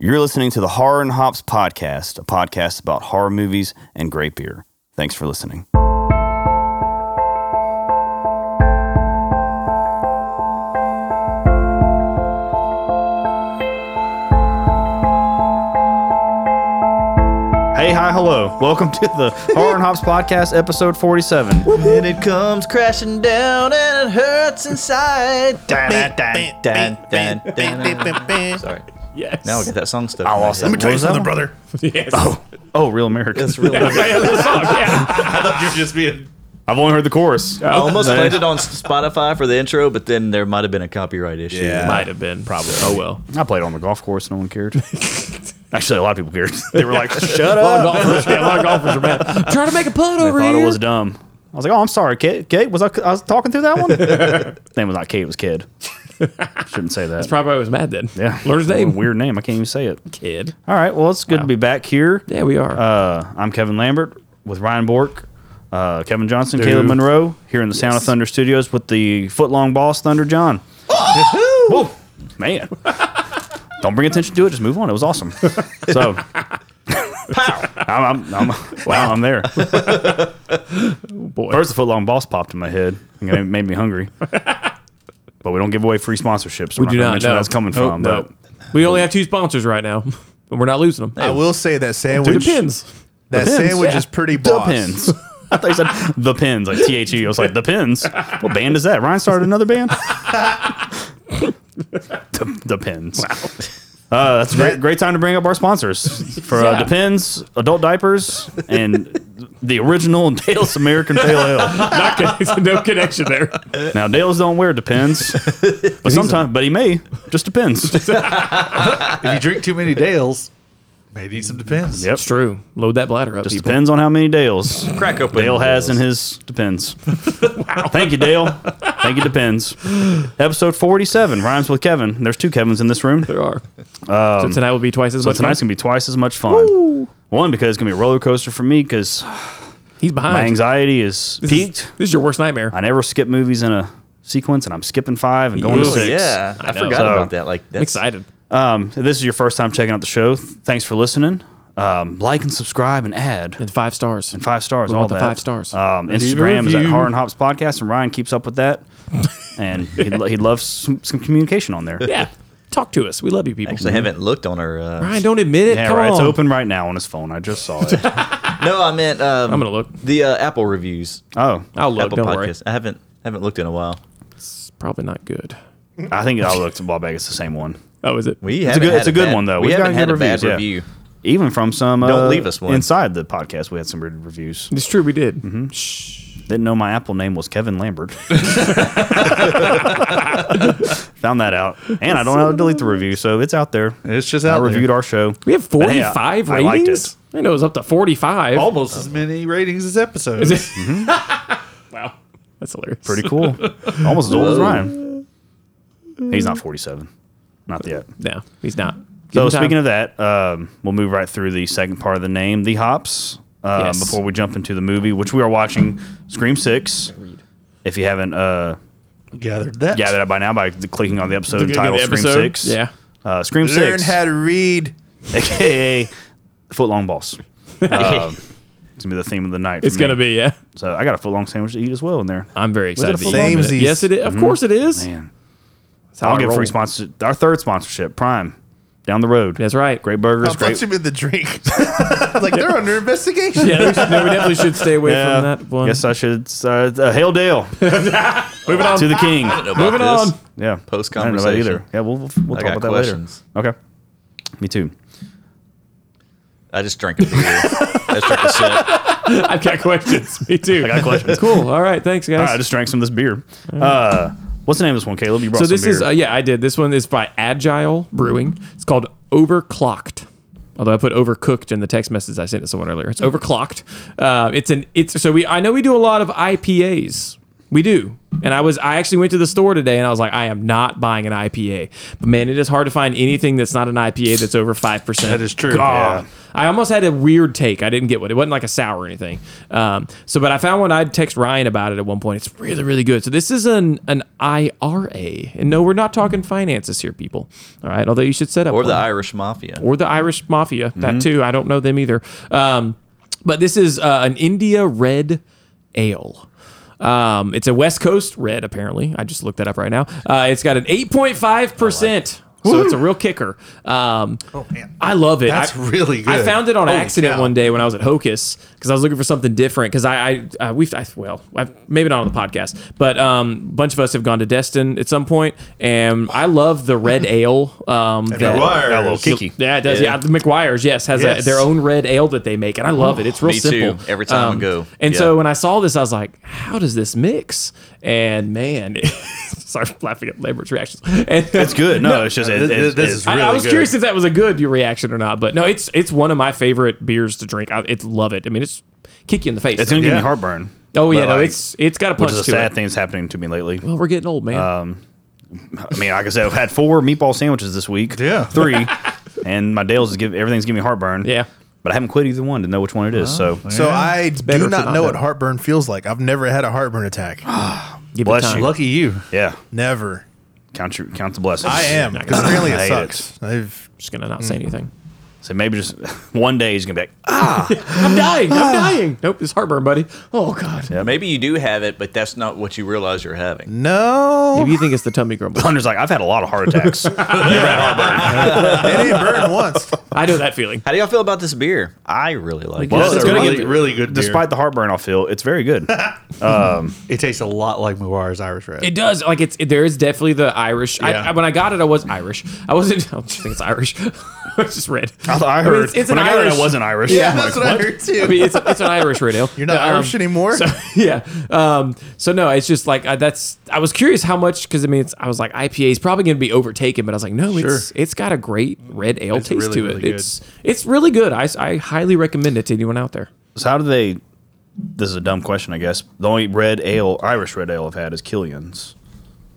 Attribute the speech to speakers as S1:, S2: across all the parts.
S1: You're listening to the Horror and Hops podcast, a podcast about horror movies and great beer. Thanks for listening. Hey, hi, hello. Welcome to the Horror and Hops podcast, episode 47.
S2: And it comes crashing down and it hurts inside. Dun, dun, dun, dun, dun, dun, dun. Sorry.
S3: Yes.
S2: Now I get that song stuff.
S1: I lost
S2: in
S1: that.
S2: my
S4: Let me tell you
S1: What was that
S4: something,
S1: one?
S4: brother.
S3: Yes. Oh.
S1: Oh, Real America.
S2: head. It's really I
S3: yeah, the song, yeah.
S4: I thought you were just being.
S1: I've only heard the
S2: Oh,
S1: chorus.
S2: almost played it on Spotify for the intro, but then there might have been a copyright issue.
S4: Yeah.
S3: Might have been, probably. Oh well.
S1: I played on the golf course. No one cared. Actually, a lot of people cared. They were like, shut
S3: A
S1: up.
S3: lot of golfers, yeah, a lot of golfers are bad. Trying to make a putt
S1: I
S3: over
S1: thought
S3: here.
S1: it was dumb. I was like, oh, I'm sorry, kid. Kate, was I, I was talking through that one? name was not Kate, it was Kid. Shouldn't say that.
S3: probably why I was mad then.
S1: yeah.
S3: Learn his
S1: What a
S3: name.
S1: Weird name. I can't even say it.
S3: Kid.
S1: All right. Well, it's good to be back here.
S3: Yeah, we are.
S1: Uh, I'm Kevin Lambert with Ryan Bork, uh, Kevin Johnson, Caleb Monroe here in the Sound of Thunder studios with the footlong boss, Thunder John. Whoa, man. Don't bring attention to it. Just move on. It was awesome. So, I'm, I'm, I'm, wow, I'm there.
S3: boy.
S1: First, the footlong boss popped in my head. and It made me hungry. But we don't give away free sponsorships. We're
S3: do
S1: gonna
S3: not,
S1: mention
S3: no.
S1: where that's coming
S3: Nope,
S1: from.
S3: nope. we only have two sponsors right now, but we're not losing them.
S4: I will say that
S3: It
S4: sandwich.
S3: depends.
S4: That
S1: Depends,
S4: sandwich
S3: yeah.
S4: is pretty
S1: But
S4: boss.
S1: the pins. I thought you said the pins, like T H E. I was like, the pins. What band is that? Ryan started another band. the, the pins. Uh, that's a great. Great time to bring up our sponsors for uh,
S3: Yeah.
S1: the pins, adult diapers, and the original Dale's American Pale Ale.
S3: Not connected, no connection there.
S1: Now Dale's don't wear depends, but sometimes, but he may. Just depends.
S4: If you drink too many Dales, maybe eat some Depends.
S1: Yep.
S3: It's true. Load that bladder up.
S1: Just
S3: people.
S1: depends on how many Dales
S2: Crack open.
S1: Dale has in his depends. Thank you, Dale. Thank you, depends. Episode forty-seven rhymes with Kevin. There's two Kevin's in this room.
S3: There are. so tonight will be twice as
S1: But Um,
S3: much.
S1: tonight's
S3: fun.
S1: gonna be twice as much fun. One because it's gonna be a roller coaster for me because
S3: He's
S1: my
S3: behind.
S1: anxiety is
S3: This is-
S1: peaked.
S3: This is your worst nightmare.
S1: I never skip movies in a sequence, and I'm skipping five and going to
S3: Ooh,
S1: six.
S2: Yeah. I,
S3: know.
S2: forgot
S1: So-
S2: about that. Like
S3: I'm
S2: that's
S3: excited.
S1: Um, if this is your first time checking out the show. th- Thanks for listening. Um, like and subscribe and add.
S3: And five stars.
S1: and five stars.
S3: We
S1: all
S3: want the
S1: that.
S3: five stars.
S1: Um,
S4: Leave a
S1: Instagram is at
S4: review.
S1: Horror and Hops Podcast, and Ryan keeps up with that, and he, lo- he loves some, some communication on there.
S3: Yeah. Talk to us. We love you people.
S2: actually I haven't looked on her. Uh,
S3: Ryan, don't admit it.
S1: Yeah,
S3: Come
S1: right. It's
S3: on.
S1: open right now on his phone. I just saw it.
S2: No, I meant um,
S3: I'm gonna look.
S2: the uh, Apple reviews.
S1: oh,
S3: I'll look.
S2: Apple
S3: don't worry.
S2: Podcasts. I haven't haven't looked in a while.
S3: It's probably not good.
S1: I think I looked at Bob It's the same one.
S3: Oh, is it?
S2: We
S1: It's a
S2: haven't
S1: good,
S2: had
S1: it's a good
S2: bad-
S1: one though.
S2: We
S1: We've
S2: haven't
S1: gotta
S2: had
S1: get
S2: a
S1: reviews,
S2: bad
S1: yeah.
S2: review.
S1: Even from some uh,
S2: Don't leave us one.
S1: inside the podcast. We had some weird reviews.
S3: It's true. We did.
S1: Mm-hmm. Didn't know my Apple name was Kevin Lambert. Found that out, and I don't know how to delete the review, so it's out there.
S4: It's just
S1: I
S4: out there.
S1: reviewed our show.
S3: We have
S1: But hey, I-
S3: 45
S1: I liked it.
S3: ratings. I, know it was up to 45.
S4: Almost as many ratings as episodes.
S3: Is it- wow, that's hilarious.
S1: Pretty cool. Almost as old as Ryan. He's not 47. Not yet.
S3: No, he's not. Give
S1: So
S3: him time.
S1: speaking of that, um, we'll move right through the second part of the name, the hops, um,
S3: Yes.
S1: before we jump into the movie, which we are watching Scream 6. If you haven't uh,
S4: Gathered that.
S1: gathered up by now by clicking on the episode
S3: Looking at
S1: titled
S3: the
S1: Scream
S3: episode,
S1: 6.
S3: yeah.
S1: Uh, Scream
S4: Learn
S1: 6,
S4: how to read.
S1: a.k.a. Footlong Boss. Um, it's going to be the theme of the night. for
S3: it's going to
S1: me.
S3: be, yeah.
S1: So I got a footlong sandwich to eat as well in there.
S3: I'm very
S1: it a
S3: excited. to eat
S1: full-on
S3: it.
S4: Samesies?
S3: Yes, it is. Of course it is.
S1: Man.
S3: That's how
S1: I'll
S3: I
S1: get
S3: roll.
S1: free sponsor. Our third sponsorship, Prime, down the road.
S3: That's right.
S1: Great burgers,
S4: I
S1: great.
S4: thought you meant the drink. like they're under investigation.
S3: Yeah, we, should, no, we definitely should stay away
S1: Yeah.
S3: from that one.
S1: Yes, I should. Uh, uh, Hail Dale
S3: Moving on.
S1: to the king.
S2: I don't know about
S3: Moving
S2: this.
S3: on.
S1: Yeah,
S2: Post
S1: I don't know about
S2: conversation.
S1: either. Yeah, we'll we'll, we'll
S2: I
S1: talk
S2: got
S1: about that
S2: questions.
S1: later. Okay, me too.
S2: I just drank a beer. I just drank a sip.
S3: I've got questions. Me too. I got
S1: questions.
S3: cool. All right. Thanks, guys.
S1: All right, I just drank some of this beer. Uh, what's the name of this one, Caleb? You brought
S3: so
S1: some
S3: this
S1: beer.
S3: is, uh, yeah, I did. This one is by Agile Brewing. It's called Overclocked. Although I put overcooked in the text message I sent to someone earlier, it's overclocked. Uh, it's an it's so we I know we do a lot of IPAs We do. And I was I actually went to the store today and I was like, I am not buying an IPA. But man, it is hard to find anything that's not an IPA that's over five percent.
S4: That is true.
S3: God.
S4: Yeah.
S3: I almost had a weird take. I didn't get one. It wasn't like a sour or anything. Um, so, but I found one. I'd text Ryan about it at one point. It's really, really good. So this is an an IRA, and no, we're not talking finances here, people. All right. Although you should set up
S2: Or the Mm-hmm.
S3: one
S2: Irish Mafia.
S3: or the Irish Mafia. That too. I don't know them either. Um, but this is uh, an India Red Ale. Um, it's a West Coast Red, apparently. I just looked that up right now. Uh, it's got an
S2: Oh,
S3: 8.5%. So it's a real kicker. Um,
S5: Oh,
S4: man.
S3: I love it.
S4: That's
S3: I-
S4: really
S3: I
S4: good.
S3: found it on
S4: Holy
S3: accident
S4: cow.
S3: one day when I was at Hocus because I was looking for something different. Because I, I uh, we've, I, well, I've, maybe not on the podcast, but um, a bunch of us have gone to Destin at some point, and I love the red ale. Um, that-
S4: Wires.
S1: Got a little kicky.
S3: yeah, it does. Yeah, the McGuire's, yes, has
S4: Yes.
S3: A, their own red ale that they make, and I love it. It's real
S2: Me too,
S3: simple. Um,
S2: every time I go.
S3: And
S2: Yeah.
S3: so when I saw this, I was like, "How does this mix?" And man, sorry for laughing at Lambert's reactions. And
S1: It's good. No, it's just it,
S4: This-
S1: it-
S4: this
S1: it's
S4: is
S3: I, I
S4: really
S3: was
S4: good.
S3: curious if that was a good reaction or not, but no, it's it's one of my favorite beers to drink. I it's love it. I mean, it's kick you in the face.
S1: it's gonna give
S4: Yeah.
S1: me heartburn.
S3: oh yeah,
S1: But,
S3: no,
S1: like,
S3: it's it's got a
S1: which
S3: punch
S1: is a
S3: to
S1: sad
S3: it.
S1: thing Uh, that's happening to me lately.
S3: Well, we're getting old, man.
S1: I mean, like I said, I've had four meatball sandwiches this week.
S4: Yeah.
S1: three, and my Dale's is give, everything's giving me heartburn.
S3: Yeah.
S1: but I haven't quit either one to know which one it is. so
S5: Oh, So I
S3: better
S5: do
S3: if
S5: not
S3: not
S5: know what
S3: better.
S5: heartburn feels like. I've never had a heartburn attack.
S3: Give
S1: Bless
S3: it time.
S1: you.
S4: Lucky you.
S1: yeah,
S5: never.
S1: count your count the blessings.
S5: I am
S3: not
S5: because
S3: gonna-
S5: apparently
S1: I
S5: it
S1: hate it.
S5: sucks. I've
S3: just gonna not say anything.
S1: So maybe just one day he's gonna be like, ah,
S3: I'm dying. I'm dying. Nope, it's heartburn, buddy. Oh god.
S2: Maybe you do have it, but that's not what you realize you're having.
S5: no.
S3: Maybe you think it's the tummy grumble.
S1: Hunter's like, I've had a lot of heart attacks.
S5: it ain't burned once.
S3: I know that feeling.
S2: How do y'all feel about this beer? I really like
S3: Well,
S2: it.
S4: That's
S3: it's
S4: a
S3: gonna
S4: really,
S3: get-
S4: really good beer.
S1: Despite the heartburn, I feel it's very good.
S4: It tastes a lot like Muir's Irish Red.
S3: It does. Like it's it, there is definitely the Irish. I,
S4: Yeah.
S3: I, when I got it, I was Irish. I wasn't. I don't think it's Irish. it's just red.
S1: I, I
S3: mean,
S1: heard
S3: it's, it's
S1: when
S3: an
S1: I got
S3: Irish.
S1: it, I wasn't Irish.
S3: Yeah.
S1: I'm like,
S5: That's what, I heard too.
S3: I mean, it's, it's an Irish Um, red ale.
S5: You're not Irish anymore.
S3: So, yeah. Um, so no, it's just like I, that's. I was curious how much because I mean, it's, I was like IPA is probably going to be overtaken, but I was like, no, it's it's got a great red ale taste
S4: really,
S3: to it.
S4: really good.
S3: It's it's really good. I, s- I highly recommend it to anyone out there.
S1: So how do they? This is a dumb question, I guess. The only red ale, Irish red ale, I've had is Killian's.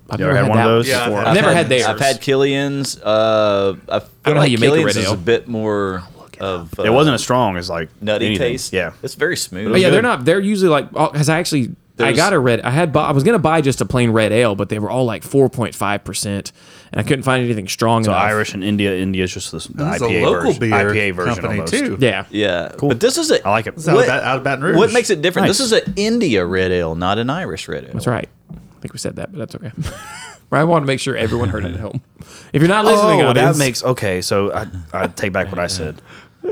S3: I've
S1: You ever had one of
S3: that
S1: those?
S4: Yeah, I've
S1: before?
S4: had-
S3: never had theirs.
S2: I've had Killian's. Uh, I feel
S3: know how
S2: like
S3: you make a
S2: Killian's
S3: red
S2: is
S3: ale.
S2: a bit more of uh,
S1: It wasn't as strong as like
S2: nutty
S1: anything.
S2: taste.
S1: Yeah,
S2: it's very smooth.
S3: Oh, yeah, they're not. They're usually like because I actually I
S2: There's-
S3: got a red. I had bu- I was gonna buy just a plain red ale, but they were all like four point five percent, and I couldn't find anything strong
S1: So
S3: enough.
S1: Irish and India. India is just the, the
S4: It's a
S1: IPA
S4: local
S1: version.
S4: beer
S1: IPA version
S4: company
S1: almost.
S4: too.
S3: Yeah.
S2: Yeah, but this is a.
S1: I like it.
S4: It's out, of, Bat- out of Baton Rouge.
S2: What makes it different?
S1: Nice.
S2: This is an India red ale, not an Irish red ale.
S3: that's right. I think we said that, but that's okay. I want to make sure everyone heard it at home. If you're not listening,
S1: Oh,
S3: audience,
S1: that makes okay. So I, I take back what I said. I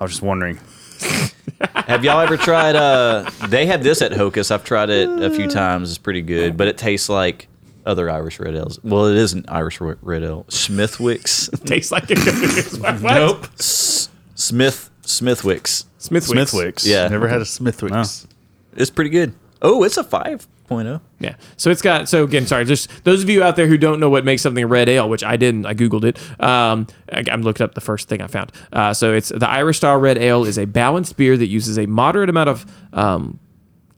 S1: was just wondering.
S2: Have y'all ever tried? Uh, they have this at Hocus. I've tried it a few times. It's pretty good, but it tastes like other Irish red ales. Well, it isn't Irish red red ale. Smithwick's,
S3: tastes like it. nope.
S2: Smith Smithwick's.
S3: Smithwick's.
S1: Smithwick's.
S2: Yeah.
S4: Never had a Smithwick's.
S2: It's pretty good. Oh, it's a five 0.
S3: Yeah. So it's got so again, sorry, just those of you out there who don't know what makes something a red ale, which I didn't, I googled it. Um, I, I looked up the first thing I found. Uh, so it's the Irish style red ale is a balanced beer that uses a moderate amount of um,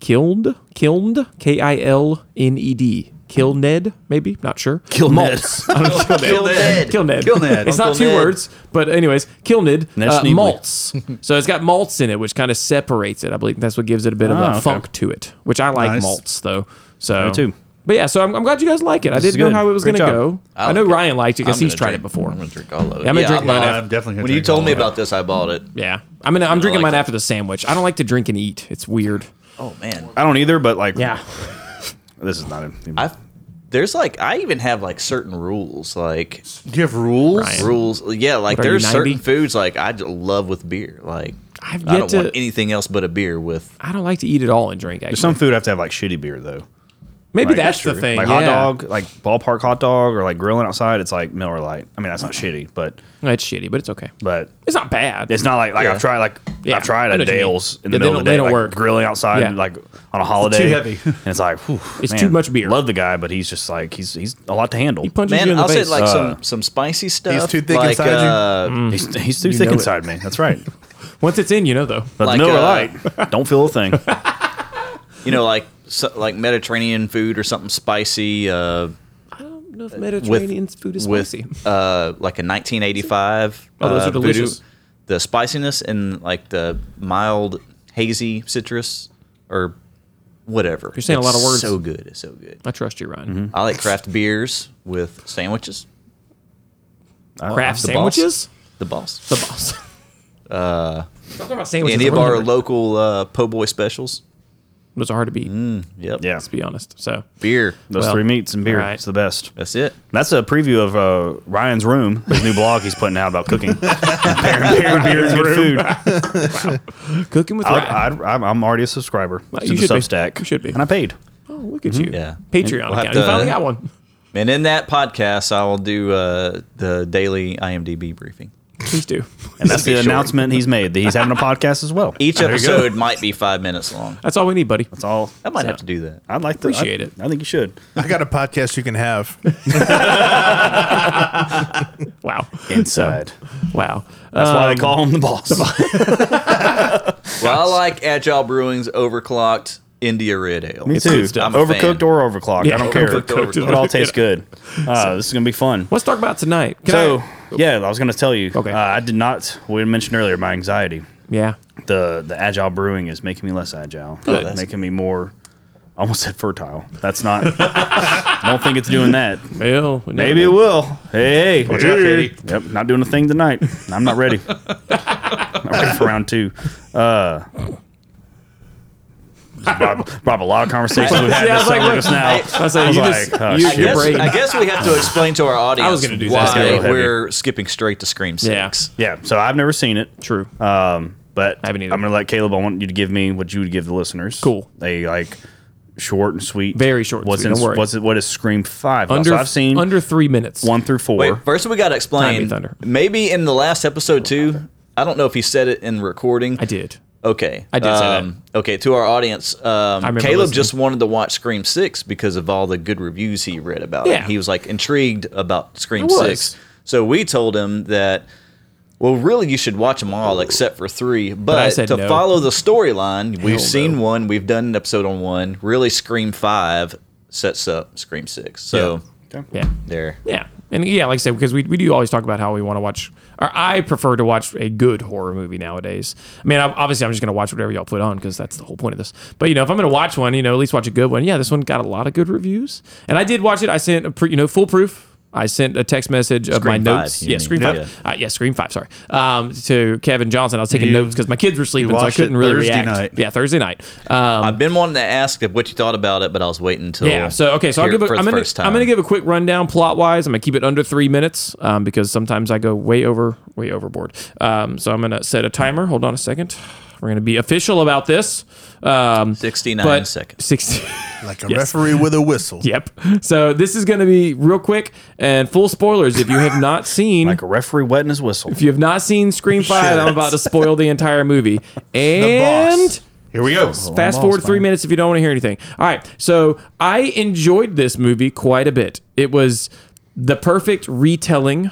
S3: kilned, kilned, K I L N E D. Kilned, maybe not sure.
S1: Kilned.
S3: malts. I don't know. Kilned.
S2: Kilned.
S3: Kilned.
S2: Kilned.
S3: It's not
S2: Uncle
S3: two
S2: Ned.
S3: words, but anyways, kilned
S1: Ned
S3: uh,
S1: Schneebly.
S3: malts. so it's got malts in it, which kind of separates it. I believe that's what gives it a bit of
S1: Ah,
S3: a
S1: okay.
S3: funk to it, which I like
S4: Nice.
S3: malts though. So
S1: Me too.
S3: But yeah, so I'm, I'm glad you guys like it. I
S1: This is
S3: didn't know
S1: good.
S3: how it was going
S1: Great
S3: to
S1: job.
S3: go. I, know Ryan liked it because he's tried it before.
S2: I'm gonna drink all of it.
S3: Yeah, I'm gonna drink
S2: I-
S3: mine
S4: Oh,
S3: after-
S4: I'm definitely gonna
S2: When you
S4: drink
S2: told
S4: all
S2: me
S4: of it.
S2: about this, I bought it.
S3: Yeah, I mean, I'm drinking
S2: like
S3: mine
S2: it.
S3: after the sandwich. I don't like to drink and eat. It's weird.
S2: Oh man,
S1: I don't either, but like,
S3: Yeah,
S1: this is not. Even,
S2: I there's like I even have like certain rules like
S4: Do you have rules?
S3: Right.
S2: rules. Yeah, like
S3: What are you,
S2: there's certain
S3: 90?
S2: foods like I j- love with beer. Like
S3: I've
S2: I
S3: yet
S2: don't
S3: to-
S2: want anything else but a beer with.
S3: I don't like to eat at all and drink. Actually,
S1: there's some food I have to have like shitty beer though.
S3: maybe
S1: Like,
S3: that's the thing.
S1: Like
S3: yeah.
S1: hot dog, like ballpark hot dog, or like grilling outside. It's like Miller Lite. I mean, that's not shitty, but
S3: It's shitty, but it's okay.
S1: but
S3: It's not bad.
S1: it's not like like
S2: Yeah.
S1: I've tried like
S3: Yeah,
S1: I've tried
S3: I know
S1: at
S3: what you mean.
S1: Dale's in
S3: Yeah,
S1: the
S3: they
S1: middle
S3: don't-
S1: of the day.
S3: they don't
S1: like,
S3: work.
S1: Grilling outside
S3: Yeah.
S1: like on a holiday.
S4: heavy.
S1: and it's like whew,
S3: It's
S1: man,
S3: too much beer.
S1: Love the guy, but he's just like he's he's a lot to handle.
S3: He punches
S2: Man,
S3: you in the
S2: I'll say
S3: face. Mm.
S2: like
S1: Uh,
S2: some some spicy stuff.
S5: too thick
S2: like,
S5: inside you?
S2: uh,
S1: He's, he's too thick
S3: know it.
S1: inside me. That's right.
S3: Once it's in, you know though.
S1: But
S2: Like,
S1: Miller
S2: uh,
S1: Lite, don't feel a thing.
S2: you know, like so, like Mediterranean food or something spicy uh,
S3: I don't know if Mediterranean food is
S2: with
S3: spicy.
S2: uh, like a 1985.
S3: Oh, those
S2: uh,
S3: are delicious.
S2: voodoo. The spiciness and like the mild hazy citrus or whatever.
S3: You're saying a
S2: It's
S3: lot of words.
S2: So good, it's so good.
S3: I trust you,
S1: Mm-hmm.
S3: Ryan.
S2: I like craft beers with sandwiches.
S3: Craft
S2: The boss.
S3: sandwiches.
S2: The boss.
S3: The Uh, boss. Uh,
S1: Uh,
S3: talking about sandwiches.
S2: Any
S3: I'm
S2: of our
S3: hungry.
S2: local uh, po' boy specials.
S3: those are hard to beat.
S2: Yep.
S1: Yeah,
S3: Let's be honest. So
S2: Beer.
S1: those
S3: well,
S1: three meats and beer.
S3: all right.
S1: It's the best.
S2: That's it.
S1: That's a preview of uh, Ryan's room, his new blog he's putting out about cooking. Pairing- pairing beer and good food.
S3: cooking with Ryan.
S1: I, I, I'm I'm already a subscriber to the
S3: you should be.
S1: Substack.
S3: You should be.
S1: And I paid.
S3: oh, look at you.
S2: Yeah.
S3: Patreon
S2: We'll have
S3: account. you
S2: to-
S3: finally
S1: uh,
S3: got one.
S2: And in that podcast, I will do uh, the daily IMDb briefing.
S3: Please do.
S1: And that's
S2: Be
S1: the
S2: short.
S1: announcement he's made that he's having a podcast as well.
S2: Each
S1: There you go.
S2: episode might be five minutes long.
S3: That's all we need, buddy.
S1: That's all.
S2: I might have to do that.
S1: I'd like to I-
S3: Appreciate it.
S1: I think you should.
S5: I got a podcast you can have.
S3: Wow.
S1: Inside.
S3: Wow.
S1: That's why
S3: Um,
S1: they call him the boss.
S2: Well, I like Agile Brewing's overclocked India Red Ale.
S1: Me
S3: It's good
S1: too.
S3: stuff.
S2: I'm a
S1: Overcooked
S2: fan.
S1: or overclocked.
S3: Yeah,
S1: I don't care.
S2: overcooked, overcooked.
S1: It all tastes good. Uh, this is going to be fun.
S3: Let's talk about tonight. Can
S1: So,
S3: I-
S1: yeah, I was going to tell you.
S3: Okay.
S1: Uh, I did not, we mentioned earlier my anxiety.
S3: yeah.
S1: The the agile brewing is making me less agile. uh,
S2: Good. that's-
S1: Making me more, I almost said fertile. That's not, don't think it's doing that.
S3: Well, no.
S1: Maybe it will. Hey, hey. Watch
S4: out, Katie.
S1: Yep, not doing a thing tonight. I'm not ready. I'm ready for round two. Uh, brought, brought up a lot of conversations we've had
S3: Yeah, I
S1: yeah,
S3: was
S1: this summer
S3: like, look,
S1: just now.
S3: I was like,
S1: was
S3: you
S1: like,
S3: just,
S1: oh,
S3: you,
S2: I
S1: shit.
S3: your
S2: guess,
S3: brain.
S2: I guess we have to explain to our audience
S3: I was gonna do that. That's
S1: gonna
S2: why
S1: be heavy.
S2: we're skipping straight to Scream 6.
S3: Yeah.
S1: yeah, so I've never seen it.
S3: True.
S1: Um, but
S3: I haven't either.
S1: I'm going to let Caleb, I want you to give me what you would give the listeners.
S3: Cool.
S1: They like short and sweet.
S3: Very short and
S1: What's
S3: sweet,
S1: in-
S3: don't worry.
S1: What's it, what is Scream 5?
S3: under,
S1: so I've seen
S3: under three minutes.
S1: 1 through 4.
S2: Wait, first we got to
S3: Timing
S2: explain.
S3: thunder.
S2: Maybe in the last episode, too. I don't know if he said it in recording.
S3: I did.
S2: Okay.
S3: I did say that.
S2: um, Okay, to our audience, um,
S3: remember
S2: Caleb
S3: listening.
S2: just wanted to watch Scream 6 because of all the good reviews he read about
S3: Yeah.
S2: it. He was like intrigued about Scream
S3: I was.
S2: 6. So we told him that, well, really, you should watch them all except for three. But,
S3: I said
S2: to
S3: no.
S2: follow the storyline, we've
S3: no.
S2: seen one, we've done an episode on one. Really, Scream 5 sets up Scream 6. So
S3: Yeah.
S2: there.
S3: Yeah. And yeah, like I said, because we, we do always talk about how we want to watch, or I prefer to watch a good horror movie nowadays. I mean, I'm, obviously, I'm just going to watch whatever y'all put on because that's the whole point of this. But, you know, if I'm going to watch one, you know, at least watch a good one. Yeah, this one got a lot of good reviews. And I did watch it. I sent, a pre, you know, foolproof. I sent a text message of my
S2: Scream
S3: notes.
S2: five, you
S3: yeah,
S2: mean.
S3: Scream
S2: Yeah.
S3: 5. Uh, yeah, Scream 5, sorry. Um, to Kevin Johnson. I was taking notes because my kids were sleeping, so I
S4: watched it
S3: couldn't really
S4: Thursday
S3: react.
S4: night.
S3: Yeah, Thursday night. Um,
S2: I've been wanting to ask if what you thought about it, but I was waiting until.
S3: yeah. So okay. So I'll
S2: here
S3: give. A,
S2: for the
S3: I'm gonna.
S2: first time.
S3: I'm gonna give a quick rundown plot wise. I'm gonna keep it under three minutes um, because sometimes I go way over, way overboard. Um, so I'm gonna set a timer. Hold on a second. We're gonna be official about this. Um,
S2: 69
S3: but
S2: seconds.
S3: sixty.
S5: Like a referee with a whistle.
S3: yep. So this is gonna be real quick and full spoilers. If you have not seen.
S1: like a referee wetting his whistle.
S3: if you have not seen Scream 5, I'm about to spoil the entire movie.
S5: boss.
S3: And
S4: Here we go.
S3: fast forward three minutes if you don't want to hear anything. All right. So I enjoyed this movie quite a bit. It was the perfect retelling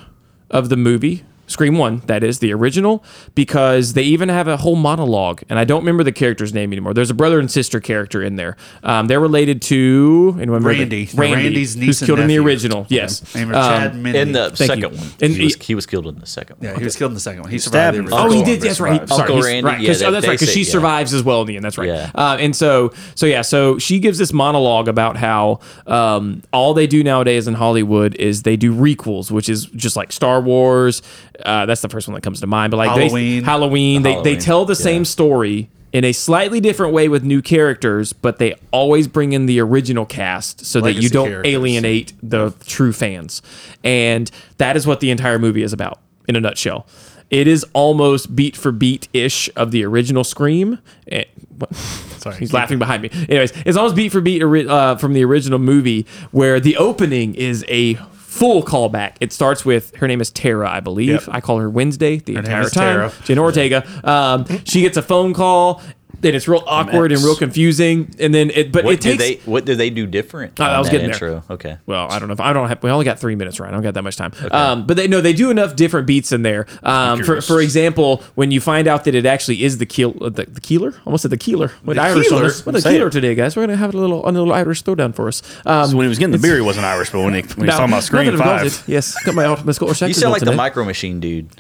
S3: of the movie. Scream One, that is the original, because they even have a whole monologue, and I don't remember the character's name anymore. There's a brother and sister character in there. Um, they're related to anyone remember?
S4: Randy. The Randy's niece
S3: who's
S4: and
S3: killed in the
S4: nephew.
S3: original. Yes,
S4: Name of Chad Mindy.
S2: in the
S3: Thank you.
S2: second one.
S3: In-
S2: he, was, he was killed in the second one.
S4: yeah, he was killed in the second one. He survived.
S1: Stabbed
S4: the
S1: him.
S4: original
S3: Oh, he
S4: one,
S3: did.
S4: but
S3: That's right. He,
S4: survived.
S3: sorry,
S2: Uncle
S3: he's-
S2: Randy,
S3: right,
S2: yeah,
S3: 'cause-
S2: they-
S3: oh, that's
S2: they
S3: right. Because
S2: say-
S3: she
S2: yeah.
S3: survives as well in the end. That's right.
S2: Yeah.
S3: Uh, and so, so yeah. So she gives this monologue about how um, all they do nowadays in Hollywood is they do requels, which is just like Star Wars. Uh, that's the first one that comes to mind. But like
S4: Halloween.
S3: they, Halloween, they they
S2: Halloween,
S3: tell the same story. In a slightly different way with new characters, but they always bring in the original cast so that you
S4: Legacy
S3: don't
S4: characters.
S3: alienate the true fans. And that is what the entire movie is about in a nutshell. It is almost beat for beat ish of the original Scream. Eh, what?
S4: Sorry.
S3: He's laughing behind me. Anyways, it's almost beat for beat ori- uh, from the original movie, where the opening is a full callback. It starts with her name is Tara, I believe. I call her Wednesday the
S4: name
S3: entire
S4: is
S3: time.
S4: Tara.
S3: Jenna Ortega. Um, she gets a phone call. and it's real awkward and real confusing. And then it, but
S2: What
S3: it
S2: did
S3: takes.
S2: they What did they do different?
S3: I
S2: on
S3: was
S2: that
S3: getting there.
S2: intro. Okay.
S3: well, I don't know if I don't have. We only got three minutes, right? I don't got that much time. Um, but they no, they do enough different beats in there. Um, for for example, when you find out that it actually is the keel, uh, the, the keeler, almost said the keeler with Irish on
S1: keeler?
S3: us. With the
S1: Say it.
S3: keeler today, guys. We're gonna have a little a little Irish throwdown for us. Um,
S1: So when he was getting the beer, he wasn't Irish, but when he, when he was
S3: now-
S1: talking about Screen
S3: nothing about it.
S1: Five,
S3: Yes, got my ultimate score.
S2: You sound like the micro machine dude.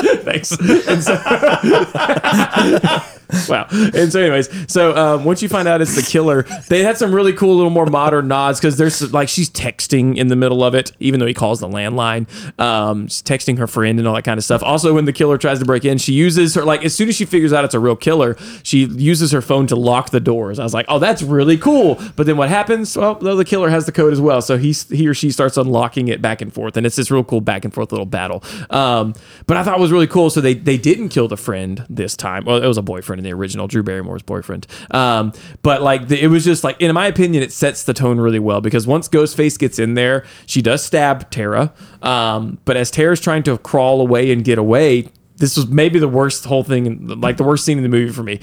S3: Thanks. And so, wow. And so, anyways, so um, once you find out it's the killer, they had some really cool little more modern nods because there's like she's texting in the middle of it, even though he calls the landline. Um, she's texting her friend and all that kind of stuff. Also, when the killer tries to break in, she uses her like as soon as she figures out it's a real killer, she uses her phone to lock the doors. I was like, oh, that's really cool. But then what happens? Well, the other killer has the code as well, so he he or she starts unlocking it back and forth, and it's this real cool back and forth little battle. Um, but I thought it was really cool. Oh, So they they didn't kill the friend this time. Well, it was a boyfriend in the original, Drew Barrymore's boyfriend. Um, but like the, it was just like in my opinion, it sets the tone really well because once Ghostface gets in there, she does stab Tara. Um, but as Tara's trying to crawl away and get away, this was maybe the worst whole thing, like the worst scene in the movie for me.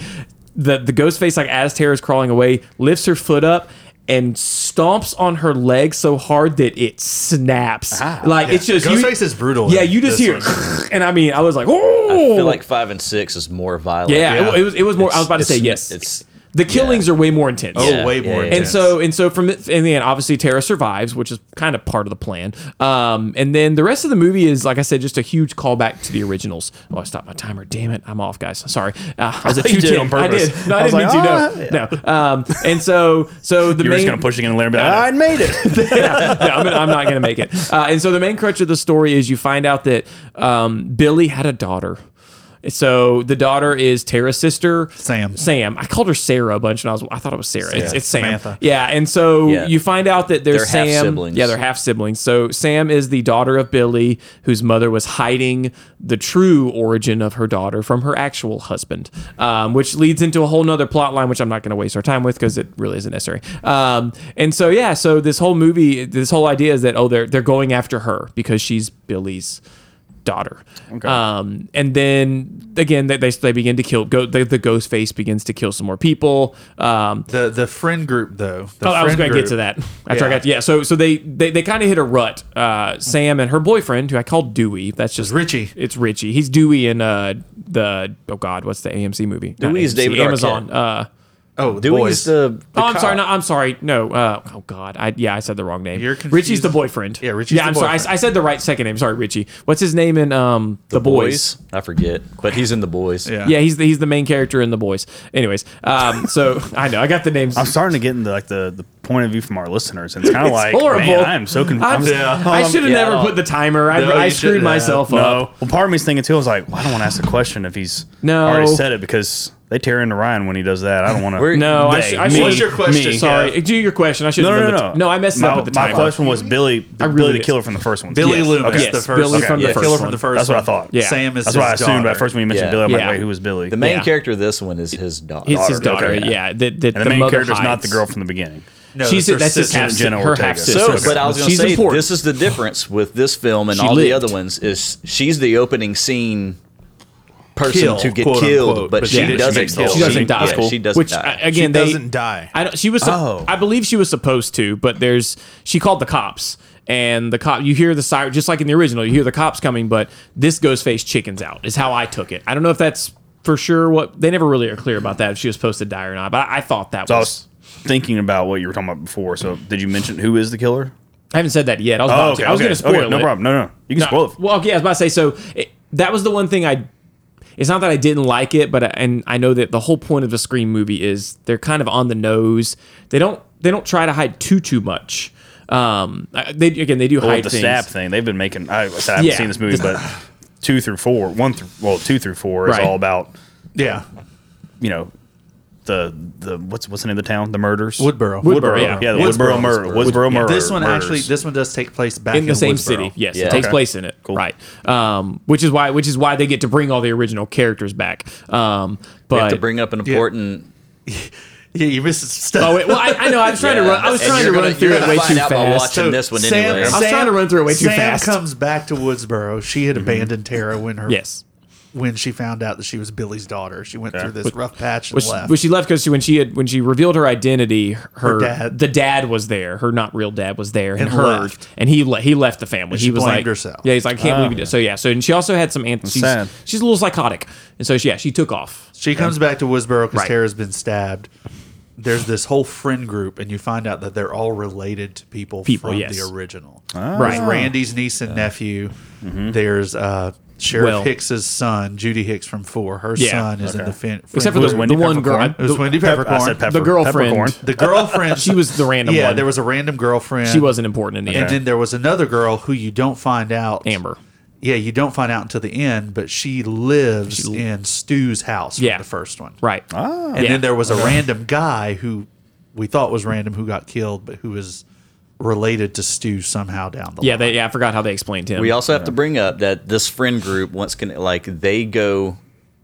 S3: The the ghost face, like as Tara's crawling away, lifts her foot up and stomps on her leg so hard that it snaps. like it's just you-
S4: Ah, Ghostface is brutal
S3: Yeah,
S4: in
S3: you just
S4: this
S3: hear, and I mean, I was like, oh,
S2: I feel like five and six is more violent.
S3: yeah, it- It, was it was more.
S2: It's-
S3: I was about to say
S2: it's-
S3: yes.
S2: It's
S3: the killings are way more intense.
S4: Oh,
S2: Yeah,
S4: way
S2: yeah,
S4: more.
S2: yeah.
S3: And
S4: intense.
S3: so and so from it- in the end, obviously Tara survives, which is kind of part of the plan. Um, and then the rest of the movie is, like I said, just a huge callback to the originals. Oh, I stopped my timer. Damn it, I'm off, guys. Sorry, uh, I was at
S1: You
S3: two
S1: did
S3: ten
S1: on purpose.
S3: I did. No, I,
S1: I was
S3: didn't mean
S1: like,
S3: to. No, no. Um, and so so the
S1: you were
S3: main
S1: just going to push it in there and be like, I made it.
S3: yeah, yeah, I'm, I'm not going to make it. Uh, and so the main crutch of the story is you find out that um, Billy had a daughter. So the daughter is Tara's sister,
S4: Sam.
S3: Sam. I called her Sarah a bunch, and I was I thought it was Sarah. It's, it's Sam.
S4: Samantha.
S3: Yeah, and so
S2: Yeah.
S3: you find out that there's
S2: They're
S3: Sam.
S2: half-siblings.
S3: Yeah, they're half siblings. So Sam is the daughter of Billy, whose mother was hiding the true origin of her daughter from her actual husband, um, which leads into a whole nother plot line, which I'm not going to waste our time with because it really isn't necessary. Um, and so yeah, so this whole movie, this whole idea is that oh, they're they're going after her because she's Billy's daughter. Um, and then again, they, they, they begin to kill. Go, the, the ghost face begins to kill some more people. Um,
S4: the the friend group though. The
S3: Oh, I was
S4: friend
S3: going to get
S4: group-
S3: to that after I
S4: Yeah.
S3: got yeah. So so they they, they kind of hit a rut. Uh, Sam and her boyfriend, who I called Dewey. That's just
S4: Richie.
S3: It's Richie. He's Dewey in uh the oh god, what's the AMC movie? Not
S2: Dewey is
S3: AMC,
S2: David
S3: Amazon.
S2: Arquette.
S3: Uh,
S4: Oh, the
S2: Dewey's
S4: boys.
S2: the. the
S3: oh, I'm sorry.
S2: cop.
S3: No, I'm sorry. No. Uh, oh God. I yeah, I said the wrong name.
S4: You're
S3: Richie's
S4: confused.
S3: the boyfriend.
S4: Yeah, Richie's
S3: Yeah,
S4: the
S3: I'm sorry. I s- I,
S4: boyfriend.
S3: said the right second name. Sorry, Richie. What's his name in um the, boys?
S2: I forget, but he's in the boys.
S4: Yeah.
S3: Yeah, he's the, he's the main character in the boys. Anyways, um, so I know I got the names.
S1: I'm starting to get into like the, the point of view from our listeners. And it's kind of like,
S3: horrible.
S1: man, I am so confused.
S4: Yeah.
S3: I should have
S2: yeah.
S3: never put the timer. I,
S4: No,
S3: I
S4: you
S3: screwed
S4: shouldn't have.
S3: myself
S1: No.
S3: up.
S1: Well, part of me's thinking too. I was like, well, I don't want to ask the question if he's
S3: No.
S1: already said it because they tear into Ryan when he does that. I don't want
S2: We're-
S1: to.
S3: No, I,
S1: They,
S3: sh- I
S1: me,
S3: should.
S4: What's your question?
S1: me.
S3: Sorry, do your question. I should.
S1: No, no, no, no.
S3: No, I messed
S1: my,
S3: up at the
S1: my
S3: timer.
S1: question was Billy,
S3: really
S1: Billy the
S3: did.
S1: killer from the first one.
S4: Billy
S1: Yes.
S4: Loomis,
S1: Okay.
S3: Yes,
S4: the first
S3: Billy
S1: from the
S4: yeah,
S1: first
S4: killer
S3: one.
S4: from the first.
S1: That's what I
S4: one.
S1: thought.
S3: Yeah.
S4: Sam is
S1: That's what I
S4: his
S1: assumed
S4: daughter.
S1: at first when you mentioned
S2: Yeah.
S1: Billy. I'm like,
S3: Yeah.
S1: wait, who was Billy?
S2: The main
S3: Yeah.
S2: character of this one is his daughter.
S3: It's his daughter.
S1: Daughter, okay.
S3: Yeah, that that
S1: and the main
S3: mother
S1: character's not
S3: hides.
S1: the girl from the beginning.
S4: No,
S3: She's
S4: that's her
S3: that's his
S4: sister,
S3: half
S1: Jenna
S3: her
S1: Ortega.
S3: half sister.
S2: So,
S1: Okay.
S2: but I was going to
S3: She's
S2: say
S3: important.
S2: this is the difference with this film and
S3: She
S2: all the
S3: lived.
S2: other ones is she's the opening scene person
S4: Kill,
S2: to get
S4: quote,
S2: killed,
S4: unquote,
S2: but,
S4: but
S2: she,
S4: she did-
S2: doesn't
S1: she
S2: kill.
S1: makes
S3: she
S1: She- Oh.
S3: doesn't die.
S2: yeah, she doesn't
S3: Which uh,
S2: die.
S3: I- again,
S5: She
S3: they
S5: doesn't die.
S3: I don't. She was. I believe she was supposed to, but there's. She called the cops, and the cop. You hear the siren, just like in the original. You hear the cops coming, but this Ghostface chickens out. Is how I took it. I don't know if that's for sure. What they never really are clear about that if she was supposed to die or not. But I, I thought that
S1: So I
S3: was.
S1: was thinking about what you were talking about before. So did you mention who is the killer?
S3: I haven't said that yet. I was,
S1: Oh,
S3: about
S1: okay.
S3: to. I was
S1: okay,
S3: going to spoil
S1: okay, No
S3: it.
S1: problem. No, no. You can
S3: No,
S1: spoil it.
S3: Well, okay, I was about to say. So it, that was the one thing I. It's not that I didn't like it, but I, and I know that the whole point of a scream movie is they're kind of on the nose. They don't they don't try to hide too too much. Um, I- they again they do
S1: Well,
S3: hide
S1: with the
S3: things.
S1: stab thing, they've been making. I, I said I haven't
S3: Yeah.
S1: seen this movie, but two through four, one through well, two through four is
S3: Right.
S1: all about
S4: Yeah,
S1: you know the the what's what's the name of the town? The murders.
S4: Woodboro.
S3: Woodboro,
S1: yeah,
S3: yeah.
S1: the Woodboro, murder. Woodsboro murder.
S4: This one
S1: murders.
S4: actually, this one does take place back
S3: in the same
S4: Woodsboro.
S3: city. Yes,
S2: Yeah.
S3: it takes
S1: Okay.
S3: place in it. Right. Um, which is why which is why they get to bring all the original characters back. Um,
S2: You have
S3: but
S2: to bring up an important.
S4: Yeah, you missed stuff.
S3: oh wait, well I, I know I was trying to run I was
S2: And
S3: trying to
S2: you're gonna-
S3: run through
S2: you're
S3: it
S2: gonna
S3: way
S2: find
S3: too
S2: out
S3: fast.
S2: by watching this one anyway.
S3: I was trying to run through it way too
S4: Sam
S3: fast.
S4: comes back to Woodsboro. She had abandoned Tara when her
S3: Yes.
S4: when she found out that she was Billy's daughter. She went through this rough patch and
S3: Was she,
S4: left.
S3: was she left because when she had when she revealed her identity, her,
S4: dad.
S3: the dad was there, her not real dad was there, and,
S4: And
S3: her
S4: left.
S3: and he le- he left the family. he
S4: she
S3: was
S4: blamed
S3: like,
S4: herself.
S3: yeah, he's like, I can't believe you did. So yeah, so and she also had some anth- she's,
S1: Oh. sad.
S3: she's a little psychotic, and so she, yeah, she took off.
S4: She comes back to Woodsboro because
S3: Right.
S4: Tara's been stabbed. There's this whole friend group, and you find out that they're all related to people,
S3: People,
S4: from
S3: yes.
S4: the original.
S3: Right.
S4: There's Randy's niece and nephew. There's uh, Sheriff
S3: Will.
S4: Hicks's son, Judy Hicks from Four. Her
S3: Yeah.
S4: son is in the fin- friend
S3: Except for
S4: group.
S3: the,
S1: Wendy
S3: the one girl,
S1: Peppercorn?
S4: It was
S3: the-
S4: Wendy Peppercorn.
S1: I said pepper,
S3: The girlfriend.
S1: peppercorn.
S4: The girlfriend.
S3: She was the random
S4: yeah,
S3: one.
S4: there was a random girlfriend.
S3: she wasn't important in the
S4: And
S3: end.
S4: then there was another girl who you don't find out.
S3: Amber.
S4: Yeah, you don't find out until the end, but she lives in Stu's house
S3: Yeah.
S4: from the first one.
S3: Right.
S1: Ah.
S4: And
S3: Yeah.
S4: then there was a random guy who we thought was random who got killed, but who was related to Stu somehow down the
S3: Yeah,
S4: line.
S3: they, yeah, I forgot how they explained him.
S2: We also have to bring up that this friend group once can like they go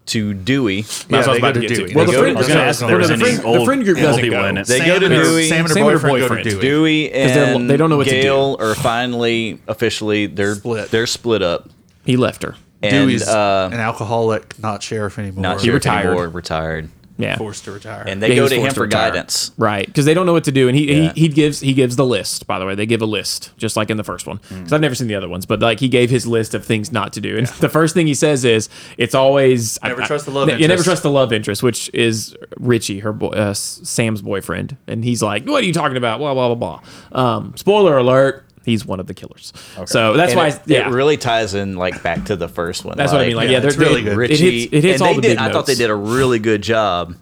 S2: to Dewey.
S3: That's
S4: Yeah,
S3: what I was
S4: they
S3: about
S4: go
S3: to
S4: to
S3: get
S4: Dewey.
S3: to. Well,
S4: They
S3: the
S4: go
S3: friend,
S4: to-
S1: I was gonna ask if
S3: well,
S1: there was
S3: the
S1: any
S3: friend, the
S1: old-
S3: friend group
S1: old
S3: doesn't
S1: people
S3: go.
S1: in it.
S2: They go to
S4: and her-
S2: Dewey.
S4: Sam and her
S3: Sam and her
S4: boyfriend, go to
S3: boyfriend.
S4: Dewey.
S2: Dewey
S3: they don't-
S2: and
S3: they don't know what to do.
S2: Gail are finally officially they're
S4: Split.
S2: They're split up.
S3: He left her.
S2: And
S4: Dewey's
S2: uh,
S4: an alcoholic, not sheriff anymore.
S2: not
S3: He
S2: sure
S3: retired.
S2: anymore, retired.
S3: Yeah.
S4: Forced to retire.
S2: And they
S3: Yeah, he
S2: go
S3: was
S2: to him
S3: forced
S2: for
S3: retire.
S2: guidance.
S3: right? Because they don't know what to do, and he,
S2: Yeah.
S3: he he gives he gives the list. By the way, they give a list just like in the first one. Because I've never seen the other ones, but like he gave his list of things not to do, and the first thing he says is, "It's always
S4: Never trust the love
S3: You never
S4: interest.
S3: trust the love interest, which is Richie, her boy, uh, S- Sam's boyfriend, and he's like, "What are you talking about?" Blah blah blah blah. Um, spoiler alert: he's one of the killers. So that's
S2: And
S3: why,
S2: it,
S3: yeah.
S2: it really ties in like back to the first one.
S3: that's what I mean. Like, yeah,
S4: yeah,
S3: they're
S4: it's really
S3: they-
S4: good.
S3: It
S2: Richie,
S3: hits, it hits
S2: and
S3: all
S2: they
S3: the
S2: did,
S3: big
S2: I thought they
S3: notes.
S2: did a really good job.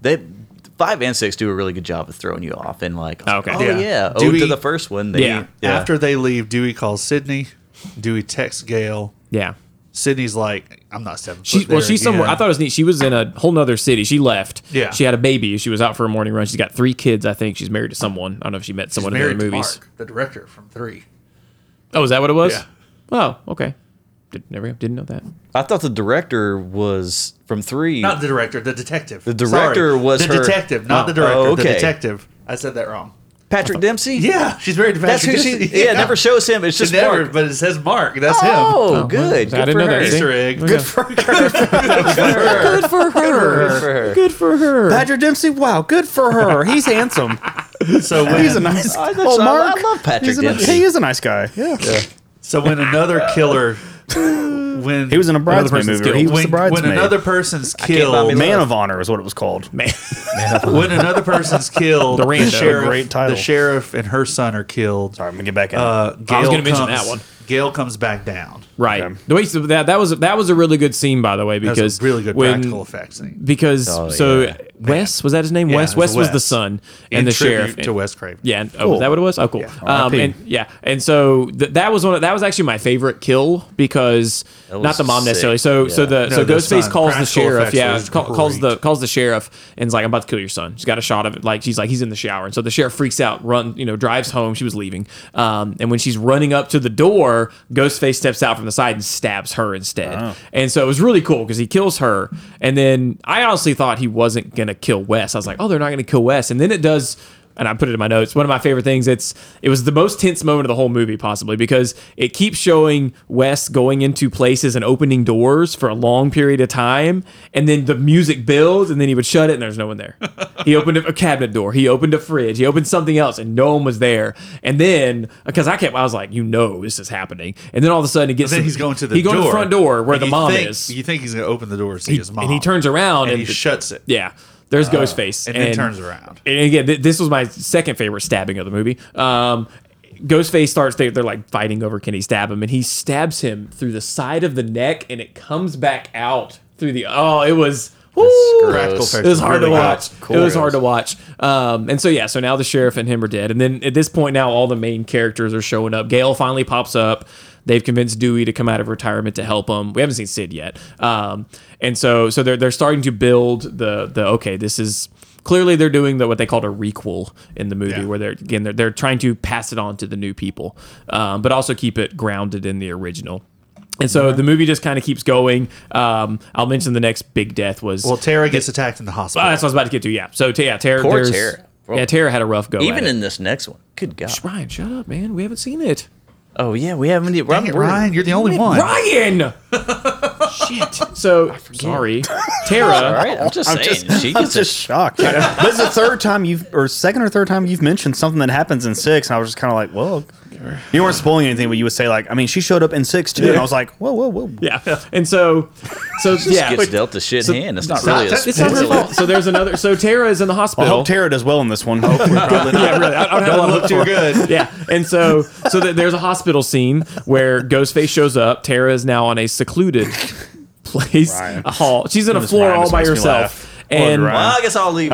S2: They five and six do a really good job of throwing you off and like,
S3: Okay.
S2: oh
S3: Yeah.
S2: yeah, owed
S4: Dewey-
S2: to the first one. They,
S3: Yeah.
S4: After they leave, Dewey calls Sydney. Dewey texts Gail.
S3: Yeah.
S4: Sydney's like, I'm not seven.
S3: She,
S4: foot
S3: well,
S4: there
S3: she's somewhere.
S4: again.
S3: I thought it was neat. She was in a whole nother city. She left.
S4: Yeah.
S3: She had a baby. She was out for a morning run. She's got three kids, I think. She's married to someone. I don't know if she met
S4: She's
S3: someone in the
S4: married
S3: other
S4: to
S3: movies.
S4: Mark, the director from Three.
S3: Oh, is that what it was?
S4: Yeah.
S3: Oh, okay. Did, never didn't know that.
S2: I thought the director was from three.
S4: Not the director, the detective. The
S2: director was
S4: the
S2: her-
S4: detective, not the
S2: Oh,
S4: director. The
S2: okay.
S4: detective. I said that wrong.
S2: Patrick Dempsey.
S4: Yeah, she's married to
S2: that's
S4: Patrick.
S2: who she. Yeah, it never shows him. It's
S4: She
S2: just
S4: never,
S2: Mark.
S4: but it says Mark. That's him.
S2: Oh,
S3: I
S2: good. good
S3: didn't
S2: for
S3: know that.
S2: her.
S3: See?
S4: Easter egg.
S3: Okay. Good for her.
S2: Good for her.
S3: Good for her.
S1: Patrick Dempsey, wow, good for her. He's handsome.
S4: So when,
S1: He's a nice
S2: Oh,
S1: guy.
S2: that's- I- I love Patrick
S1: He's a-
S2: Dempsey.
S1: He is a nice guy. Yeah.
S4: so when another killer, when
S1: He was in a bridesmaid
S3: person's
S1: movie. where He was
S4: when,
S1: the bridesmaid.
S4: when another person's
S2: buy me
S4: killed,
S1: Man of Honor is what it was called.
S3: Man.
S4: when another person's killed, the,
S3: Rando.
S4: sheriff,
S1: Great title.
S4: the sheriff and her son are killed.
S1: Sorry, I'm gonna get back in.
S4: Uh, Gail
S3: I was gonna mention
S4: comes-
S3: that one.
S4: Gail comes back down.
S3: Right.
S1: Okay.
S3: The way so that that was that was a really good scene by the way
S4: That's a
S3: because
S4: really good
S3: when-
S4: practical effects scene.
S3: Because
S2: Oh,
S3: so
S2: yeah.
S3: Wes was that his name?
S4: Yeah,
S3: Wes.
S4: it was
S3: Wes was the
S4: Wes.
S3: son
S4: In
S3: and the
S4: tribute
S3: sheriff
S4: to Wes Craven.
S3: Yeah. And, oh, is that what it was? Oh, cool.
S1: Yeah.
S3: Um,
S1: RIP.
S3: and yeah, and so th- that was one. Of, that was actually my favorite kill because
S2: That
S3: not the
S2: was
S3: mom
S2: sick.
S3: necessarily. So so the
S4: No,
S3: so
S4: that's
S3: Ghostface
S4: fine.
S3: calls the
S4: Practical
S3: sheriff.
S4: effects
S3: Yeah,
S4: was
S3: call, calls the
S4: great.
S3: calls the sheriff and's like, "I'm about to kill your son." She's got a shot of it. Like she's like, he's in the shower, and so the sheriff freaks out, run, you know, drives home. She was leaving, um, and when she's running up to the door, Ghostface steps out from the side and stabs her instead.
S4: Oh.
S3: And so it was really cool because he kills her, and then I honestly thought he wasn't gonna kill Wes. I was like, "Oh, they're not gonna kill Wes," and then it does and I put it in my notes. One of my favorite things. It's it was the most tense moment of the whole movie, possibly because it keeps showing Wes going into places and opening doors for a long period of time, and then the music builds, and then he would shut it, and there's no one there. he opened a cabinet door, he opened a fridge, he opened something else, and no one was there. And then because I kept, I was like, you know, this is happening. And then all of a sudden, it gets
S4: Then
S3: to-
S4: he's going to the
S3: he
S4: door.
S3: going to the front door where
S4: and
S3: the
S4: you
S3: mom
S4: think-
S3: is,
S4: You think he's going to open the door and see his mom.
S3: and he turns around
S4: and,
S3: and,
S4: he shuts it.
S3: yeah. There's Ghostface,
S4: Uh, and then turns around.
S3: And again, th- this was my second favorite stabbing of the movie. Um, Ghostface starts; they, they're like fighting over can he stab him, and he stabs him through the side of the neck, and it comes back out through the. Oh, it was. woo!
S4: Practical
S2: Gross.
S4: effects
S3: It was hard to
S4: really good.
S3: watch. It was hard to watch. Um, and so yeah, so now the sheriff and him are dead, and then at this point now all the main characters are showing up. Gail finally pops up. They've convinced Dewey to come out of retirement to help him. We haven't seen Sid yet, um, and so so they're they're starting to build the the okay. This is clearly they're doing the what they called a requel in the movie,
S4: Yeah.
S3: where they're again they're, they're trying to pass it on to the new people, um, but also keep it grounded in the original. And so the movie just kind of keeps going. Um, I'll mention the next big death was
S4: Well, Tara gets attacked in the hospital.
S3: Oh, that's what I was about to get to. Yeah. So t- yeah, Tara.
S2: Poor
S3: there's-
S2: Tara.
S3: Yeah, Tara had a rough go.
S2: Even
S3: at
S2: in this next one. Good God.
S3: it. Ryan, shut up, man. We haven't seen it.
S2: Oh yeah, we haven't.
S4: Dang it, Ryan, you're the only one.
S3: Ryan. Shit. So sorry, Tara.
S2: All right, I'm just
S1: I'm
S2: saying.
S1: just,
S2: she
S1: I'm
S2: gets a-
S1: just shocked. this is the third time you've, or second or third time you've mentioned something that happens in six, and I was just kind of like, well, you weren't spoiling anything, but you would say like, I mean, she showed up in six too, and I was like, whoa, whoa, whoa.
S3: Yeah. And so, so yeah.
S2: gets dealt a shit hand. It's not
S3: So-
S2: really a
S3: it's not her
S2: spoiler.
S3: fault. So there's another. So Tara is in the
S1: I
S3: hospital.
S1: hope Tara does well in this one.
S3: yeah, really. I, I don't have a lot of hope for her.
S2: good.
S3: yeah. And so so th- there's a hospital scene where Ghostface shows up. Tara is now on a secluded place,
S1: Rhyme.
S3: a hall. She's in a
S1: This
S3: floor
S1: rhyme
S3: all
S1: just
S3: by
S1: makes me
S3: herself.
S1: laugh.
S3: And
S1: Lord, rhyme.
S2: Well, I guess I'll
S3: Uh,
S2: leave.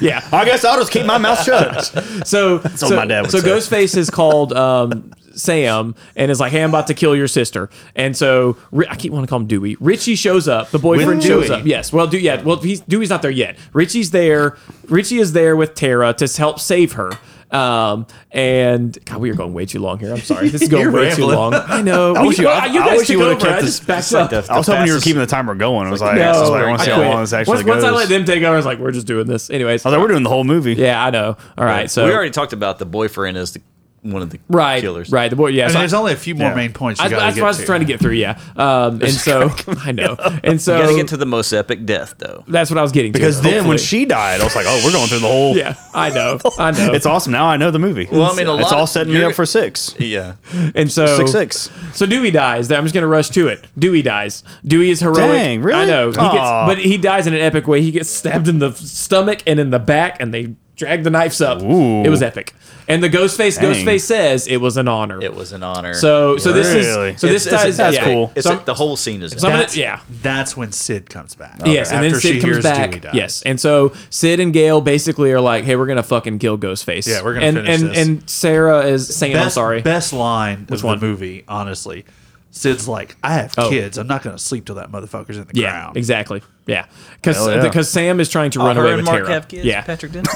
S3: yeah,
S1: I guess I'll just keep my mouth shut.
S3: so so,
S1: what my dad would
S3: so
S1: say.
S3: Ghostface has called um, Sam and is like, "Hey, I'm about to kill your sister." And so Ri- I keep wanting to call him Dewey. Richie shows up. The boyfriend
S4: With
S3: shows
S4: Dewey.
S3: up. Yes. Well, do yeah. Well, he's, Dewey's not there yet. Richie's there. Richie is there with Tara to help save her. Um and God, we are going way too long here. I'm sorry, this is going
S4: You're
S3: way too
S4: rambling.
S3: long. I know.
S1: I wish you- I- I
S3: guys
S1: wish you
S3: took
S1: would've
S3: over.
S1: kept
S3: I
S1: this-
S3: just backed
S2: like
S3: up.
S2: the-
S1: I was hoping you were
S2: fastest-
S1: keeping the timer going. I was like,
S3: No,
S1: this is like, I want to see how
S3: quit.
S1: long this actually
S3: once, once I
S1: goes.
S3: let them take over, I was like, we're just doing this, anyways.
S1: I was like, we're doing the whole movie.
S3: yeah, I know. All right, so
S2: we already talked about the boyfriend as the, one of the
S3: right,
S2: killers.
S3: right. The boy, yeah.
S4: And
S3: so I-
S4: there's only a few more
S1: Yeah.
S4: main points you
S3: I,
S4: got
S3: that's
S4: to
S3: what I was
S4: get to.
S3: trying to get through, yeah. Um, and so I know, and so
S2: You gotta get to the most epic death, though.
S3: that's what I was getting to.
S1: Because then when
S3: hopefully.
S1: she died, I was like, oh, we're going through the whole.
S3: yeah, I know, I know.
S1: It's awesome. Now I know the movie.
S2: Well, I mean, a
S1: it's
S2: lot-
S1: all setting me
S2: you're-
S1: up for six.
S2: Yeah.
S3: and so
S1: Six, six.
S3: So Dewey dies. I'm just gonna rush to it. Dewey dies. Dewey is heroic.
S1: Dang, really?
S3: I know. He gets,
S1: Aw.
S3: but he dies in an epic way. He gets stabbed in the stomach and in the back, and they drag the knives up.
S1: Ooh.
S3: It was epic. And the Ghostface,
S1: Dang.
S3: Ghostface says it was an honor.
S2: It was an honor.
S3: So, so this
S1: Really?
S3: is so this
S2: It's-
S3: dies.
S2: it's- that's
S3: yeah.
S1: cool.
S2: it's
S3: So I'm-
S2: the whole scene is.
S3: so I'm gonna-
S4: That's-
S3: yeah.
S4: That's when Sid comes back.
S3: Yes, and then
S4: After she
S3: Sid comes
S4: hears Dewey
S3: back.
S4: die.
S3: Yes, and so Sid and Gail basically are like, "Hey, we're gonna fucking kill Ghostface."
S4: Yeah, we're gonna
S3: and
S4: finish
S3: and
S4: this.
S3: and Sarah is saying,
S4: Best,
S3: "I'm sorry."
S4: Best line of
S3: one?
S4: the movie, honestly. Sid's like, I have
S3: Oh.
S4: kids. I'm not going to sleep till that motherfucker's in the
S3: yeah,
S4: ground.
S3: exactly. Yeah, because
S1: Hell yeah.
S3: Sam is trying to
S2: All
S3: run
S2: Oh, her
S3: away
S2: and
S3: with
S2: Mark
S3: Tara.
S2: have kids.
S3: yeah,
S2: Patrick didn't.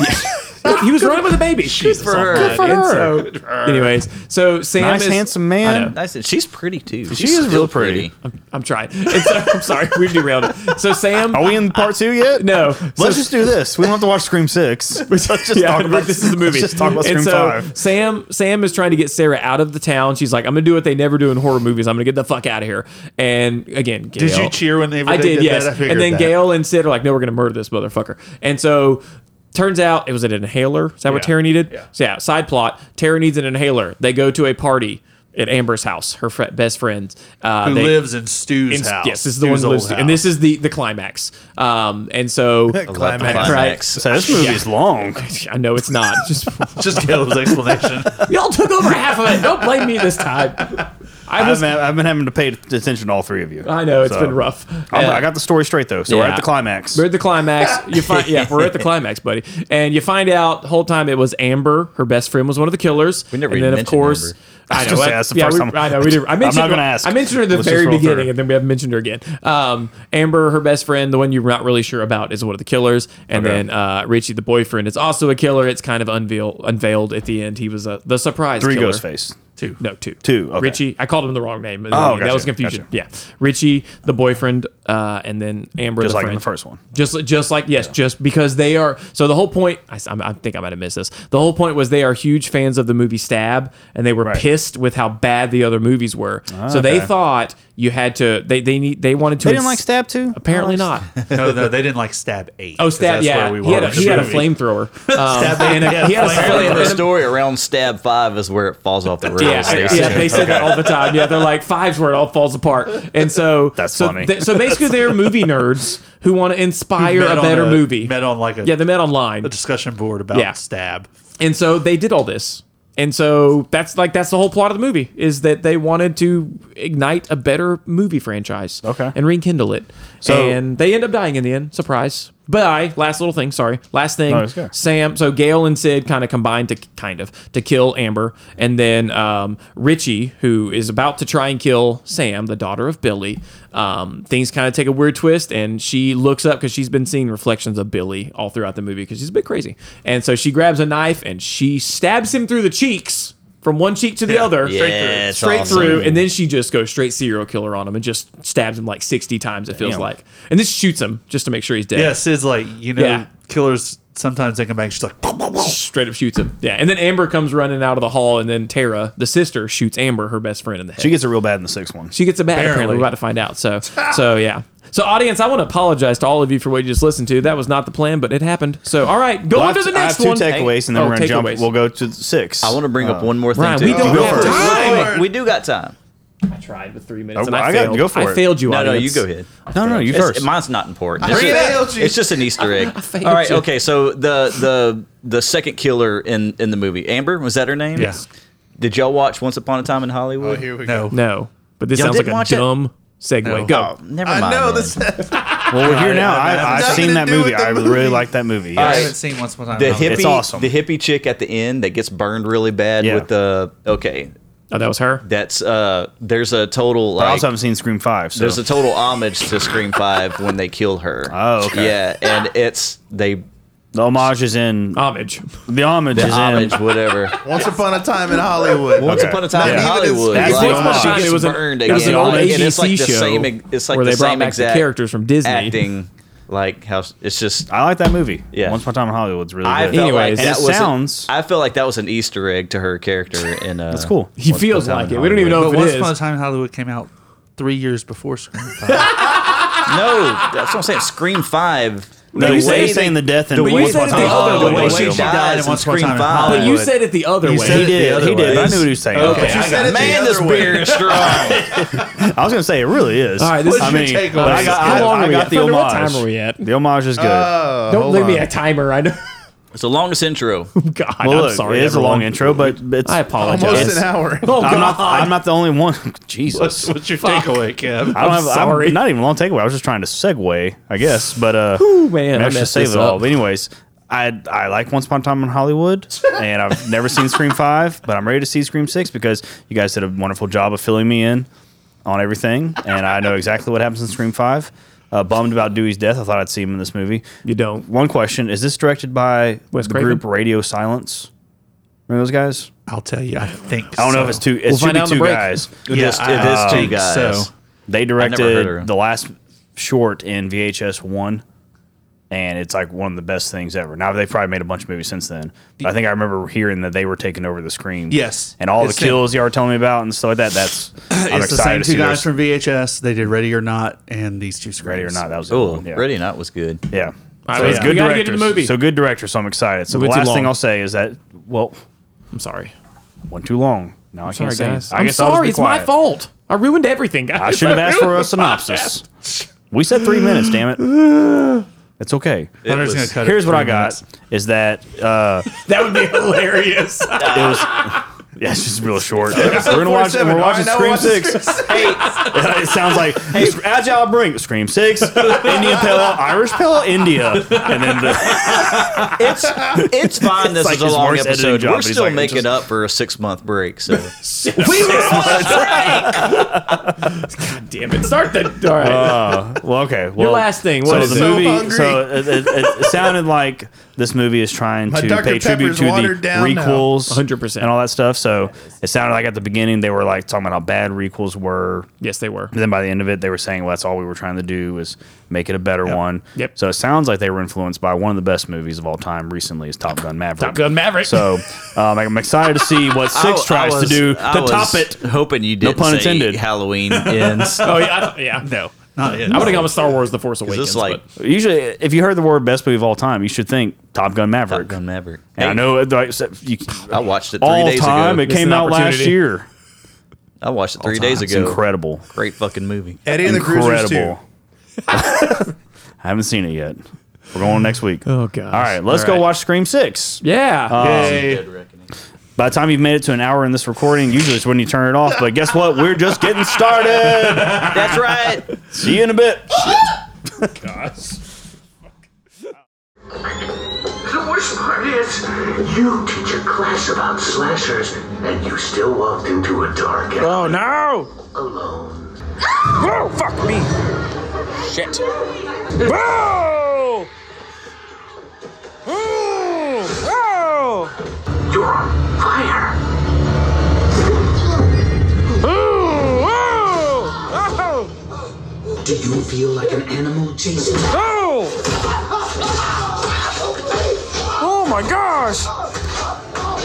S3: he was running with a baby. Good
S2: for her. Good for
S3: anyways, so Sam
S1: Nice,
S3: is
S1: handsome man.
S3: I know.
S2: Nice. and She's pretty too. She's
S1: is
S2: still
S1: real pretty.
S3: I'm trying. And so, I'm sorry, we derailed it. So Sam,
S1: Are we in part two yet?
S3: no, so
S1: Let's just do this. We don't have to watch Scream Six. Let's just
S3: yeah,
S1: talk about
S3: this is the movie.
S1: Let's just talk about
S3: And
S1: Scream
S3: so
S1: Five.
S3: Sam Sam is trying to get Sarah out of the town. She's like, I'm gonna do what they never do in horror movies. I'm gonna get the fuck out of here. And again, Gail,
S4: you cheer when they-
S3: I
S4: they
S3: did,
S4: did that?
S3: yes.
S4: I figured
S3: and then
S4: that.
S3: Gail and Sid are like, No, we're gonna murder this motherfucker. And so. Turns out it was an inhaler. Is that what
S4: Yeah.
S3: Tara needed?
S4: Yeah.
S3: So yeah. Side plot: Tara needs an inhaler. They go to a party at Amber's house, her fr- best friend, uh,
S4: Who
S3: they-
S4: lives in Stu's
S3: in-
S4: house.
S3: Yes, this is the
S4: Stu's
S3: one.
S4: old
S3: Lives, and
S4: house.
S3: this is the the climax. Um, and so
S5: Climax.
S2: climax.
S1: So this movie is long.
S3: I know it's not. Just
S4: just Caleb's explanation.
S3: Y'all took over half of it. Don't blame me this time. I
S1: I've
S3: was.
S1: been, I've been having to pay attention to all three of you.
S3: I know it's
S1: So,
S3: been rough.
S1: I'm-
S3: Uh,
S1: I got the story straight though. So we're
S3: yeah.
S1: at the climax.
S3: We're at the climax. You find yeah, we're at the climax, buddy. And you find out the whole time it was Amber, her best friend, was one of the killers.
S2: We never
S3: and
S2: even
S3: then of
S2: mentioned
S3: course.
S2: Amber.
S1: I
S3: I
S1: was
S3: know.
S1: gonna
S3: I,
S1: say, that's the
S3: yeah,
S1: first
S3: we,
S1: time-
S3: I know. We did. I mentioned.
S1: not gonna ask.
S3: I mentioned her at the
S1: Let's just
S3: very
S1: roll through.
S3: beginning, and then we haven't mentioned her again. Um, Amber, her best friend, the one you're not really sure about, is one of the killers. And
S1: Okay.
S3: then uh, Richie, the boyfriend, is also a killer. It's kind of unveil, unveiled at the end. He was uh, the surprise.
S1: Three
S3: killer.
S1: Ghostface.
S3: Two. No, two.
S1: Two, okay.
S3: Richie. I called him the wrong name.
S1: Oh,
S3: that was
S1: gotcha,
S3: confusion. Yeah. Richie, the boyfriend, uh, and then Amber,
S1: Just
S3: the
S1: like in
S3: friend.
S1: the first one.
S3: Just, just like yes, just because they are. So the whole point, I, s- I'm- I think I might have missed this. The whole point was they are huge fans of the movie Stab, and they were pissed with how bad the other movies were. so they
S1: okay.
S3: thought you had to. They they need they wanted to.
S1: They didn't
S3: ins-
S1: like Stab two. Oh,
S3: Apparently not.
S4: no, no, they didn't like stab eight.
S3: Oh,
S4: 'cause
S3: stab!
S4: that's
S3: Yeah,
S4: where we
S3: he had
S4: were
S3: a,
S4: in
S3: he
S4: the
S3: had a
S4: movie.
S3: flamethrower. Um,
S4: Stab
S3: and a-
S4: eight.
S3: he had a
S2: Apparently,
S3: flame-
S2: the story around Stab Five is where it falls off the rails.
S3: Yeah,
S2: They
S3: yeah,
S2: say.
S3: they say that all the time. Yeah, they're like fives where it all falls apart, and so
S1: That's
S3: so
S1: funny.
S3: they- so basically, they're movie nerds who want to inspire
S4: Met
S3: a
S4: on
S3: better
S4: a-
S3: movie.
S4: Met on like a,
S3: yeah, they met online,
S4: a discussion board about
S3: Yeah.
S4: stab.
S3: and so they did all this, and so that's like that's the whole plot of the movie is that they wanted to ignite a better movie franchise,
S1: Okay.
S3: and rekindle it, and they end up dying in the end. Surprise. But I last little thing, sorry, last thing.
S1: No, it's good.
S3: Sam, so Gail and Sid kind of combined to kind of to kill Amber, and then um, Richie, who is about to try and kill Sam, the daughter of Billy. Um, things kind of take a weird twist, and she looks up because she's been seeing reflections of Billy all throughout the movie because she's a bit crazy, and so she grabs a knife and she stabs him through the cheeks. From one cheek to the other,
S2: Yeah, it's
S3: straight
S2: awesome.
S3: through, and then she just goes straight serial killer on him and just stabs him like sixty times. It feels like, and this shoots him just to make sure he's dead.
S4: Yeah, Sid's like, you know,
S3: Yeah.
S4: killers sometimes they come back. She's like,
S3: Straight up shoots him. Yeah, and then Amber comes running out of the hall, and then Tara, the sister, shoots Amber, her best friend, in the head.
S1: She gets it real bad in the sixth one.
S3: She gets a bad.
S4: Barely.
S3: Apparently, we're about to find out. So, so yeah. So, audience, I want to apologize to all of you for what you just listened to. That was not the plan, but it happened. So, all right, go
S1: I
S3: on to
S1: have-
S3: the
S1: I
S3: next
S1: have two
S3: one.
S1: takeaways, and then
S3: Oh,
S1: we're gonna jump.
S3: takeaways.
S1: We'll go to six.
S2: I want to bring up one more thing.
S3: Ryan,
S2: too.
S3: we don't
S5: Go
S3: have
S5: first.
S3: time.
S2: We do got time.
S3: I tried with three minutes,
S1: Oh,
S3: and I,
S1: I got-
S3: failed.
S1: go for
S3: I
S1: it.
S3: failed you.
S2: No, no, you
S3: audience.
S2: go ahead.
S1: No, no, you
S2: It's-
S1: first.
S2: mine's not important. It's,
S5: failed
S2: just,
S5: you.
S2: it's just an Easter egg.
S3: failed
S2: All right,
S3: you.
S2: okay. So the the the second killer in in the movie, Amber, was that her name?
S4: Yeah.
S2: Did y'all watch Once Upon a Time in
S4: Oh,
S2: Hollywood?
S5: we
S4: no,
S3: No, but this
S2: Y'all
S3: sounds
S2: didn't
S3: like
S2: watch
S3: a
S2: it?
S3: dumb segue.
S4: No.
S3: Go.
S2: Oh, never
S5: I
S2: mind.
S5: know
S2: man.
S5: this.
S1: Well, we're here now.
S4: I-
S1: I,
S4: I-
S1: I've
S5: nothing
S1: seen
S5: to
S1: that
S5: do
S1: movie.
S5: with the
S1: I really
S5: movie.
S1: like that movie.
S2: All
S4: I
S1: Yes.
S2: right.
S4: haven't seen once upon a
S2: the
S4: Time in
S2: hippie,
S4: Hollywood.
S1: It's awesome.
S2: the hippie chick at the end that gets burned really bad
S1: Yeah.
S2: with the okay.
S3: Oh, that was her.
S2: That's uh. There's a total
S1: I
S2: like.
S1: also haven't seen Scream Five. So
S2: There's a total homage to Scream Five when they kill her.
S1: Oh, okay.
S2: Yeah, and it's they
S1: the homage is in.
S3: Homage.
S1: the homage is
S2: homage
S1: in.
S2: whatever.
S5: Once upon a time in Hollywood.
S2: Once
S1: Okay.
S2: upon a time
S5: Yeah.
S2: in
S5: Even it's-
S2: Hollywood,
S1: That's
S2: like,
S1: the homage.
S2: she gets
S3: It was an-
S2: burned
S3: it
S2: again.
S3: was an old
S2: and it's like the
S3: ABC
S2: same.
S3: show
S2: It's like
S3: where
S2: the
S3: they brought
S2: same
S3: back the
S2: exact
S3: characters from Disney.
S2: acting. Like how it's just.
S1: I like that movie.
S2: Yeah.
S1: Once Upon a Time in Hollywood's really
S2: I
S1: good.
S2: felt
S3: Anyways.
S2: like
S1: And
S2: that
S1: it
S2: was
S1: sounds-
S2: I felt like that was an Easter egg to her character in. Uh,
S1: That's cool.
S3: He
S2: Once
S3: feels
S2: Upon a
S3: like
S2: Time
S3: it.
S2: in
S3: We don't even know
S4: But
S3: if
S4: Once
S3: it
S4: Upon a
S3: is.
S4: Time in Hollywood came out three years before Scream. Five.
S2: No, that's what I'm saying. Scream Five.
S1: No,
S3: you
S1: you
S3: said
S1: say
S3: it-
S1: saying the death and
S3: the way you said it the other
S2: the
S3: way.
S2: way she
S3: Wait,
S4: Oh, died
S2: dies
S4: in
S2: in
S4: Once Upon a
S2: Scream
S4: Time in
S2: Five.
S3: But you said it the other
S1: he
S3: way.
S4: said-
S1: did.
S4: the
S1: He
S4: other
S1: did. I
S4: way.
S1: knew what he was saying.
S5: Okay.
S1: Okay.
S5: You said it the
S2: Man, this
S5: other way.
S2: beer is strong.
S1: I was gonna say it really is.
S3: All right, this
S1: I
S3: is
S1: mean,
S5: your takeaway?
S1: but I got,
S5: How
S1: I,
S3: long
S1: I
S3: are we
S1: got
S3: at?
S1: the
S3: Thunder,
S1: homage.
S3: what time are we at?
S1: The homage is good.
S5: Oh,
S3: Don't
S5: hold
S3: leave me
S5: on.
S3: a timer. I know.
S2: It's the longest intro.
S3: God,
S1: well,
S3: I'm
S1: look,
S3: sorry.
S1: it is a long
S3: everyone.
S1: intro, but it's
S3: I apologize.
S5: Almost
S1: It's-
S5: an hour.
S3: Oh God.
S1: I'm not. I'm not the only one. Jesus.
S4: What's your takeaway, Kev?
S1: I don't
S3: I'm
S1: have.
S3: sorry.
S1: I'm not even a long takeaway. I was just trying to segue, I guess. But uh,
S3: Whew, man, I
S1: managed to
S3: messed
S1: save
S3: this
S1: it all.
S3: up.
S1: But anyways, I I like Once Upon a Time in Hollywood, and I've never seen Scream Five, but I'm ready to see Scream Six because you guys did a wonderful job of filling me in on everything, and I know exactly what happens in Scream Five. Uh, bummed about Dewey's death. I thought I'd see him in this movie.
S3: You don't.
S1: One question: Is this directed by
S3: Wes
S1: the
S3: Craven?
S1: group Radio Silence? Remember those guys?
S4: I'll tell you. I think.
S1: I don't know
S4: so.
S1: if it's two. It
S3: We'll
S1: should
S3: find
S1: be
S3: out in the
S1: two
S3: break.
S1: guys.
S2: It
S4: Yeah,
S2: is-
S4: I-
S2: it is
S4: I
S2: two
S4: think
S2: guys.
S4: so.
S1: They
S2: heard of
S1: directed
S2: 'em.
S1: the last short in VHS one, and it's like one of the best things ever. Now they've probably made a bunch of movies since then. But I think I remember hearing that they were taking over the screen.
S4: Yes.
S1: and all
S4: It's
S1: the
S4: same-
S1: kills you were telling me about and stuff like that. That's I'm
S4: it's the
S1: excited
S4: same
S1: to see
S4: two
S1: those.
S4: guys from VHS. They did Ready or Not and these two Screams.
S1: Ready or not? That was
S2: Oh,
S1: yeah.
S2: Ready or Not was good.
S1: Yeah.
S3: All
S1: So
S3: right,
S1: it's
S3: we
S1: good
S3: gotta
S1: directors.
S3: get to the movie.
S1: So good director. So I'm excited. So
S3: We
S1: the
S3: went too
S1: last thing
S3: long.
S1: I'll say is that well,
S3: I'm sorry.
S1: went too long. Now I can't
S3: Sorry,
S1: say.
S3: guys.
S1: I
S3: I'm
S1: guess I'll just
S3: sorry.
S1: be
S3: It's my
S1: quiet.
S3: fault. I ruined everything, guys.
S1: I should have asked for a synopsis. We said three minutes, damn it. It's okay.
S4: Hunter's
S2: was-
S4: gonna cut it
S1: Here's what
S4: three
S1: I got
S4: minutes.
S1: is that uh,
S3: That would be hilarious.
S1: it was yeah, it's just real short. we're gonna watch and
S5: 47.
S1: we're
S5: All
S1: watching
S5: right, now
S1: Scream
S5: we're watching
S1: Six. it sounds like Agile Brink, Scream Six, Indian Pale Ale, Irish Pale Ale, India, and then the
S2: It's it's fine. This
S1: like
S2: is a
S1: his
S2: long
S1: worst editing
S2: episode.
S1: job,
S2: We're
S1: but he's
S2: still
S1: like, it
S2: making
S1: just-
S2: up for a six month break. So
S3: Damn it. Start the. All right.
S1: uh, well, okay. Well,
S3: last thing,
S1: so
S3: what is
S1: the
S3: it?
S5: So
S1: movie?
S5: hungry.
S1: So it, it, it sounded like this movie is trying
S5: My
S1: to
S5: Dr.
S1: pay tribute
S5: Pepper's
S1: to the
S5: watered down now.
S1: requels,
S3: 100%.
S1: and all that stuff. So it sounded like at the beginning they were like talking about how bad requels were.
S3: yes, they were.
S1: But then by the end of it, they were saying, well, that's all we were trying to do was make it a better one.
S3: Yep.
S1: So it sounds like they were influenced by one of the best movies of all time recently is Top Gun Maverick.
S3: Top Gun Maverick.
S1: So um, I'm excited to see what Six
S2: I-
S1: tries
S2: I
S1: to do to
S2: was- I was
S1: top it.
S2: Hoping you didn't
S1: pun
S2: say
S1: intended.
S2: Halloween ends.
S3: Oh, yeah. I, yeah. No.
S4: Not yet.
S3: I would have gone with Star Wars The Force Awakens.
S2: Just like
S3: but-
S1: Usually, if you heard the word best movie of all time, you should think Top Gun Maverick.
S2: Top Gun Maverick.
S1: And I
S2: Hey,
S1: know like, so you,
S2: I watched it three
S1: all
S2: days
S1: time. It
S2: ago.
S3: Missed
S1: came
S3: an
S1: out last
S3: opportunity.
S1: year.
S2: I watched it three days
S1: It's
S2: ago.
S1: incredible.
S2: Great fucking movie.
S5: Eddie and the Cruisers too.
S1: Incredible. I haven't seen it yet. We're going next week.
S3: Oh, gosh.
S1: All right, let's
S3: All
S1: go
S3: right.
S1: watch Scream 6.
S3: Yeah.
S1: uh,
S2: Dead Reckoning.
S1: By the time you've made it to an hour in this recording, usually it's when you turn it off. But guess what? We're just getting started.
S2: That's right.
S1: See you in a bit.
S6: The worst part is, you teach a class about slashers, and you still walked into a dark alley
S7: Oh no!
S6: alone.
S7: Whoa, fuck me! Shit. Whoa! Ooh, whoa!
S6: You're on fire.
S7: Ooh, whoa!
S6: Do you feel like an animal, Jason?
S7: Whoa! Whoa! my gosh!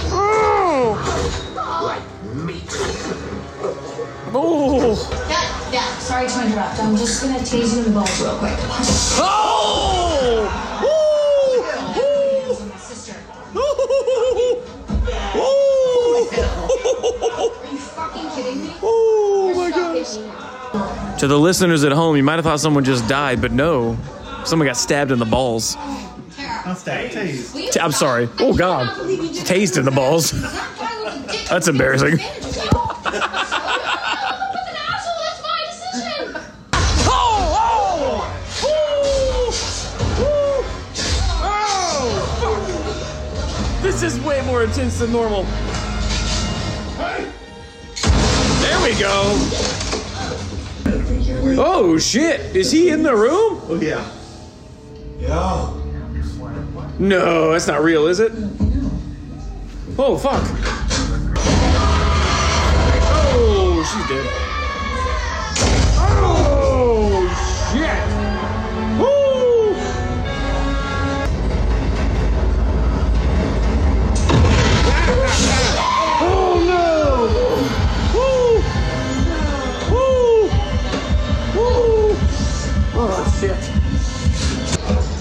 S7: Mm.
S6: Like meat.
S7: Oh!
S8: Yeah, yeah. Sorry to interrupt. I'm just gonna tease you in the balls real quick.
S7: Oh!
S8: My sister.
S7: Oh! Oh!
S8: Are you fucking kidding me?
S7: Oh my
S8: Stop
S7: gosh!
S8: it.
S9: To the listeners at home, you might have thought someone just died, but no. Someone got stabbed in the balls.
S8: Tara, will you
S9: T- I'm
S8: stop?
S9: sorry.
S8: I
S9: Oh,
S8: cannot
S9: God.
S8: believe you just-
S9: Tased in the balls.
S8: That guy was a dick.
S9: That's embarrassing.
S8: He's an asshole. That's my decision.
S7: Oh! Oh! Woo! Oh!
S3: This is way more intense than normal. There we go. Oh shit! Is he in the room? Oh yeah. Yeah. No, that's not real, is it? Oh fuck. Oh, she's dead. Oh shit! Woo!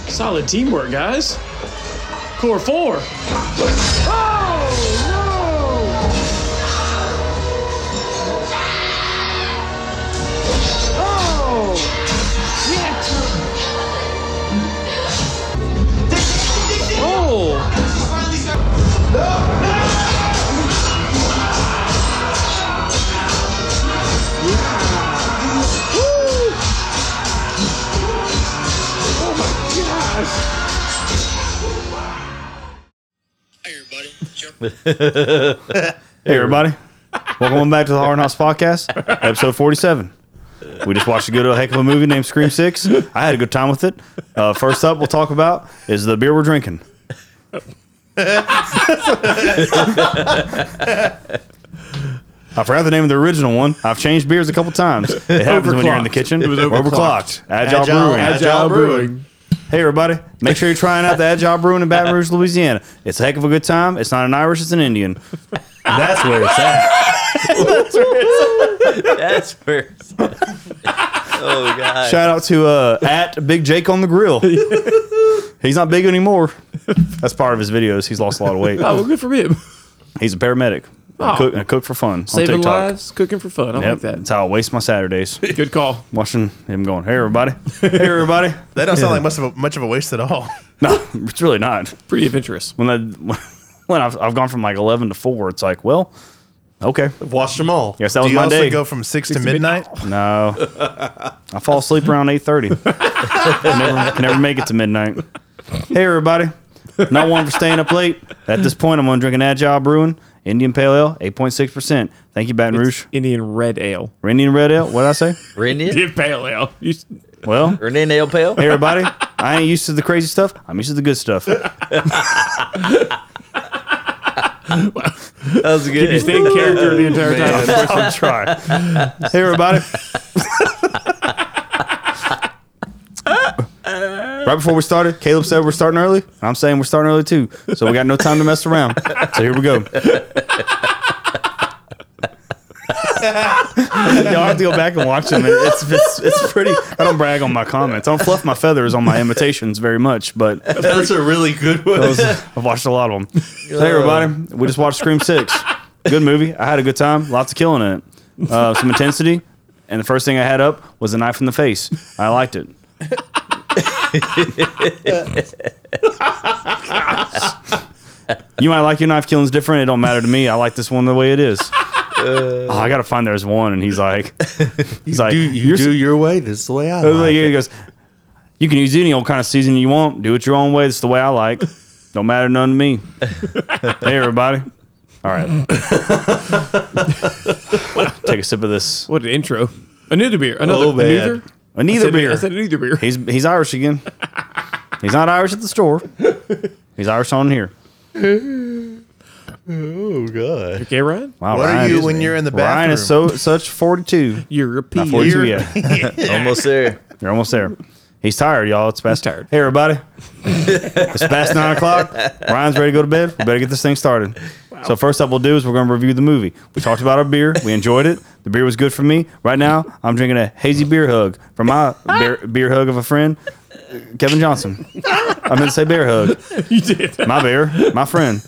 S3: Solid teamwork, guys. Core four. Oh no! Oh shit! Oh!
S1: Hey, everybody. Welcome back to the Horror House Podcast, episode 47. We just watched a good old heck of a movie named Scream 6. I had a good time with it. Uh, first up, we'll talk about is the beer we're drinking. I forgot the name of the original one. I've changed beers a couple times. It happens when you're in the
S3: Overclocked.
S1: kitchen.
S3: It was
S1: overclocked. Agile,
S4: Agile.
S1: Brewing.
S4: Agile Brewing.
S1: Hey, everybody. Make sure you're trying out the Agile Brewing in Baton Rouge, Louisiana. It's a heck of a good time. It's not an Irish, it's an Indian.
S4: That's where it's at.
S2: That's where. oh god.
S1: Shout out to uh, at Big Jake on the grill. He's not big anymore. That's part of his videos. He's lost a lot of weight.
S3: Oh, well, good for him.
S1: He's a paramedic.
S3: Oh.
S1: I cook, I cook for fun.
S3: Saving
S1: on TikTok.
S3: lives, cooking for fun. I
S1: Yep,
S3: like
S1: That's
S3: that.
S1: how I waste my Saturdays.
S3: Good call.
S1: Watching him going, hey everybody, hey everybody.
S5: That don't sound like much of a, much of a waste at all.
S1: no, it's really not.
S3: Pretty adventurous.
S1: When I when I've, I've gone from like eleven to four, it's like, well, okay,
S4: Watch them all.
S1: yes, that
S5: Do
S1: was
S5: you
S1: my
S5: also
S1: day.
S5: go from six, to midnight?
S1: no, I fall asleep around eight thirty. never, can never make it to midnight. Hey everybody, not one for staying up late. At this point, I'm gonna drink an Agile Brewing Indian Pale Ale, eight point six percent. Thank you, Baton Rouge.
S3: Indian red ale.
S1: Indian Red Ale. What would I say?
S2: Rendian?
S3: Give pale ale. You, s-
S1: Well,
S2: Rendian ale pale?
S1: hey everybody, I ain't used to the crazy stuff. I'm used to the good stuff.
S2: That was good.
S3: you stay in character the entire time.
S1: I'm trying. Hey everybody. Right before we started, Caleb said we're starting early. and I'm saying we're starting early too. So we got no time to mess around. So here we go. Y'all have to go back and watch them. and It's, it's, it's pretty. I don't brag on my comments. I don't fluff my feathers on my imitations very much, but
S4: That's a really good one.
S1: those- I've watched a lot of Uh, them. Hey, everybody, we just watched Scream Six. Good movie. I had a good time. Lots of killing in it. Uh, some intensity. And the first thing I had up was a knife in the face. I liked it. you might like your knife killings different. It don't matter to me. I like this one the way it is. oh, I gotta find there's one, and he's like, he's like,
S4: Do Uh. you
S1: "You're
S4: do your way. This is the way I
S1: I was like,
S4: like.
S1: he goes, you can use any old kind of seasoning you want. Do it your own way. It's the way I like. Don't matter none to me. hey, everybody. All right. Take a sip of this.
S3: What an intro. Another beer. Another
S4: Oh, man.
S3: another? I
S1: Another
S3: said-
S1: beer.
S3: I said another beer.
S1: He's he's Irish again. He's not Irish at the store. He's Irish on here.
S4: Oh,
S3: Okay, Ryan.
S1: Wow,
S5: What are
S1: Ryan
S5: you
S1: is-
S5: when you're in the bathroom?
S1: Ryan is so such 42.
S3: European.
S1: Not 42 yet.
S2: Almost there.
S1: You're almost there. He's tired, y'all. It's past
S3: He's tired.
S1: Hey, everybody. it's past nine o'clock. Ryan's ready to go to bed. We better get this thing started. So first up, we'll do is we're going to review the movie. We talked about our beer. We enjoyed it. The beer was good for me. Right now, I'm drinking a hazy beer hug from my beer, beer hug of a friend, Kevin Johnson. I meant to say bear hug.
S3: You did.
S1: My bear, my friend.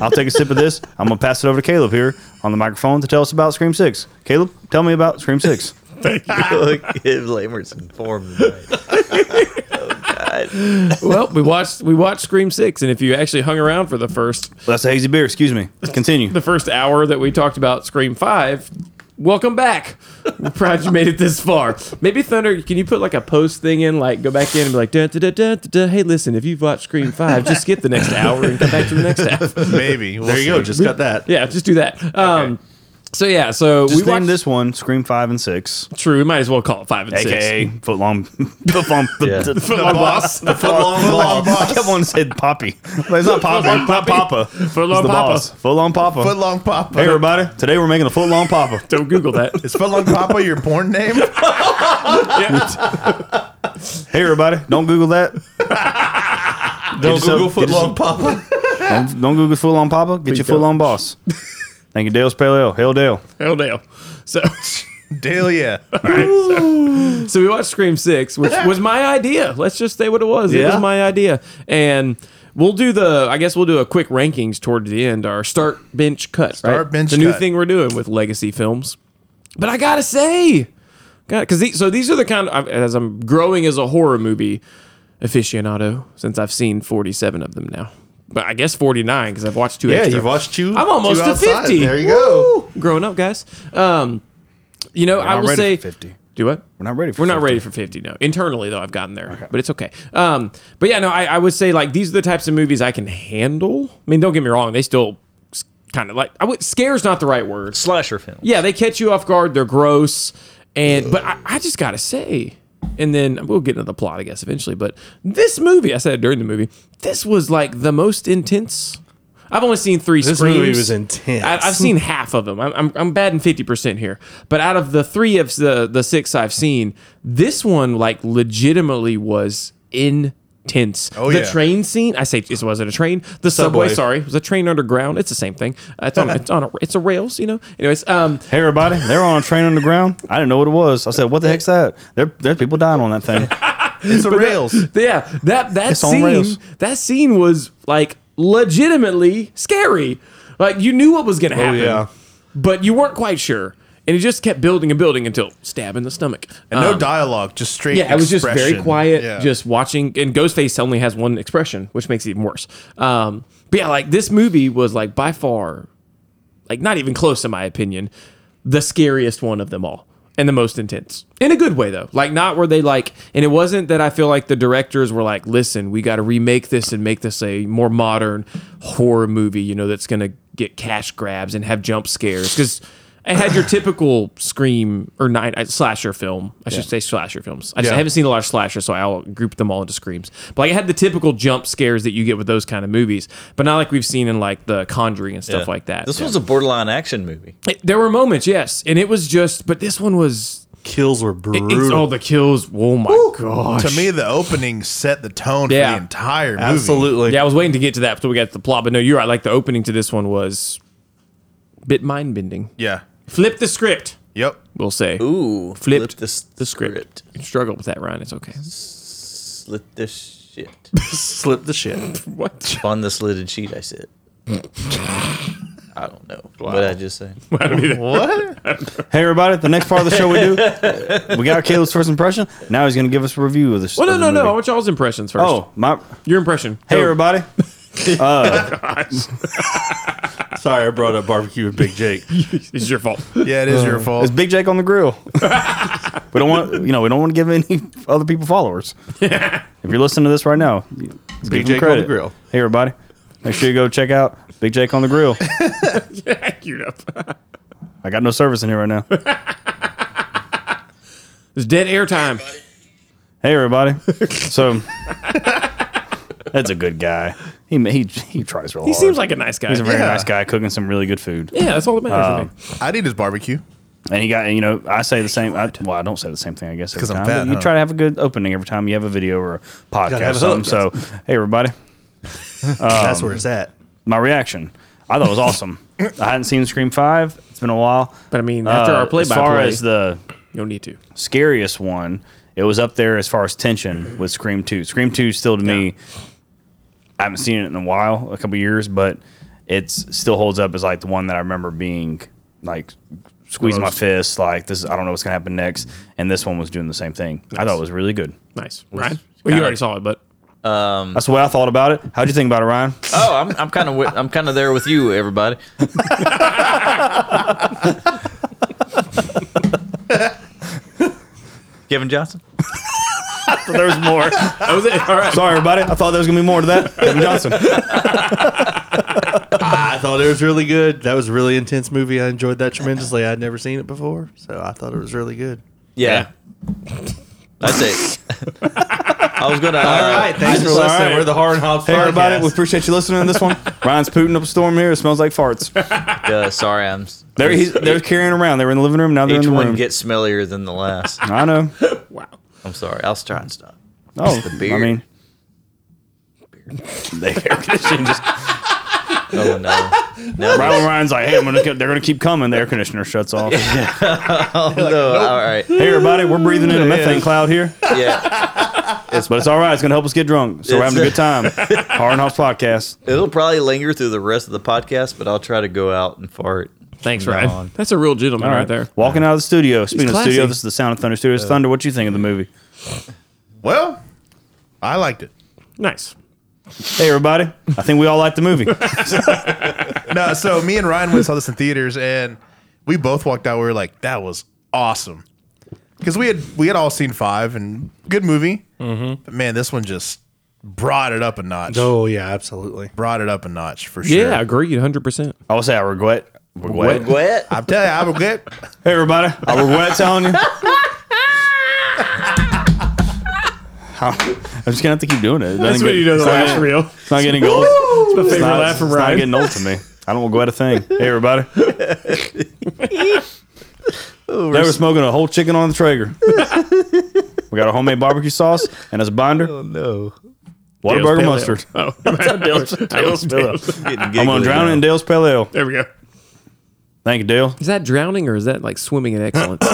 S1: I'll take a sip of this. I'm gonna pass it over to Caleb here on the microphone to tell us about Scream Six. Caleb, tell me about Scream Six.
S2: Give Lamer's informed.
S3: well, we watched we watched Scream Six, and if you actually hung around for the first
S1: That's a hazy beer. Excuse me. Continue.
S3: the first hour that we talked about Scream Five, welcome back. We're proud you made it this far. Maybe Thunder, can you put like a post thing in, like go back in and be like, dun, dun, dun, dun, dun, dun. hey, listen, if you've watched Scream Five, just skip the next hour and come back to the next half.
S5: Maybe. We'll
S4: There you
S5: see.
S4: go. Just got that.
S3: Yeah, just do that. Um, So yeah, so
S1: Just
S3: we
S1: name
S3: watched
S1: this one Scream Five and Six,
S3: True, we might as well call it Five and Six.
S1: aka Footlong. Footlong.
S2: Yeah.
S1: The,
S3: Foot long boss.
S1: Footlong boss. I kept wanting to say Poppy. But it's not Poppy. It's not Papa. Footlong
S3: Papa.
S1: Footlong Papa.
S5: Footlong Papa.
S1: Hey everybody! Today we're making a footlong Papa.
S3: Don't Google that.
S5: Is Footlong Papa your porn name?
S1: Hey everybody! Don't Google that.
S4: Don't
S1: yourself-
S4: Google
S1: get yourself-
S4: footlong papa.
S1: Don't, don't Google full on Papa. Get your
S3: don't.
S1: full on boss. Thank you, Dale's Pale Ale. Hail Dale.
S3: Hell no. So
S5: Dahlia.
S3: So we watched Scream Six, which was my idea. Let's just say what it was. It was
S4: Yeah.
S3: my idea, and we'll do the. I guess we'll do a quick rankings toward the end. Our start bench cut.
S5: Start,
S3: right?
S5: bench,
S3: The new
S5: cut.
S3: thing we're doing with legacy films. But I gotta say, because these, so these are the kind of as I'm growing as a horror movie aficionado since I've seen 47 of them now. But I guess 49 because I've watched two.
S4: Yeah,
S3: extra.
S4: you've watched two.
S3: I'm almost
S4: two
S3: to
S4: outside.
S3: 50.
S4: There you go.
S3: Woo! Growing up, guys. Um, you know, I
S1: not
S3: will
S1: ready
S3: say
S1: for 50.
S3: Do what?
S1: We're not ready for
S3: We're not
S1: 50.
S3: ready for 50. No, internally though, I've gotten there, but it's okay. Um, but yeah, no, I, I would say like these are the types of movies I can handle. I mean, don't get me wrong; they still kind of like I would scare's not the right word.
S2: Slasher film.
S3: Yeah, they catch you off guard. They're gross, and but I, I just gotta say, and then we'll get into the plot, I guess, eventually. But this movie, I said it during the movie, this was like the most intense. I've only seen three.
S4: This
S3: screams.
S4: movie was intense.
S3: I, I've seen half of them. I'm, I'm, I'm batting 50% here. But out of the three of the, the six I've seen, this one, like, legitimately was intense.
S5: Oh,
S3: the
S5: yeah.
S3: train scene, I say it wasn't a train. The subway,
S4: Subway.
S3: sorry. It was a train underground. It's the same thing. Uh, it's, on, it's, on a, it's a rails, you know? Anyways, um,
S1: Hey everybody! They were on a train underground. I didn't know what it was. I said, "What the heck's that?" There, there's people dying on that thing.
S5: It's the rails.
S3: yeah, that, that
S1: on
S3: scene,
S1: rails.
S3: that scene was, like, legitimately scary. Like, you knew what was
S5: Oh,
S3: going to happen.
S4: yeah.
S3: But you weren't quite sure. And it just kept building and building until stab in the stomach.
S5: And no
S3: Um,
S5: dialogue, just straight.
S3: Yeah, it was just very
S5: expression.
S3: quiet,
S5: Yeah.
S3: just watching. And Ghostface only has one expression, which makes it even worse. Um, but yeah, like this movie was like by far, like not even close in my opinion, the scariest one of them all and the most intense in a good way though. Like not where they like, and it wasn't that I feel like the directors were like, listen, we got to remake this and make this a more modern horror movie, you know, that's gonna get cash grabs and have jump scares because. It had your typical scream or nine uh, slasher film. I should say slasher films. I, just, I
S4: Yeah.
S3: haven't seen a lot of slashers, so I'll group them all into screams. But like, I had the typical jump scares that you get with those kind of movies, but not like we've seen in like The Conjuring and stuff
S2: Yeah.
S3: like that.
S2: This was a borderline action movie.
S3: It- there were moments, yes, and it was just. But this one was.
S4: Kills were
S3: It,
S4: brutal.
S3: it's all the kills. Oh my gosh!
S5: To me, the opening set the tone
S3: Yeah.
S5: for the entire movie.
S4: Absolutely.
S3: yeah, I was waiting to get to that until we got to the plot. But no, you're right. Like the opening to this one was a bit mind bending.
S5: Yeah.
S3: Flip the script,
S5: Yep.
S3: we'll say.
S2: Ooh,
S3: Flipped
S2: flip this
S3: The script. Struggle with that, Ryan. It's okay.
S2: Slit this shit.
S4: Slip the shit.
S3: What?
S2: On the slitted sheet, I sit. I don't know what I just said.
S1: Hey everybody! The next part of the show we do, we got Caleb's first impression. Now he's going to give us a review of this.
S3: Well, no,
S1: of
S3: no,
S1: the
S3: no. I
S1: movie.
S3: want y'all's impressions first.
S1: Oh my!
S3: Your impression.
S1: Hey
S3: Go.
S1: everybody!
S4: Sorry, I brought up barbecue and Big Jake.
S3: It's your fault.
S5: Yeah, it is
S3: Uh,
S5: your fault.
S1: It's Big Jake on the grill. we don't want you know we don't want to give any other people followers. if you're listening to this right now, let's give them
S4: Jake on the
S1: credit.
S4: grill.
S1: Hey everybody! Make sure you go check out Big Jake on the grill.
S3: Queued up.
S1: I got no service in here right now.
S3: It's dead air time.
S1: Hey everybody! So that's a good guy. He he he tries real hard.
S3: He seems like a nice guy.
S1: he's a very
S5: Yeah.
S1: nice guy cooking some really good food.
S3: yeah, that's all that matters. to me.
S5: I'd eat his barbecue.
S1: And he got, you know, I say the same. I, well, I don't say the same thing, I guess, every
S5: 'Cause I'm
S1: time.
S5: fat,
S1: but you
S5: huh?
S1: try to have a good opening every time you have a video or a podcast
S4: have
S1: or something.
S4: a hook,
S1: So, hey, everybody,
S4: That's where it's at.
S1: my reaction. I thought it was awesome. I hadn't seen Scream 5. It's been a while.
S3: But I mean, after
S1: Uh,
S3: our play
S1: As
S3: by
S1: far
S3: play,
S1: as the
S3: you'll need to.
S1: scariest one, it was up there as far as tension with Scream 2. Scream 2 still to me, I haven't seen it in a while, a couple years, but it still holds up as like the one that I remember being like squeezing my fist, like this. I don't know what's gonna happen next, and this one was doing the same thing. I thought it was really good.
S3: Nice, Ryan. Well, you already saw it, but
S1: That's the way I thought about it. How'd you think about it, Ryan?
S2: Oh, I'm I'm kind of wi- I'm kind of there with you, everybody. Kevin Johnson.
S1: there was more.
S3: that was it. All right.
S1: Sorry, everybody. I thought there was gonna be more to that. Kevin Johnson.
S4: I thought it was really good. That was a really intense movie. I enjoyed that tremendously. I'd never seen it before, so I thought it was really good.
S2: Yeah, that's it. I was gonna. uh,
S4: All right, thanks for
S1: All
S4: listening.
S1: right.
S4: We're the Hard and Hops
S1: Hey,
S4: podcast.
S1: everybody. We appreciate you listening to this one. Ryan's pooting up a storm here. It smells like farts.
S2: Uh, sorry, I'm. s-
S1: They're, he's, they're carrying around. They were in the living room. Now they're
S2: Each
S1: in the
S2: one
S1: room.
S2: gets smellier than the last.
S1: I know.
S2: I'm sorry. I'll try and stop.
S1: Oh,
S2: the
S1: I
S2: beard.
S1: mean, the air conditioning just.
S2: Oh no. No.
S1: Right when Ryan's like, "Hey, I'm gonna, keep, they're gonna keep coming." The air conditioner shuts off. Hey,
S2: Oh, no. All right.
S1: everybody, we're breathing in a methane cloud here,
S2: Yeah.
S1: but it's all right. It's gonna help us get drunk, so we're having a good time. Hard and Hops podcast.
S2: It'll probably linger through the rest of the podcast, but I'll try to go out and fart.
S3: Thanks,
S2: from now
S3: Ryan.
S2: on.
S3: That's a real gentleman
S1: All
S3: right.
S1: right,
S3: there.
S1: Walking out of the studio. Speaking of the studio,
S3: classy.
S1: this is the Sound of Thunder Studios. Thunder, what you think of the movie?
S5: Well, I liked it.
S3: Nice.
S1: Hey, everybody, I think we all liked the movie.
S5: No, so me and Ryan went and saw this in theaters, and we both walked out. We were like, "That was awesome," because we had we had all seen five and good movie. Mm-hmm. But man, this one just brought it up a notch.
S4: Oh yeah, absolutely.
S5: Brought it up a notch for sure.
S3: Yeah, agreed, hundred percent.
S1: I will say I regret. Regret.
S2: What?
S5: I'm telling you, I regret.
S1: Hey, everybody, I regret telling you. I'm just gonna have to keep doing it. it That's
S3: does. That's real.
S1: It's not getting old.
S3: It's my favorite
S1: It's not,
S3: laugh from
S1: it's not
S3: Ryan.
S1: getting old to me. I don't regret a thing. Hey, everybody. they were smoking a whole chicken on the Traeger. we got a homemade barbecue sauce, and as a binder, oh, no.
S3: Dale's
S1: Whataburger
S3: Pale
S1: mustard.
S3: Oh, Dale's Dale.
S1: I'm going to drown it in Dale's Pale Ale.
S3: There we go.
S1: Thank you, Dale.
S3: Is that drowning or is that like swimming in excellence?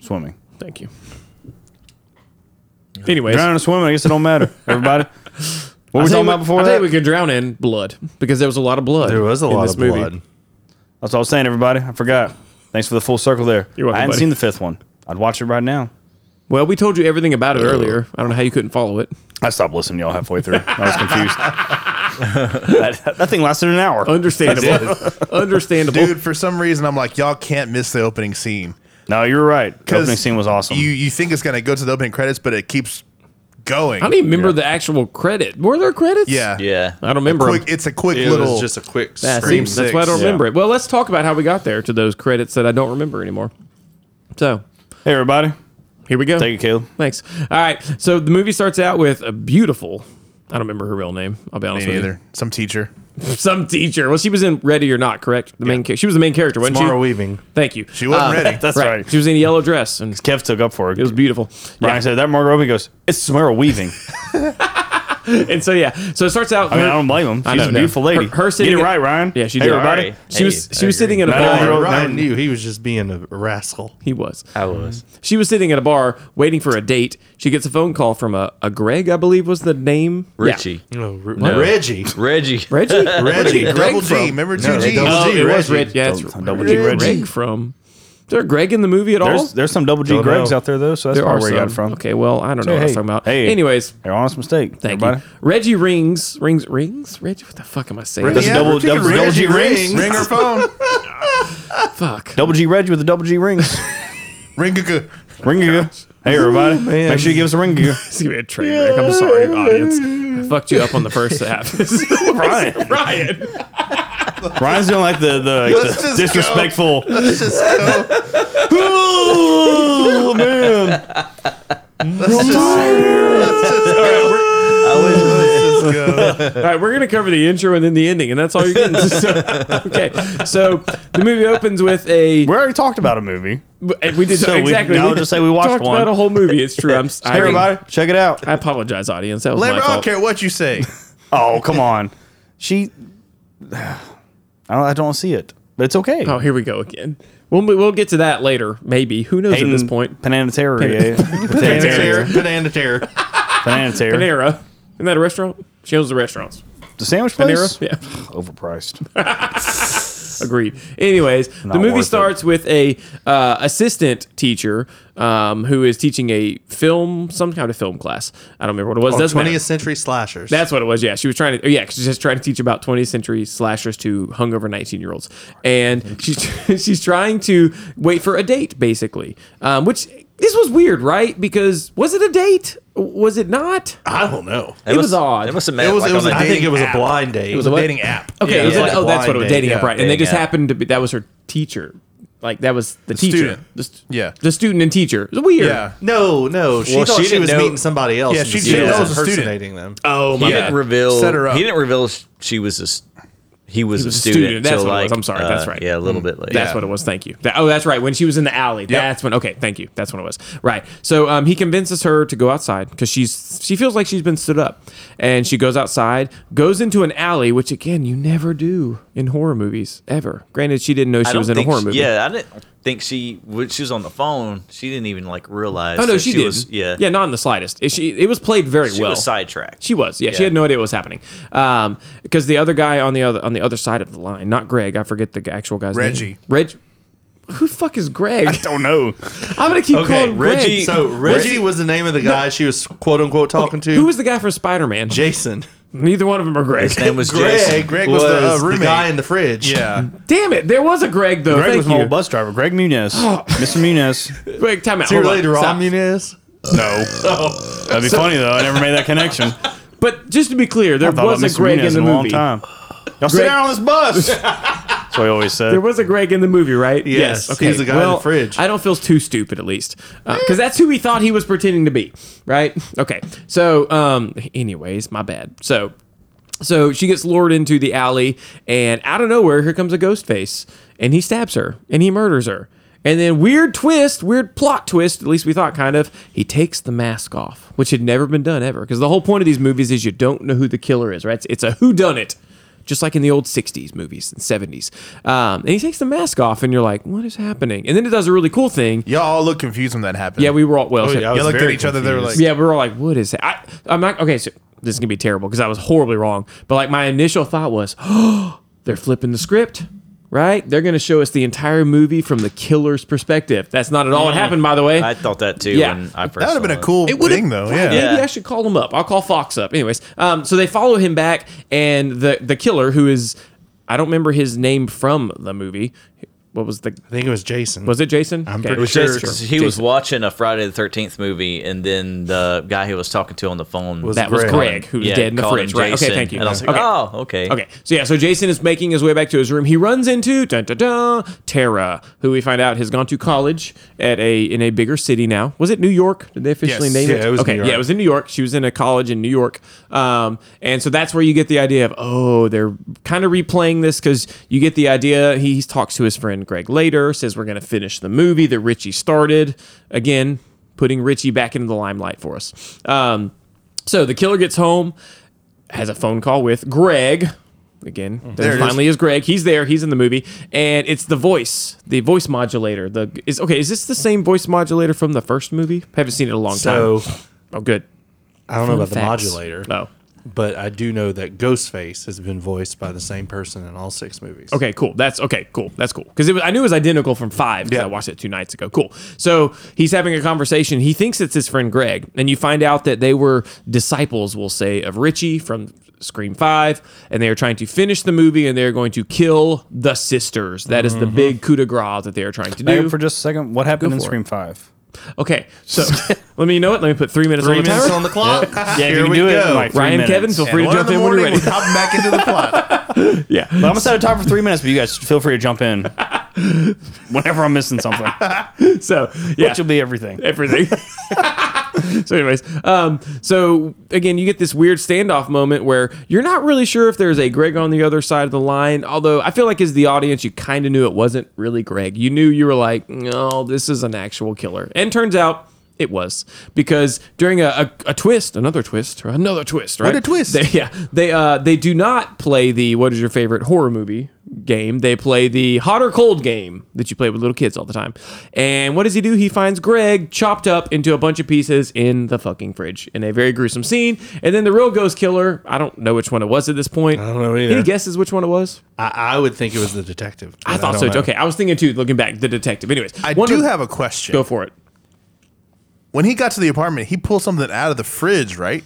S1: Swimming.
S3: Thank you. Anyways,
S1: Drowning and swimming, I guess it don't matter. Everybody. What were we talking
S3: I think we-
S1: about before
S3: I
S1: that?
S3: think we could drown in blood because there was a lot of blood.
S4: There was a
S3: in
S4: lot
S3: this
S4: of
S3: movie.
S4: blood.
S1: That's what I was saying, everybody. I forgot. Thanks for the full circle there.
S3: You're welcome,
S1: I hadn't
S3: buddy.
S1: seen the fifth one. I'd watch it right now.
S3: Well, we told you everything about it earlier. I don't know how you couldn't follow it.
S1: I stopped listening to y'all halfway through. I was confused. that, that thing lasted an hour.
S3: Understandable. Understandable.
S5: Dude, for some reason, I'm like, y'all can't miss the opening scene.
S1: No, you're right. The
S5: 'Cause
S1: opening scene was awesome.
S5: You you think it's gonna go to the opening credits, but it keeps going.
S3: I don't even remember the actual credit. Were there credits?
S5: yeah,
S2: Yeah.
S3: I don't remember. 'em.
S5: Quick, it's a quick
S4: It
S5: little.
S4: was just a quick
S3: That
S4: scream.
S3: seems- that's why I don't
S1: Yeah.
S3: remember it. Well, let's talk about how we got there to those credits that I don't remember anymore. So
S1: hey, everybody.
S3: here we go.
S1: Thank you, Caleb.
S3: Thanks. All right. So the movie starts out with a beautiful. I don't remember her real name. I'll be
S5: Me
S3: honest with
S5: neither. Some teacher.
S3: you. Some teacher. Well, she was in Ready or Not, correct? The main. Cha- she was the main character, wasn't
S4: Mara
S3: she?
S4: Weaving.
S3: Thank you.
S5: She
S4: Um,
S5: wasn't ready.
S1: That's right.
S3: She was in a yellow dress, and
S1: Kev took up for it.
S3: it was beautiful.
S1: Brian
S3: Yeah.
S1: said that Margot Robbie goes, it's Samara Weaving.
S3: And so yeah. So it starts out.
S1: I mean, I don't blame him.
S3: I
S1: She's
S3: know,
S1: a
S3: no.
S1: beautiful lady.
S3: Her- her sitting
S1: Get it
S3: at-
S1: right, Ryan.
S3: Yeah, she
S1: hey,
S3: did.
S1: everybody.
S3: She was
S2: Hey,
S3: she was
S2: I
S3: sitting in a
S1: Not
S3: bar.
S1: only Ryan-
S4: Ryan, Ryan knew he was just being a rascal.
S3: He was.
S2: I was.
S3: She was sitting at a bar waiting for a date. She gets a phone call from a, a Greg, I believe was the name. Yeah.
S2: Richie.
S4: No, Re- Reggie.
S2: Reggie.
S3: Reggie?
S4: Reggie.
S5: Double G. Remember two
S4: they
S5: G's?
S4: don't.
S3: Oh,
S4: G,
S3: it was
S4: Reggie.
S3: Reggie. Yeah, that's
S1: Double- double
S3: double
S1: G,
S3: G
S1: Reggie.
S3: Greg from. Is there a Greg in the movie at all?
S1: There's, there's some double G
S4: Don't
S1: Gregs
S4: know.
S1: out there, though, so that's
S3: There
S1: probably where you got
S3: some.
S1: it from.
S3: Okay, well, I don't know what I was
S1: hey,
S3: talking about.
S1: hey.
S3: Anyways,
S1: Your honest mistake.
S3: thank
S1: everybody.
S3: you. Reggie rings, rings, rings. Reggie, what the fuck am I saying?
S1: That's a
S5: Yeah,
S1: double,
S5: Reggie
S1: double, double G rings.
S5: Ring her phone.
S3: Fuck.
S1: Double G Reggie with the double G rings.
S5: Ring cuckoo.
S1: ring you. Hey,
S3: Oh,
S1: everybody. Make sure you give us a ring you.
S3: This is gonna be a train wreck. I'm sorry, audience. I fucked you up on the first half.
S1: Ryan.
S3: Ryan.
S1: Ryan's doing like the, the,
S5: Let's
S1: the
S5: just
S1: disrespectful.
S5: Let's just go.
S1: Oh man!
S5: Let's just, let's just go. go.
S3: All right, we're going to cover the intro and then the ending, and that's all you're getting. So- okay, so the movie opens with a.
S1: We already talked about a movie.
S3: and We did
S1: So we-
S3: exactly.
S1: now just say we watched
S3: talked
S1: one.
S3: about a whole movie. It's true. I'm. s- I-
S1: Hey, everybody, check it out.
S3: I apologize, audience. That was
S5: Lambert,
S3: my
S5: I don't
S3: fault.
S5: care what you say.
S1: Oh, come on. She. I don't, I don't see it, but it's okay.
S3: Oh, here we go again. We'll we'll get to that later. Maybe who knows at this point?
S1: Pananatera.
S5: Banana tear,
S1: Pananatera.
S5: banana tear.
S1: Pananatera.
S3: Panera. Isn't that a restaurant? She owns the restaurants.
S1: The sandwich place?
S3: Panera. Yeah. Oh,
S1: Overpriced.
S3: Agreed. Anyways, the movie
S1: worth it.
S3: starts with a uh, assistant teacher um, who is teaching a film, some kind of film class. I don't remember what it was. Doesn't matter.
S4: 20th century slashers.
S3: That's what it was. Yeah, she was trying to. Yeah, she's just trying to teach about 20th century slashers to hungover 19 year olds, and she's she's trying to wait for a date basically. Um, which this was weird, right? Because was it a date? Was it not?
S4: I don't know.
S2: That
S3: It was odd.
S2: It must have
S5: It
S2: meant
S5: was-
S2: like
S5: it was
S2: on
S5: a
S2: the
S4: I think
S5: dating
S4: it was
S5: app.
S4: a blind date. It
S3: was a what?
S5: Dating app.
S3: Okay,
S5: Yeah,
S3: it was
S5: it
S3: like,
S5: was like
S3: oh, that's what it was
S5: blind
S3: dating app,
S5: date,
S3: right? and they
S2: dating
S3: just
S2: app.
S3: happened to be that was her teacher, like that was the, teacher,
S5: student.
S3: The st-
S5: Yeah.
S3: the student and teacher. It was weird.
S5: Yeah.
S4: No, no. She
S2: Well,
S4: thought
S2: she
S4: she,
S2: didn't
S4: was
S2: know-
S4: meeting somebody else.
S5: Yeah,
S4: and
S5: she
S4: she
S5: didn't
S4: was
S5: know it was a student.
S4: impersonating them.
S3: Oh my
S2: He
S3: god.
S2: didn't reveal.
S5: Set her up.
S2: He didn't reveal sh- she was a. s- He was, a
S3: a
S2: student.
S3: student. That's
S2: till,
S3: what it was.
S2: like,
S3: I'm sorry. That's
S2: uh,
S3: right. Mm.
S2: Yeah, a little bit later.
S3: That's
S5: Yeah.
S3: what it was. Thank you. That- oh, that's right. When she was in the alley, that's when. Okay, thank you. That's when it was. Right. So um, he convinces her to go outside because she's she feels like she's been stood up, and she goes outside, goes into an alley, which again you never do in horror movies ever. Granted, she didn't know
S2: I
S3: she
S2: don't
S3: was in a
S2: think
S3: horror
S2: she-
S3: movie.
S2: Yeah, I didn't think she. When she was on the phone, she didn't even like realize.
S3: Oh no,
S2: that
S3: she, did.
S2: Was, yeah.
S3: Yeah, not in the slightest. It, she it was played very
S2: She
S3: well.
S2: was sidetracked.
S3: She was. Yeah, she
S2: Yeah.
S3: had no idea what was happening. Um, because the other guy on the other on the other side of the line, not Greg, I forget the actual guy's
S5: Reggie.
S3: name. Reggie. Reg. Who the fuck is Greg?
S1: don't know.
S3: I'm gonna keep calling Greg.
S2: Reggie-
S3: So-
S4: So Reggie was the name of the guy she was quote unquote talking to.
S3: who was the guy from Spider Man?
S4: Jason?
S3: Neither one of them are Greg.
S2: His name was
S4: Greg.
S2: Jason.
S5: Greg was the, uh, roommate.
S4: guy in the fridge.
S5: Yeah.
S3: Damn it, there was a Greg though.
S1: Greg
S3: Thank
S1: was
S3: you.
S1: an old bus driver. Greg Munez. Mr. Munez.
S3: Wait, time out.
S4: See you
S3: Hold on.
S4: later,
S3: Stop.
S4: on Muniz.
S1: No. That'd be funny, though. I never made that connection.
S3: But just to be clear, there
S1: I thought
S3: was a
S1: about Mr.
S3: Greg
S1: Munez
S3: in the
S1: a long
S3: movie.
S1: time. Y'all sit
S3: Greg-
S1: down on this bus. That's what he always said.
S3: There was a Greg in the movie, right?
S4: Uh, Yes, he's the guy in the fridge.
S3: I don't feel too stupid, at least, because that's who he thought he was pretending to be, right? Okay. So, um, anyways, my bad. So, so she gets lured into the alley, and out of nowhere, here comes a ghost face, and he stabs her, and he murders her, and then weird twist, weird plot twist. At least we thought, kind of. He takes the mask off, which had never been done ever, because the whole point of these movies is you don't know who the killer is, right? It's, it's a who done it just like in the old 60s movies and 70s. Um, and he takes the mask off, and you're like, what is happening? And then it does a really cool thing.
S5: Y'all all look confused when that happened. Oh,
S3: Yeah, we were all, well, so-
S5: Y'all looked at each other. They were like,
S3: yeah, we were all like, what is that? I, I'm not, okay, so this is going to be terrible because I was horribly wrong. But like, my initial thought was, oh, they're flipping the script. Right, they're going to show us the entire movie from the killer's perspective. That's not at
S5: Mm.
S3: all what happened, by the way.
S2: I thought that too.
S3: Yeah.
S2: When I first
S5: that would have been
S2: saw
S5: a cool
S3: It would
S5: thing, though. Yeah.
S3: Maybe
S2: Yeah.
S3: I should call him up. I'll call Fox up. Anyways, um, so they follow him back, and the the killer who is, I don't remember his name from the movie. What was the?
S4: I think it was Jason.
S3: Was it Jason?
S4: I'm
S3: Okay.
S4: pretty
S2: It was
S4: Sure,
S2: just 'cause he was watching a Friday the Thirteenth movie, and then the guy he was talking to on the phone was
S3: that was
S4: Greg.
S3: Greg, who was dead in the fridge. Right. Okay, thank you.
S2: And I was like,
S3: okay.
S2: oh, okay,
S3: Okay, so yeah, so Jason is making his way back to his room. He runs into dun, dun, dun, Tara, who we find out has gone to college at a in a bigger city now. Was it New York? Did they officially
S5: Yes.
S3: name
S4: Yeah,
S3: it?
S4: it was
S3: okay,
S4: New York.
S3: yeah, it was in New York. She was in a college in New York, um, and so that's where you get the idea of oh, they're kind of replaying this because you get the idea. He, he talks to his friend Greg later, says we're going to finish the movie that Richie started again, putting Richie back into the limelight for us. Um, so the killer gets home has a phone call with Greg. Again,
S4: Mm-hmm.
S3: there,
S5: it is.
S3: finally is. Greg. He's there. He's in the movie, and it's the voice, the voice modulator. The is okay. Is this the same voice modulator from the first movie? Haven't seen it in a long
S4: So
S3: time. Oh, good.
S4: I don't know about the
S3: Facts.
S4: modulator,
S3: Oh,
S4: but I do know that Ghostface has been voiced by the same person in all six movies.
S3: okay, cool. That's okay, cool. That's cool because I knew it was identical from five. 'cause
S4: Yeah.
S3: I watched it two nights ago. Cool. So he's having a conversation. He thinks it's his friend Greg, and you find out that they were disciples, we'll say, of Richie from Scream Five, and they are trying to finish the movie, and they are going to kill the sisters. That is the big coup de grace that they are trying to
S1: Hang
S3: do.
S1: on for just a second. What happened in
S3: for it.
S1: Scream 5?
S3: okay, so let me you know it. Let me put three minutes
S4: Three
S3: on the
S4: minutes
S3: timer.
S4: on the clock.
S1: Yeah,
S4: Here
S1: you
S4: we
S1: do it in
S4: go.
S1: like three
S3: Ryan,
S1: minutes.
S3: Kevin, feel free
S5: One
S3: to
S5: in
S3: jump
S5: the
S3: in when you're
S5: morning,
S3: ready.
S5: we'll hop back into the plot.
S1: But I'm going to set a time for three minutes, but you guys feel free to jump in whenever I'm missing something,
S3: So yeah,
S1: which will be everything.
S3: everything. so, anyways, um, so again, you get this weird standoff moment where you're not really sure if there's a Greg on the other side of the line. Although I feel like as the audience, you kind of knew it wasn't really Greg. You knew you were like, no, this is an actual killer, and turns out. It was because during a, a, a twist, another twist, or another twist, right?
S5: a twist.
S3: They, yeah, they uh, they do not play the what is your favorite horror movie game. They play the hot or cold game that you play with little kids all the time. And what does he do? He finds Greg chopped up into a bunch of pieces in the fucking fridge in a very gruesome scene. And then the real ghost killer. I don't know which one it was at this point. I
S4: don't know either.
S3: Any guesses which one it was?
S4: I, I would think it was the detective.
S3: I
S4: but
S3: thought
S4: don't
S3: so. too.
S4: know.
S3: Okay, I was thinking too. Looking back, the detective. Anyways,
S5: I
S3: one
S5: do
S3: of-
S5: have a question.
S3: Go for it.
S5: when he got to the apartment, he pulled something out of the fridge, right?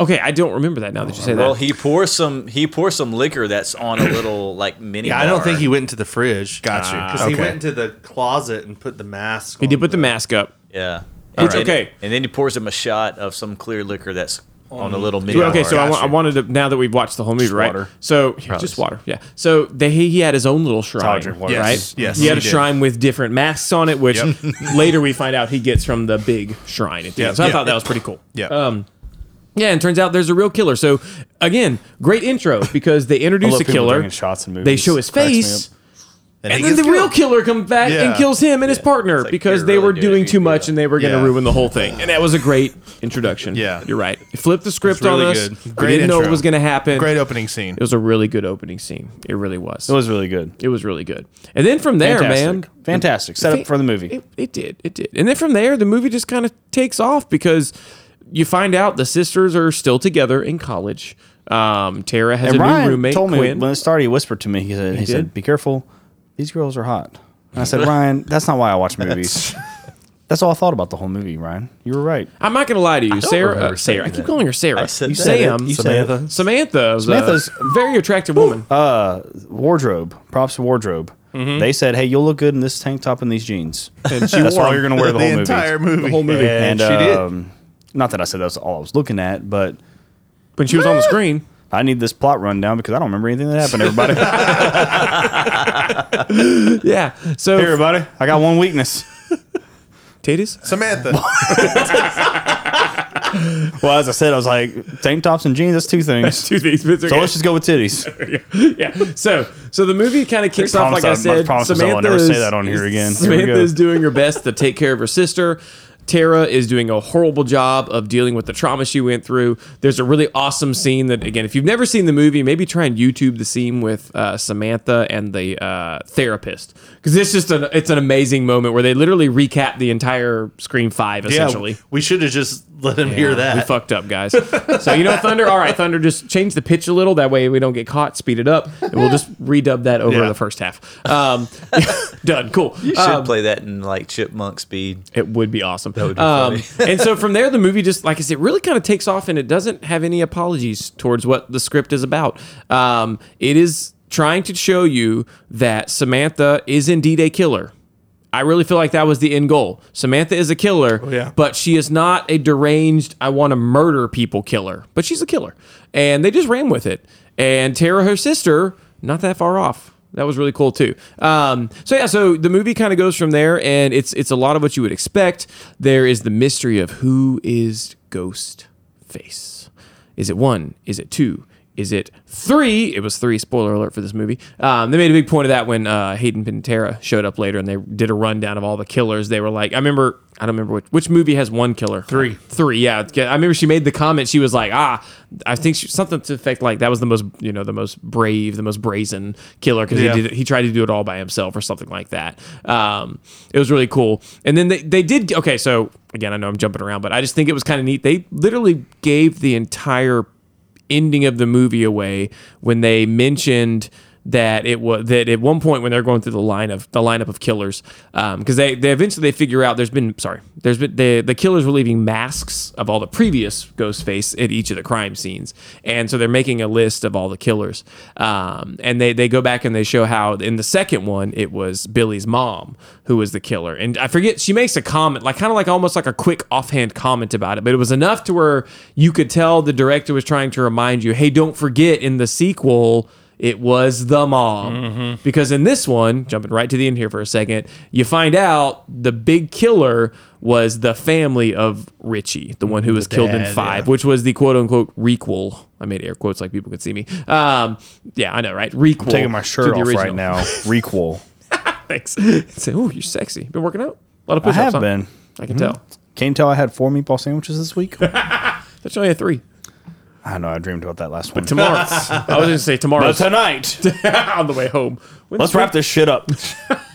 S3: Okay, I don't remember that now that you say
S2: Well,
S3: that.
S2: he pours some he pours some liquor that's on a little like mini.
S4: Yeah, I don't
S2: bar.
S4: think he went into the fridge.
S5: Got you.
S4: Because he
S5: Okay.
S4: went into the closet and put the mask.
S3: He did put the mask up.
S2: Yeah,
S3: It's
S2: And then-
S3: okay.
S2: And then he pours him a shot of some clear liquor that's on a little mini.
S3: Well, okay,
S2: bar.
S3: so I, wa- I wanted to now that we've watched the whole movie, right?
S2: water.
S3: So yeah, just water, yeah. So they, he he had his own little shrine,
S1: I'll drink water.
S5: Yes,
S3: right?
S5: yes,
S3: he had
S5: he
S3: a
S5: did.
S3: shrine with different masks on it, which later we find out he gets from the big shrine at the end. So I
S5: Yeah.
S3: thought that was pretty cool. Um,
S5: Yeah.
S3: Yeah, and turns out there's a real killer. So again, great intro because they introduce
S1: love
S3: the
S1: people
S3: killer.
S1: drinking shots in
S3: They
S1: movies.
S3: show his
S1: Cracks me
S3: face.
S1: up.
S5: and
S3: And
S5: he
S3: then the
S5: gets
S3: real
S5: killed.
S3: killer comes back and
S5: Yeah.
S3: kills him and his partner
S2: like,
S3: because
S2: you're
S3: they
S2: really
S3: were
S2: doing it
S3: doing
S2: if
S3: too
S2: you do
S3: much
S2: that.
S3: and they were going to
S5: Yeah.
S3: ruin the whole thing. And that was a great introduction.
S5: Yeah.
S3: you're right. It flipped the script
S4: really
S3: on us.
S4: good.
S3: We
S5: Great
S3: didn't know what
S5: intro.
S3: was going to happen.
S5: Great opening scene.
S3: It was a really good opening scene. It really was.
S1: It was really good.
S3: It was really good. And then from there,
S1: Fantastic.
S3: man,
S1: Fantastic. Set up for the movie.
S3: It, it did. It did. And then from there, the movie just kind of takes off because you find out the sisters are still together in college. Um, Tara has
S1: And
S3: a
S1: Ryan
S3: new roommate,
S1: told me
S3: Quinn.
S1: when it started, he whispered to me, he said, he
S3: did?
S1: said Be careful. These girls are hot. And I said, Ryan, that's not why I watch movies. That's all I thought about the whole movie, Ryan. You were right.
S3: I'm not gonna lie to you, Sarah.
S2: remember
S3: uh, Sarah, I
S2: saying
S3: keep
S2: that.
S3: calling her Sarah.
S2: I said
S3: you
S2: that.
S3: Sam.
S1: You said it.
S3: Samantha. was a
S1: Samantha's-
S3: very attractive woman.
S1: Wardrobe, props to wardrobe. They said, "Hey, you'll look good in this tank top Mm-hmm. and these jeans."
S3: and she
S1: That's
S3: wore
S1: all you're going to wear the,
S5: the
S1: whole
S5: entire
S1: movie.
S5: movie.
S3: the whole movie.
S1: And,
S5: she did.
S1: um, not that I said that's all I was looking at, but
S3: when she was on the screen.
S1: I need this plot rundown because I don't remember anything that happened. Everybody, hey,
S3: Yeah. So
S1: everybody, I got one weakness.
S3: titties.
S5: Samantha.
S1: Well, as I said, I was like tank tops and jeans. That's two things.
S3: Two things. but it's
S1: So
S3: okay.
S1: let's just go with titties.
S3: yeah. So so the movie kind of kicks off
S1: Promise
S3: like I,
S1: I- I
S3: said.
S1: promise myself I'll
S3: Samantha
S1: never say
S3: is-
S1: that on here again. Here we
S3: Samantha
S1: go.
S3: is doing her best to take care of her sister. Tara is doing a horrible job of dealing with the trauma she went through. There's a really awesome scene that, again, if you've never seen the movie, maybe try and YouTube the scene with uh, Samantha and the uh, therapist because it's just an it's an amazing moment where they literally recap the entire Scream Five essentially.
S4: Yeah, we should have just let him hear that.
S3: We fucked up, guys. so you know, Thunder. All right, Thunder, just change the pitch a little. That way we don't get caught. Speed it up, and we'll just redub that over
S5: Yeah.
S3: the first half. Um, done. Cool.
S2: You should
S3: Um,
S2: play that in like chipmunk speed.
S3: it would be awesome. That would be um, and so from there, the movie just, like I said, really kind of takes off and it doesn't have any apologies towards what the script is about. Um, it is trying to show you that Samantha is indeed a killer. I really feel like that was the end goal. Samantha is a killer,
S4: yeah.
S3: but she is not a deranged, I want to murder people killer, but she's a killer. And they just ran with it. And Tara, her sister, not that far off. That was really cool too. Um, so yeah, so the movie kind of goes from there, and it's it's a lot of what you would expect. There is the mystery of who is Ghost Face. Is it one? Is it two? Is it three? It was three. Spoiler alert for this movie. Um, they made a big point of that when uh, Hayden Pantera showed up later, and they did a rundown of all the killers. They were like, I remember, I don't remember which, which movie has one killer. Three, three. Yeah, it's- I remember she made the comment. She was like, Ah, I think she, something to the effect like that was the most, you know, the most brave, the most brazen killer because
S4: Yeah.
S3: he did, he tried to do it all by himself or something like that. Um, it was really cool. And then they they did okay. So again, I know I'm jumping around, but I just think it was kind of neat. They literally gave the entire ending of the movie away when they mentioned that it was that at one point when they're going through the line of the lineup of killers because they they eventually they figure out there's been sorry there's been the the killers were leaving masks of all the previous Ghostface at each of the crime scenes and so they're making a list of all the killers um, and they they go back and they show how in the second one it was Billy's mom who was the killer and I forget she makes a comment like kind of like almost like a quick offhand comment about it but it was enough to where you could tell the director was trying to remind you hey don't forget in the sequel It was the mob.
S4: Mm-hmm.
S3: Because in this one, jumping right to the end here for a second, you find out the big killer was the family of Richie, the one who was killed in
S4: dad,
S3: five,
S4: yeah.
S3: which was the quote unquote requel. I made air quotes like people could see me. Um, yeah, I know, right? Requel.
S1: Taking my
S3: to
S1: shirt
S3: the
S1: off right
S3: original.
S1: now. Requel.
S3: Thanks. Say, oh, you're sexy. Been working out? A lot of
S1: I
S3: push-ups.
S1: have
S3: huh?
S1: been.
S3: I Mm-hmm. can tell.
S1: Can't tell I had four meatball sandwiches this week.
S3: That's only a three.
S1: I know I dreamed about that last one.
S3: Tomorrow. I was going to say tomorrow.
S1: But tonight,
S3: on the way home. When's
S1: let's wrap this shit up.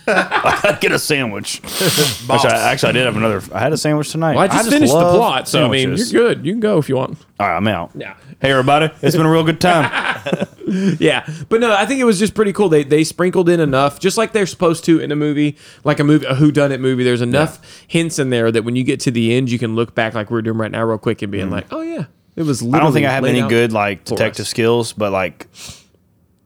S1: Get a sandwich. Which I, actually, I did have another. I had a sandwich tonight.
S3: Well, I just, finished the
S1: love
S3: plot, so I mean, you're
S1: sandwiches.
S3: good. You can go if you want.
S1: All right, I'm out.
S3: Yeah.
S1: Hey, everybody. It's been a real good time.
S3: Yeah, but no, I think it was just pretty cool. They they sprinkled in enough, just like they're supposed to in a movie, like a movie, a Who Done It movie. There's enough hints in there that when you get to the end, you can look back like we're doing right now, real quick, and being like, oh yeah, it was.
S1: I
S3: Literally
S1: don't think I have
S3: laid
S1: any
S3: out
S1: good like
S3: for
S1: detective
S3: us.
S1: skills, but like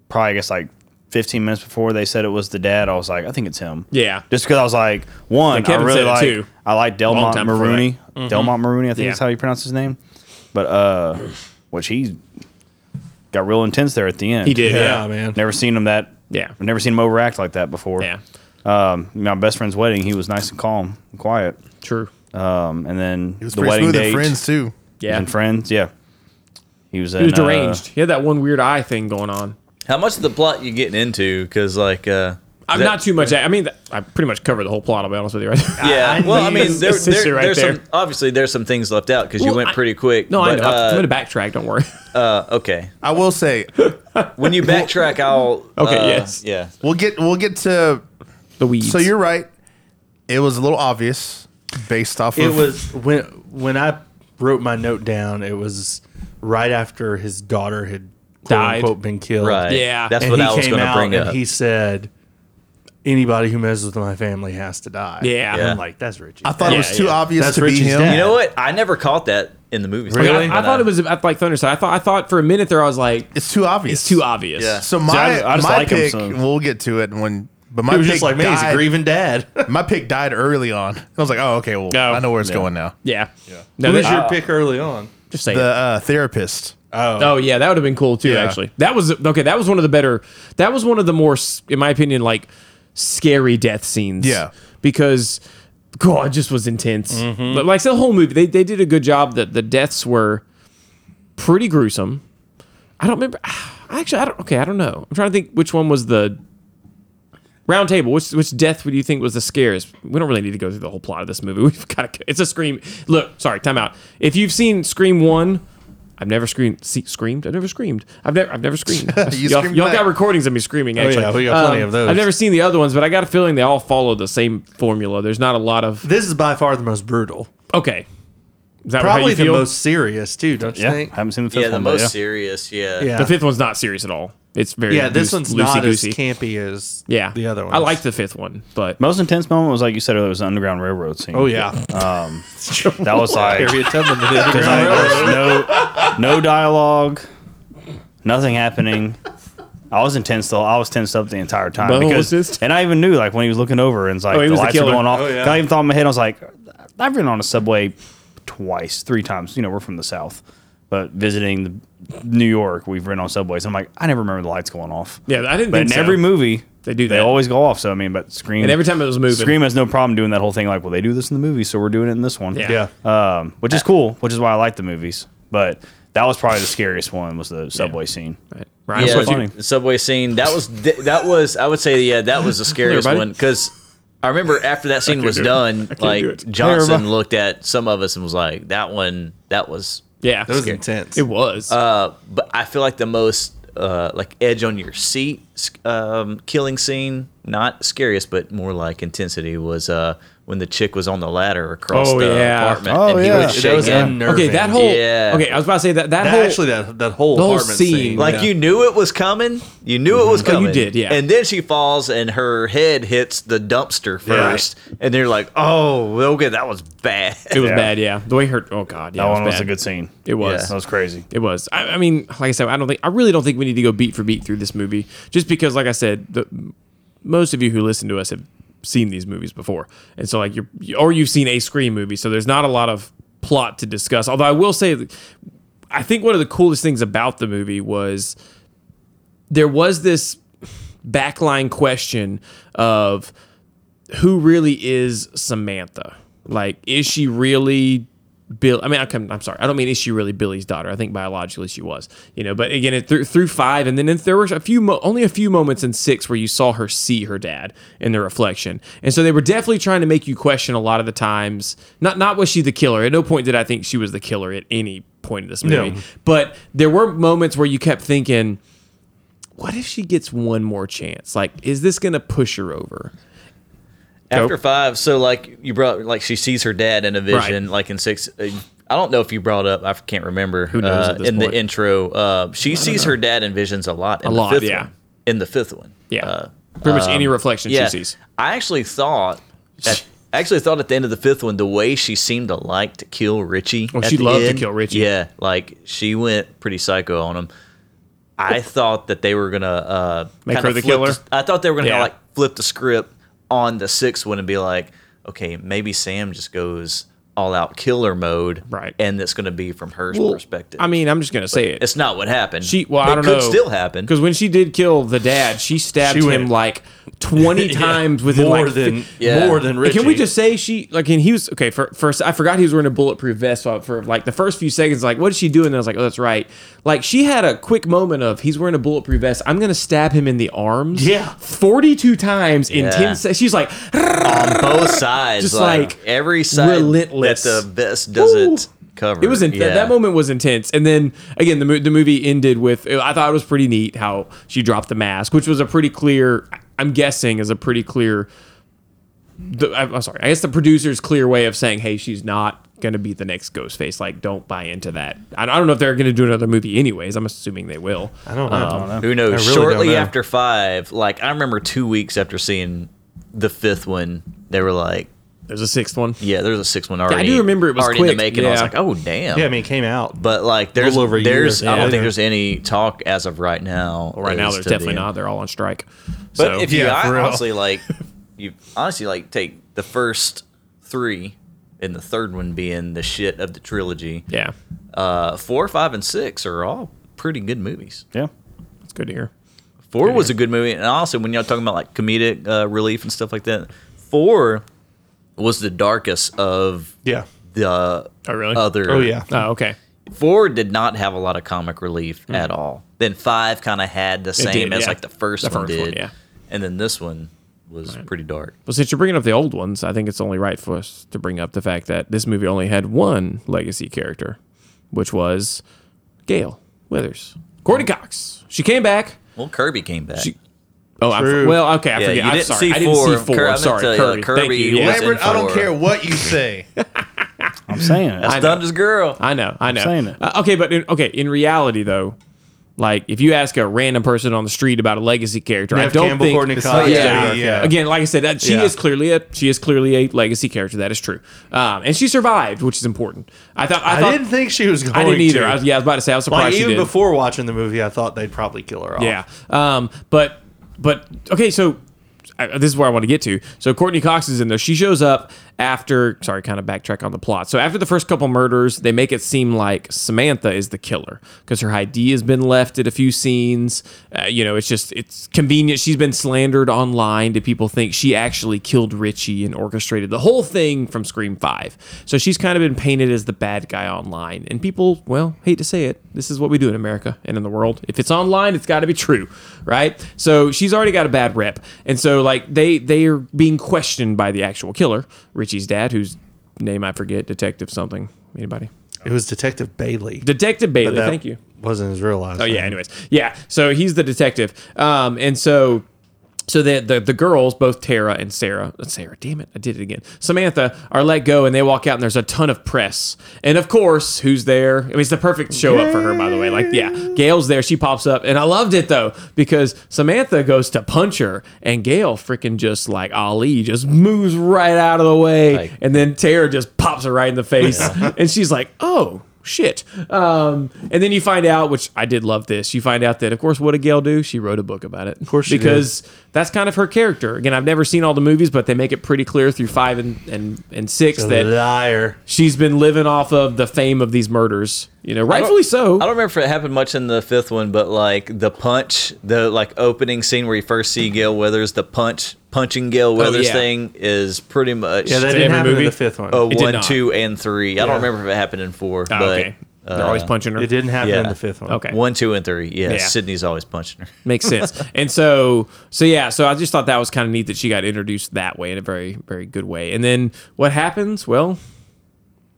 S1: probably I guess like 15 minutes before they said it was the dad, I was like, I think it's him.
S3: Yeah.
S1: Just because I was like, one,
S3: Like Kevin
S1: I really
S3: said it
S1: like
S3: too.
S1: I like Delmont
S3: time before Mm-hmm.
S1: Maroney. Delmont Maroney, I think
S3: Yeah.
S1: is how you pronounce his name. But uh, which he got real intense there at the end.
S3: He did.
S4: Yeah,
S3: Yeah.
S4: man.
S1: Never seen him that.
S3: Yeah.
S1: I've never seen him overact like that before.
S3: Yeah.
S1: Um, my best friend's wedding, he was nice and calm and quiet.
S3: True.
S1: Um, and then
S5: It was
S1: the
S5: pretty
S1: wedding
S5: smooth
S1: date.
S5: in Friends too.
S3: Yeah.
S1: And friends, yeah. He was, uh,
S3: He
S2: uh,
S3: was deranged. he had that one weird eye thing going on.
S2: How much of the plot you getting into? Because like, uh,
S3: I'm
S2: that-
S3: not too much. I mean, th- I pretty much covered the whole plot. I'll be honest with you, right?
S2: Yeah. well, I mean,
S3: it's
S2: there,
S3: just
S2: there-
S3: right
S2: there's
S3: there.
S2: some obviously there's some things left out because you
S3: Well,
S2: went
S3: I-
S2: pretty quick.
S3: no, I
S2: but,
S3: know. I'm
S2: uh,
S3: gonna backtrack. Don't worry.
S2: uh, okay.
S5: I will say
S2: When you backtrack, I'll.
S3: Okay,
S2: uh,
S3: yes.
S2: Yeah.
S5: we'll get we'll get to.
S3: The weeds.
S5: So you're right. It was a little obvious based off
S4: It
S5: of
S4: was when when I wrote my note down. It was right after his daughter had quote
S3: Died.
S4: unquote been killed.
S2: Right.
S3: Yeah.
S2: That's
S4: and
S2: what
S4: he
S2: I was
S4: came
S2: going to
S4: out
S2: bring
S4: and
S2: up.
S4: he said, "Anybody who messes with my family has to die."
S3: Yeah.
S4: And
S2: Yeah.
S4: I'm like that's Richie.
S5: I thought it
S3: Yeah,
S5: was too
S3: yeah.
S5: obvious
S4: That's
S5: to be
S4: Richie's
S5: him.
S4: dad.
S2: you know what? I never caught that in the movie.
S4: Really?
S2: When
S3: I, I thought it was uh, like Thunderstorm. I thought I thought for a minute there I was like,
S5: It's too obvious.
S3: it's too obvious.
S2: Yeah.
S5: So my
S1: I- I just
S5: my
S1: like him,
S5: pick.
S1: so-
S5: We'll get to it when. But my
S4: He was
S5: pick
S4: just like, man,
S5: died,
S4: he's a grieving dad.
S5: My pick died early on. I was like, oh, okay. Well,
S3: No.
S5: I know where it's going now.
S3: Yeah. Yeah. No,
S4: Who was
S3: that-
S4: your pick early on?
S3: just saying.
S5: The uh, therapist.
S3: oh yeah, that would have been cool too.
S5: Yeah.
S3: Actually, that was okay. That was one of the better. That was one of the more, s- in my opinion, like scary death scenes.
S5: Yeah.
S3: Because, God, it just was intense.
S5: Mm-hmm.
S3: But like the whole movie, they they did a good job. That the deaths were pretty gruesome. I don't remember. Actually, I don't. Okay, I don't know. I'm trying to think which one was the round table. Which which death would you think was the scariest? We don't really need to go through the whole plot of this movie. We've got to. It's a scream. Look, sorry, time out. If you've seen Scream One. I've never screamed. See, screamed. I've never screamed. I've never. I've never screamed.
S5: You
S3: y'all
S5: screamed
S3: y'all
S5: back.
S3: got recordings of me screaming. Actually,
S4: Oh,
S3: Um,
S4: yeah, we got plenty of those.
S3: I've never seen the other ones, but I got a feeling they all follow the same formula. There's not a lot of.
S4: This is by far the most brutal.
S3: Okay. Is that how
S4: Probably
S3: you
S4: the
S3: feel?
S4: most serious too, don't you
S1: Yeah.
S4: think?
S1: haven't seen the fifth
S2: yeah, the
S1: one.
S2: most
S1: but yeah.
S2: serious. Yeah.
S4: Yeah.
S3: The fifth one's not serious at all. It's very
S4: yeah, this
S3: loose-
S4: one's not
S3: loosey-goosey.
S4: as campy as
S3: Yeah,
S4: the other one.
S3: I like the fifth one, but
S1: Most intense moment was like you said, it was the Underground Railroad scene.
S4: Oh yeah,
S1: That was like,
S4: Harriet Tubman. did it.
S1: 'cause I- there's no, no dialogue, nothing happening. I was intense though. I was tensed up the entire time
S3: Bubba
S1: because,
S3: was just-
S1: and I even knew like when he was looking over and it's like
S3: Oh, he
S1: the
S3: was the
S1: lights
S3: killer.
S1: were going off.
S4: Oh, yeah.
S1: 'Cause I even thought in my head I was like, I've been on a subway twice, three times. You know, we're from the south, but visiting the, New York, we've ridden on subways. I'm like, I never remember the lights going off.
S3: yeah, I didn't.
S1: But
S3: Think
S1: in
S3: so.
S1: every movie,
S3: They do
S1: They
S3: that.
S1: always go off. So I mean, but Scream
S3: and every time it was moving,
S1: Scream has no problem doing that whole thing. Like, well, they do this in the movie, so we're doing it in this one.
S3: Yeah.
S1: Um, which is cool, which is why I like the movies. But that was probably the scariest one was the subway scene.
S3: Right. Ryan,
S2: Yeah,
S3: what'd
S1: so
S3: you-
S1: funny.
S2: the subway scene. That was that was I would say yeah that was the scariest
S3: everybody.
S2: one because I remember after that scene was
S3: do it.
S2: done, like
S3: do it.
S2: Johnson
S1: everybody.
S2: looked at some of us and was like, "That one, that was."
S3: yeah,
S4: That was intense.
S3: It was.
S2: Uh, but I feel like the most uh, like edge on your seat sc- um, killing scene, not scariest, but more like intensity was uh, when the chick was on the ladder across
S3: Oh,
S2: the
S3: yeah.
S2: apartment
S1: Oh,
S2: and he
S1: yeah.
S2: was
S4: that was
S2: shaking.
S4: unnerving.
S3: okay, that whole.
S2: Yeah.
S3: Okay, I was about to say that that,
S4: That
S3: whole.
S4: actually that that whole,
S3: the whole
S4: apartment
S3: scene,
S4: scene,
S2: Like
S4: yeah.
S2: you knew it was coming. You knew it was
S3: Oh, you
S2: coming.
S3: did, yeah.
S2: And then she falls and her head hits the dumpster first. And they're like, oh, okay, that was bad.
S3: it was
S1: Yeah.
S3: bad. Yeah, the way her. Oh god, yeah,
S1: That
S3: it
S1: one was
S3: bad.
S1: a good scene.
S3: It was.
S1: That was crazy.
S3: It was. I, I mean, like I said, I don't think I really don't think we need to go beat for beat through this movie, just because, like I said, the, most of you who listen to us have seen these movies before, and so like you're or you've seen a Scream movie, so there's not a lot of plot to discuss. Although I will say, that I think one of the coolest things about the movie was there was this backline question of who really is Samantha? Like, is she really Bill? I mean, I come, I'm sorry, I don't mean is she really Billy's daughter? I think biologically she was, you know. But again, it, through through five, and then if there were a few, mo- only a few moments in six where you saw her see her dad in the reflection, and so they were definitely trying to make you question a lot of the times. Not not was she the killer? At no point did I think she was the killer at any point in this movie. But there were moments where you kept thinking what if she gets one more chance? Like, is this gonna push her over?
S2: After five, so like you brought, like she sees her dad in a vision, like in six. uh, I don't know if you brought up. I can't remember. Who
S3: knows
S2: Uh,
S3: at this
S2: in
S3: point?
S2: the intro, uh, she sees her dad in visions a lot. In
S3: A
S2: the
S3: lot,
S2: fifth
S3: yeah.
S2: One, in the fifth one,
S3: Yeah,
S2: Uh,
S3: pretty much any reflection
S2: yeah.
S3: she sees.
S2: I actually thought. At, I actually thought at the end of the fifth one, the way she seemed to like to kill Richie.
S3: Oh,
S2: at
S3: she
S2: the
S3: loved to
S2: end,
S3: kill Richie.
S2: Yeah, like she went pretty psycho on him. I thought that they were gonna uh,
S3: Make
S2: kinda
S3: her the
S2: flip
S3: killer?
S2: I thought they were gonna
S3: Yeah.
S2: kinda, like flip the script on the sixth one and be like, okay, maybe Sam just goes all out killer mode,
S3: Right.
S2: And that's gonna be from her perspective.
S3: I mean, I'm just gonna say it.
S2: it's not what happened.
S3: She, well,
S2: it
S3: I don't
S2: could
S3: know.
S2: still happen
S3: because when she did kill the dad, she stabbed
S4: She went-
S3: him like twenty times within
S4: more
S3: like
S4: than
S2: Yeah.
S4: more than
S3: Like,
S4: Richie.
S3: Can we just say she like and he was okay for first I forgot he was wearing a bulletproof vest so for like the first few seconds like what is she doing and I was like oh that's right like she had a quick moment of he's wearing a bulletproof vest I'm gonna stab him in the arms
S4: Yeah.
S3: 42 times in
S2: Yeah.
S3: 10 seconds she's like
S2: on both sides,
S3: Just,
S2: like,
S3: like,
S2: every side
S3: relentless.
S2: that the vest doesn't cover.
S3: It was in-
S2: Yeah.
S3: that moment was intense, and then again the mo- the movie ended with I thought it was pretty neat how she dropped the mask, which was a pretty clear. I'm guessing is a pretty clear. The, I'm I'm sorry. I guess the producer's clear way of saying, "Hey, she's not going to be the next Ghostface. Like, don't buy into that." I, I don't know if they're going to do another movie, anyways. I'm assuming they will.
S4: I don't know.
S2: Who knows?
S4: I really
S2: Shortly
S4: don't know.
S2: after five, like I remember two weeks after seeing the fifth one, they were like,
S3: There's a sixth one.
S2: "Yeah, there's a sixth one already."
S3: do remember it was
S2: already in
S3: quick,
S2: the making. I was
S3: yeah.
S2: like, "Oh damn!"
S4: yeah, I mean, it came out.
S2: but like, there's
S4: little over a year,
S2: there's I
S4: yeah.
S2: don't think there's any talk as of right now.
S3: Right now,
S2: as
S3: there's
S2: to the
S3: definitely
S2: end.
S3: not. They're all on strike.
S2: But
S3: so
S2: if you
S5: Yeah, for real.
S2: honestly like, you honestly like take the first three, and the third one being the shit of the trilogy.
S3: yeah,
S2: Uh, four, five, and six are all pretty good movies.
S1: Yeah.
S3: it's good to hear.
S2: Four was a good movie, and also when y'all talking about like comedic uh, relief and stuff like that, four was the darkest of
S4: Yeah.
S2: the
S3: Oh really?
S2: other.
S4: Oh yeah.
S3: Oh okay.
S2: four did not have a lot of comic relief at all. Then five kind of had the same
S3: Hmm. did,
S2: as
S3: yeah.
S2: like the first
S3: The
S2: one
S3: first
S2: did,
S3: one, yeah.
S2: and then this one was pretty dark.
S3: Well, since you're bringing up the old ones, I think it's only right for us to bring up the fact that this movie only had one legacy character, which was Gail Withers, Courtney Cox. She came back.
S2: Well, Kirby came back.
S3: She- Oh, I'm,
S4: True.
S3: well, okay, I
S2: yeah,
S3: forget.
S2: you
S3: I'm
S2: didn't
S3: sorry.
S2: see
S3: I didn't
S2: four.
S3: see four.
S2: Cur- I meant
S3: sorry,
S2: to- uh,
S3: Kirby.
S2: Kirby
S3: Thank you.
S2: was
S3: Yes.
S2: in
S5: Lambert, I don't
S2: four.
S5: care what you say.
S1: I'm saying it.
S2: That's Dungeon's girl.
S3: I know. I know.
S1: saying it.
S3: Uh, okay, but in, okay, in reality though, like if you ask a random person on the street about a legacy character, I
S4: Nev
S3: don't
S4: Campbell,
S3: think
S4: Courtney
S5: It's
S4: Cox.
S5: not Yeah,
S3: yeah,
S5: yeah.
S3: Again, like I said, that she
S4: Yeah.
S3: is clearly a she is clearly a legacy character. That is true, um, and she survived, which is important. I thought I,
S4: I,
S3: thought,
S4: didn't think she was going.
S3: I didn't either.
S4: To.
S3: I was, yeah, I was about to say I was surprised
S4: like
S3: she did.
S4: even before watching the movie, I thought they'd probably kill her off.
S3: yeah, um, but but okay, so. I, this is where I want to get to. So Courtney Cox is in there. She shows up after. Sorry, kind of backtrack on the plot. So after the first couple murders, they make it seem like Samantha is the killer because her ID has been left at a few scenes. Uh, you know, it's just it's convenient. She's been slandered online. Do people think she actually killed Richie and orchestrated the whole thing from Scream Five? So she's kind of been painted as the bad guy online, and people, well, hate to say it, this is what we do in America and in the world. If it's online, it's got to be true, right? So she's already got a bad rep, and so like they they are being questioned by the actual killer, Richie's dad, whose name I forget, Detective something. Anybody?
S4: It was Detective Bailey.
S3: Detective
S4: But
S3: Bailey.
S4: that
S3: Thank you.
S4: Wasn't his real last.
S3: Oh yeah. Anyways, yeah. So he's the detective, um, and so. So the, the the girls, both Tara and Sarah, uh, Sarah, damn it, I did it again. Samantha are let go, and they walk out, and there's a ton of press. And of course, who's there? I mean, it's the perfect show up for her, by the way. Like, yeah, Gail's there. She pops up, and I loved it though because Samantha goes to punch her, and Gail freaking just like Ali just moves right out of the way,
S2: Like-
S3: and then Tara just pops her right in the face, and she's like, oh. Shit. Um, and then you find out, which I did love this. You find out that, of course, what did Gail do? She wrote a book about it. Of
S4: course she did.
S3: because because that's kind of her character. Again, I've never seen all the movies, but they make it pretty clear through five and and, and six that
S4: liar.
S3: she's been living off of the fame of these murders. You know, rightfully so.
S2: I don't remember if it happened much in the fifth one, but like the punch, the like opening scene where you first see Gail Weathers, the punch punching Gail Weathers
S3: Oh, yeah.
S2: thing is pretty much
S4: Yeah, that
S3: every
S4: didn't happen
S3: movie?
S4: in the fifth one.
S2: a
S3: did
S2: one,
S3: not.
S2: two, and three. I don't remember if it happened in four,
S3: Ah,
S2: but uh,
S3: okay. They're always punching her.
S4: It didn't happen in
S2: yeah.
S4: the fifth one.
S3: Okay.
S2: one, two, and three. Yeah,
S3: Yeah.
S2: Sydney's always punching her.
S3: Makes sense. And so, so yeah, so I just thought that was kind of neat that she got introduced that way in a very, very good way. And then what happens? Well,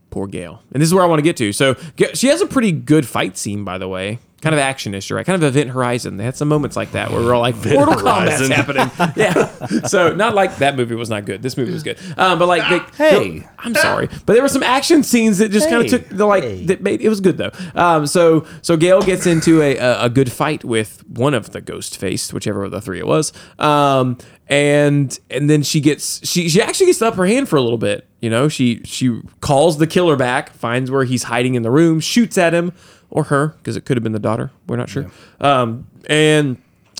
S3: poor Gail. And this is where I want to get to. So Ga- she has a pretty good fight scene, by the way. Kind of action-ish, right? Kind of Event Horizon. They had some moments like that where we're all like, Mortal Kombat's happening. Yeah. So not like that movie was not good. This movie was good. Um, but like, they, hey, I'm sorry, but there were some action scenes that just kind of took the like that made it was good though. Um, so so Gail gets into a, a a good fight with one of the ghost faced, whichever of the three it was. Um, and and then she gets she she actually gets to up her hand for a little bit. You know, she she calls the killer back, finds where he's hiding in the room, shoots at him or her because it could have been the daughter. We're not sure. Um, and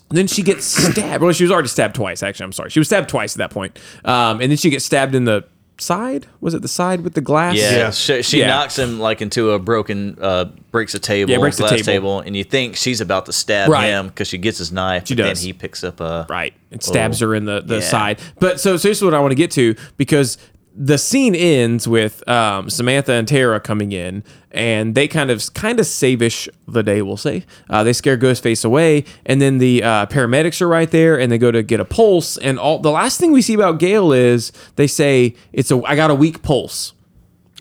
S3: then she gets stabbed. Well, she was already stabbed twice. Actually, I'm sorry. She was stabbed twice at that point. Um, and then she gets stabbed in the side. Was it the side with the glass?
S2: Yeah, she, she
S3: Yeah.
S2: knocks him like into a broken, uh, breaks a table,
S3: Yeah, breaks the
S2: glass
S3: table.
S2: and you think she's about to stab
S3: Right.
S2: him because she gets his knife.
S3: She
S2: but
S3: does.
S2: Then he picks up a
S3: Right. It stabs
S2: Oh.
S3: her in the, the
S2: Yeah.
S3: side. But so, so this is what I want to get to because the scene ends with um, Samantha and Tara coming in and they kind of kind of savish the day, we'll say. Uh, they scare Ghostface away and then the uh, paramedics are right there and they go to get a pulse and all the last thing we see about Gail is they say it's a I got a weak pulse.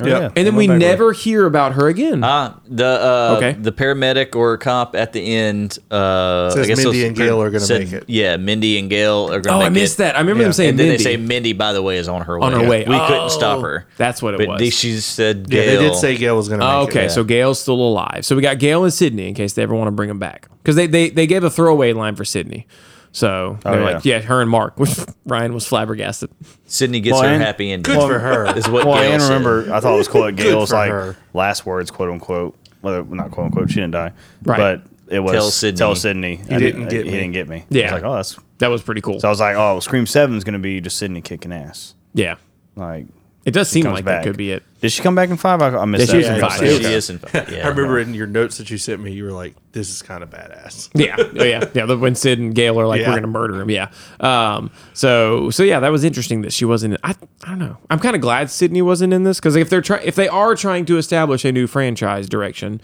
S1: yeah.
S3: And then we never hear about her again.
S2: Ah, the uh,
S3: Okay.
S2: the paramedic or cop at the end. Uh,
S5: Says
S2: I guess
S5: Mindy
S2: those-
S5: and Gail are gonna make it.
S2: Yeah, Mindy and Gail are gonna.
S3: oh,
S2: make
S3: I missed
S2: it.
S3: that. I remember
S5: Yeah.
S3: them saying
S2: And then
S3: Mindy.
S2: they say Mindy, by the way, is on her way.
S3: On her way.
S2: We
S3: Oh,
S2: couldn't stop her.
S3: that's what it
S2: but
S3: was.
S2: they- She said
S4: Yeah,
S2: Gail.
S4: they did say Gail was going to
S3: Oh,
S4: make
S3: okay,
S4: it.
S3: so Gail's still alive. So we got Gail and Sydney in case they ever want to bring them back because they, they they gave a throwaway line for Sydney. So they're
S1: yeah.
S3: like, yeah, her and Mark. Which Ryan was flabbergasted.
S2: Sydney gets
S1: Well,
S2: her
S1: and-
S2: happy ending.
S4: Good for her.
S2: Is what
S1: Well,
S2: Gail
S1: and
S2: said.
S1: remember, I thought it was quote Gail's
S4: for
S1: like
S4: her.
S1: last words, quote unquote. Well, not quote unquote. She didn't die,
S3: Right.
S1: But it was
S2: Tell Sydney.
S1: Tell Sydney. He
S4: didn't get
S1: He
S4: me.
S1: didn't get me.
S3: Yeah.
S1: I was like, oh, that's.
S3: That was pretty cool.
S1: So I was like, oh, Scream Seven is going to be just Sydney kicking ass.
S3: yeah,
S1: Like,
S3: it does seem
S1: comes
S3: like
S1: back.
S3: that could be it.
S1: did she come back in five? I, I missed
S3: Yeah,
S1: that.
S3: she was in
S1: I was
S3: five.
S2: She
S1: like,
S3: Yeah,
S1: okay.
S2: is in fact.
S4: I
S2: Yeah.
S4: remember in your notes that you sent me, you were like, this is kind of badass.
S3: Yeah, oh, yeah, yeah. the- When Sid and Gail are like,
S4: Yeah.
S3: we're gonna murder him. Yeah. Um. So so yeah, that was interesting that she wasn't. I I don't know. I'm kind of glad Sydney wasn't in this because if they're trying, if they are trying to establish a new franchise direction,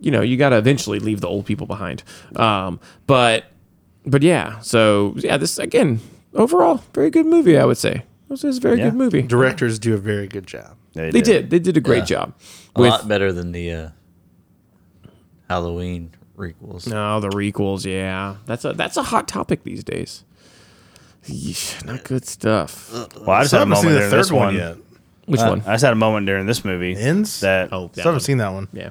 S3: you know, you got to eventually leave the old people behind. Um. But but yeah. So yeah, this again overall very good movie. I would say this is a very
S1: Yeah.
S3: good movie.
S4: Directors do a very good job.
S3: they did. They did a great job.
S2: a
S3: With
S2: lot better than the uh, Halloween requels.
S3: no Oh, the requels. Yeah, that's a that's a hot topic these days. Yeesh, not good stuff.
S1: Well, I just
S5: So I
S1: had a
S5: haven't
S1: moment
S5: seen the
S1: during
S5: third
S1: this
S5: one,
S1: one.
S5: yet.
S3: Which
S1: Uh,
S3: one?
S1: I just had a moment during this movie.
S5: Ends
S1: that
S5: Oh,
S3: Oh.
S5: So I haven't seen that one.
S3: Yeah.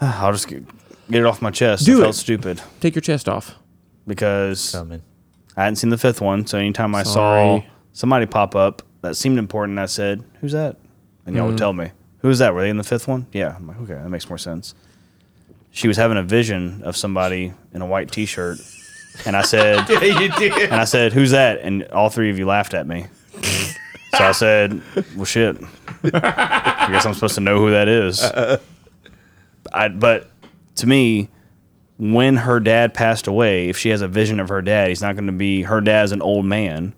S1: I'll just get, get it off my chest. I
S3: Do it.
S1: felt stupid
S3: Take your chest off.
S1: because
S2: Coming.
S1: I hadn't seen the fifth one. So anytime I saw
S3: Sorry.
S1: somebody pop up that seemed important, I said, "Who's that?" And y'all would tell me, "Who's that? Were they in the fifth one?" Yeah, I'm like, okay, that makes more sense. She was having a vision of somebody in a white T-shirt, and I said,
S4: you did.
S1: and I said, "Who's that?" And all three of you laughed at me. so I said, "Well, shit. I guess I'm supposed to know who that is." I, but to me, when her dad passed away, if she has a vision of her dad, he's not going to be her dad's an old man.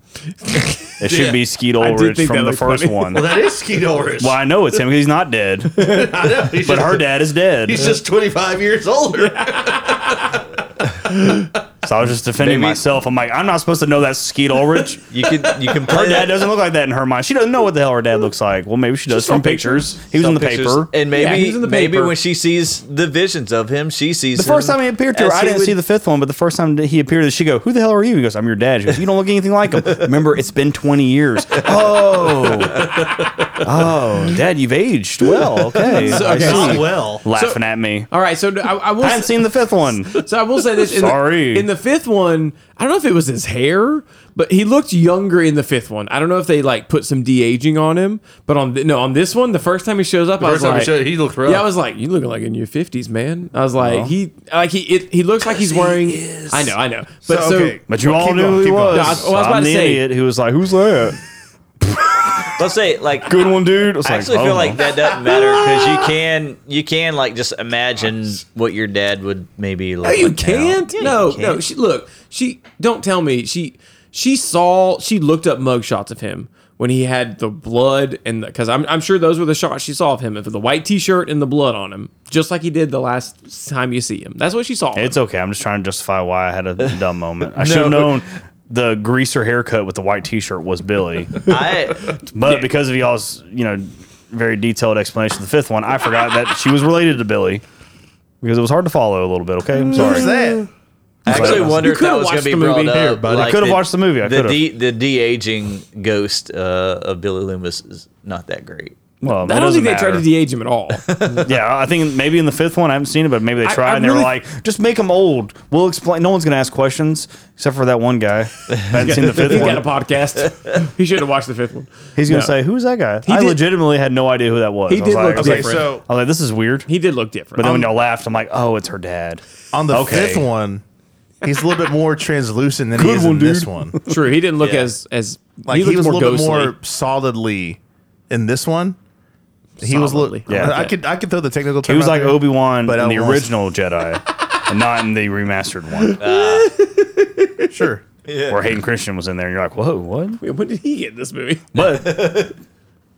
S1: It should be Skeet Ulrich
S3: think that
S1: from the
S3: looked
S1: first
S3: funny.
S1: one.
S4: Well, that is Skeet Ulrich.
S1: Well, I know it's him because he's not dead, but
S4: I know. He's just,
S1: her dad is dead.
S4: He's just 25 years older.
S1: So I was just defending
S2: Maybe-
S1: myself. I'm like, I'm not supposed to know that's Skeet Ulrich.
S2: You can you can
S1: Her
S2: play
S1: dad
S2: that
S1: doesn't look like that in her mind. She doesn't know what the hell her dad looks like. Well, maybe she does
S3: saw
S1: from pictures.
S3: pictures.
S1: He was in the
S2: pictures,
S1: paper.
S2: and maybe
S3: Yeah, he's in the
S2: maybe
S3: paper.
S2: when she sees the visions of him, she sees
S1: the first
S2: him
S1: time he appeared to her,
S2: as
S1: I
S2: he
S1: didn't
S2: would-
S1: see the fifth one, but the first time that he appeared, she go, "Who the hell are you?" He goes, "I'm your dad." She goes, "You don't look anything like him." Remember, it's been 20 years. Oh, oh, Dad, you've aged well. Okay, I see.
S4: Not well.
S1: laughing at me.
S3: All right, so I, I will.
S1: I haven't seen the fifth one.
S3: so I will say this. In
S1: Sorry.
S3: The, in the fifth one, I don't know if it was his hair, but he looked younger in the fifth one. I don't know if they like put some de aging on him, but on th- no on this one, the first time he shows up, I was
S4: First time he
S3: like,
S4: showed- he looked rough.
S3: yeah, I was like, you looking like in your fifties, man. I was like, he like he it, he looks like he's wearing. I know, I know, but so.
S5: okay.
S1: But you
S5: Well,
S1: all
S5: keep
S1: knew
S5: going,
S1: who he
S5: keep going.
S1: was.
S3: No, I was- well, I was
S1: I'm
S3: about to
S1: the
S3: say-
S1: idiot who was like, "Who's that?"
S2: let's say like
S1: Good one, dude. It's
S2: I actually
S1: oh,
S2: feel like that doesn't matter because you can you can like just imagine what your dad would maybe
S3: No,
S2: like.
S3: you
S2: now.
S3: can't.
S2: Yeah,
S3: no,
S2: you can't.
S3: no. She look. She don't tell me. She she saw. She looked up mugshots of him when he had the blood and because I'm I'm sure those were the shots she saw of him. If the white T-shirt and the blood on him, just like he did the last time you see him. That's what she saw. of him.
S1: It's okay. I'm just trying to justify why I had a dumb moment. I should have known the greaser haircut with the white T-shirt was Billy,
S2: I
S1: but because of y'all's you know very detailed explanation of the fifth one, I forgot that she was related to Billy because it was hard to follow a little bit. Okay, I'm sorry.
S5: Where's
S3: Mm,
S5: that?
S2: I actually wonder if
S3: could've
S2: that was going to
S3: watched
S2: be
S3: the
S2: brought
S3: movie.
S2: up.
S3: Here,
S1: I
S2: like
S1: could've
S2: the-
S1: watched the movie. I
S2: the
S1: could've.
S2: de- the de aging ghost uh, of Billy Loomis is not that great.
S1: Well,
S3: I
S1: it
S3: don't
S1: doesn't
S3: think they tried to
S1: matter.
S3: de-age him at all.
S1: Yeah, I think maybe in the fifth one, I haven't seen it, but maybe they
S3: I-
S1: tried
S3: I
S1: and they
S3: really-
S1: were like, just make them old. We'll explain. No one's going to ask questions except for that one guy. I hadn't seen the
S3: He's
S1: fifth
S3: got a
S1: one.
S3: podcast. he should have watched the fifth one.
S1: He's going to
S3: No.
S1: say, who's that guy? I
S3: did-
S1: legitimately had no idea who that was.
S3: He
S1: I was
S3: did
S1: like,
S3: look
S1: okay,
S5: Okay,
S3: different.
S5: so
S1: I was like, this is weird.
S3: He did look different.
S1: But then when y'all laughed, I'm like, oh, it's her dad.
S5: on the
S1: Okay.
S5: fifth one, he's a little bit more translucent than he is in this one.
S3: True, he didn't look
S2: Yeah.
S3: as as
S5: Like he,
S3: looked
S5: was a little
S3: ghostly.
S5: bit more solidly in this one. He was a little.
S3: Solidly.
S1: Yeah.
S5: Yeah, I could I could throw the technical.
S1: He
S5: term
S1: was
S5: out
S1: like
S5: there.
S1: Obi Wan
S5: But
S1: in
S5: I
S1: the
S5: lost-
S1: original Jedi and not in the remastered one
S5: Sure.
S1: where Hayden Christian was in there. And you're like, whoa, what?
S3: Wait, When did he get in this movie?
S1: But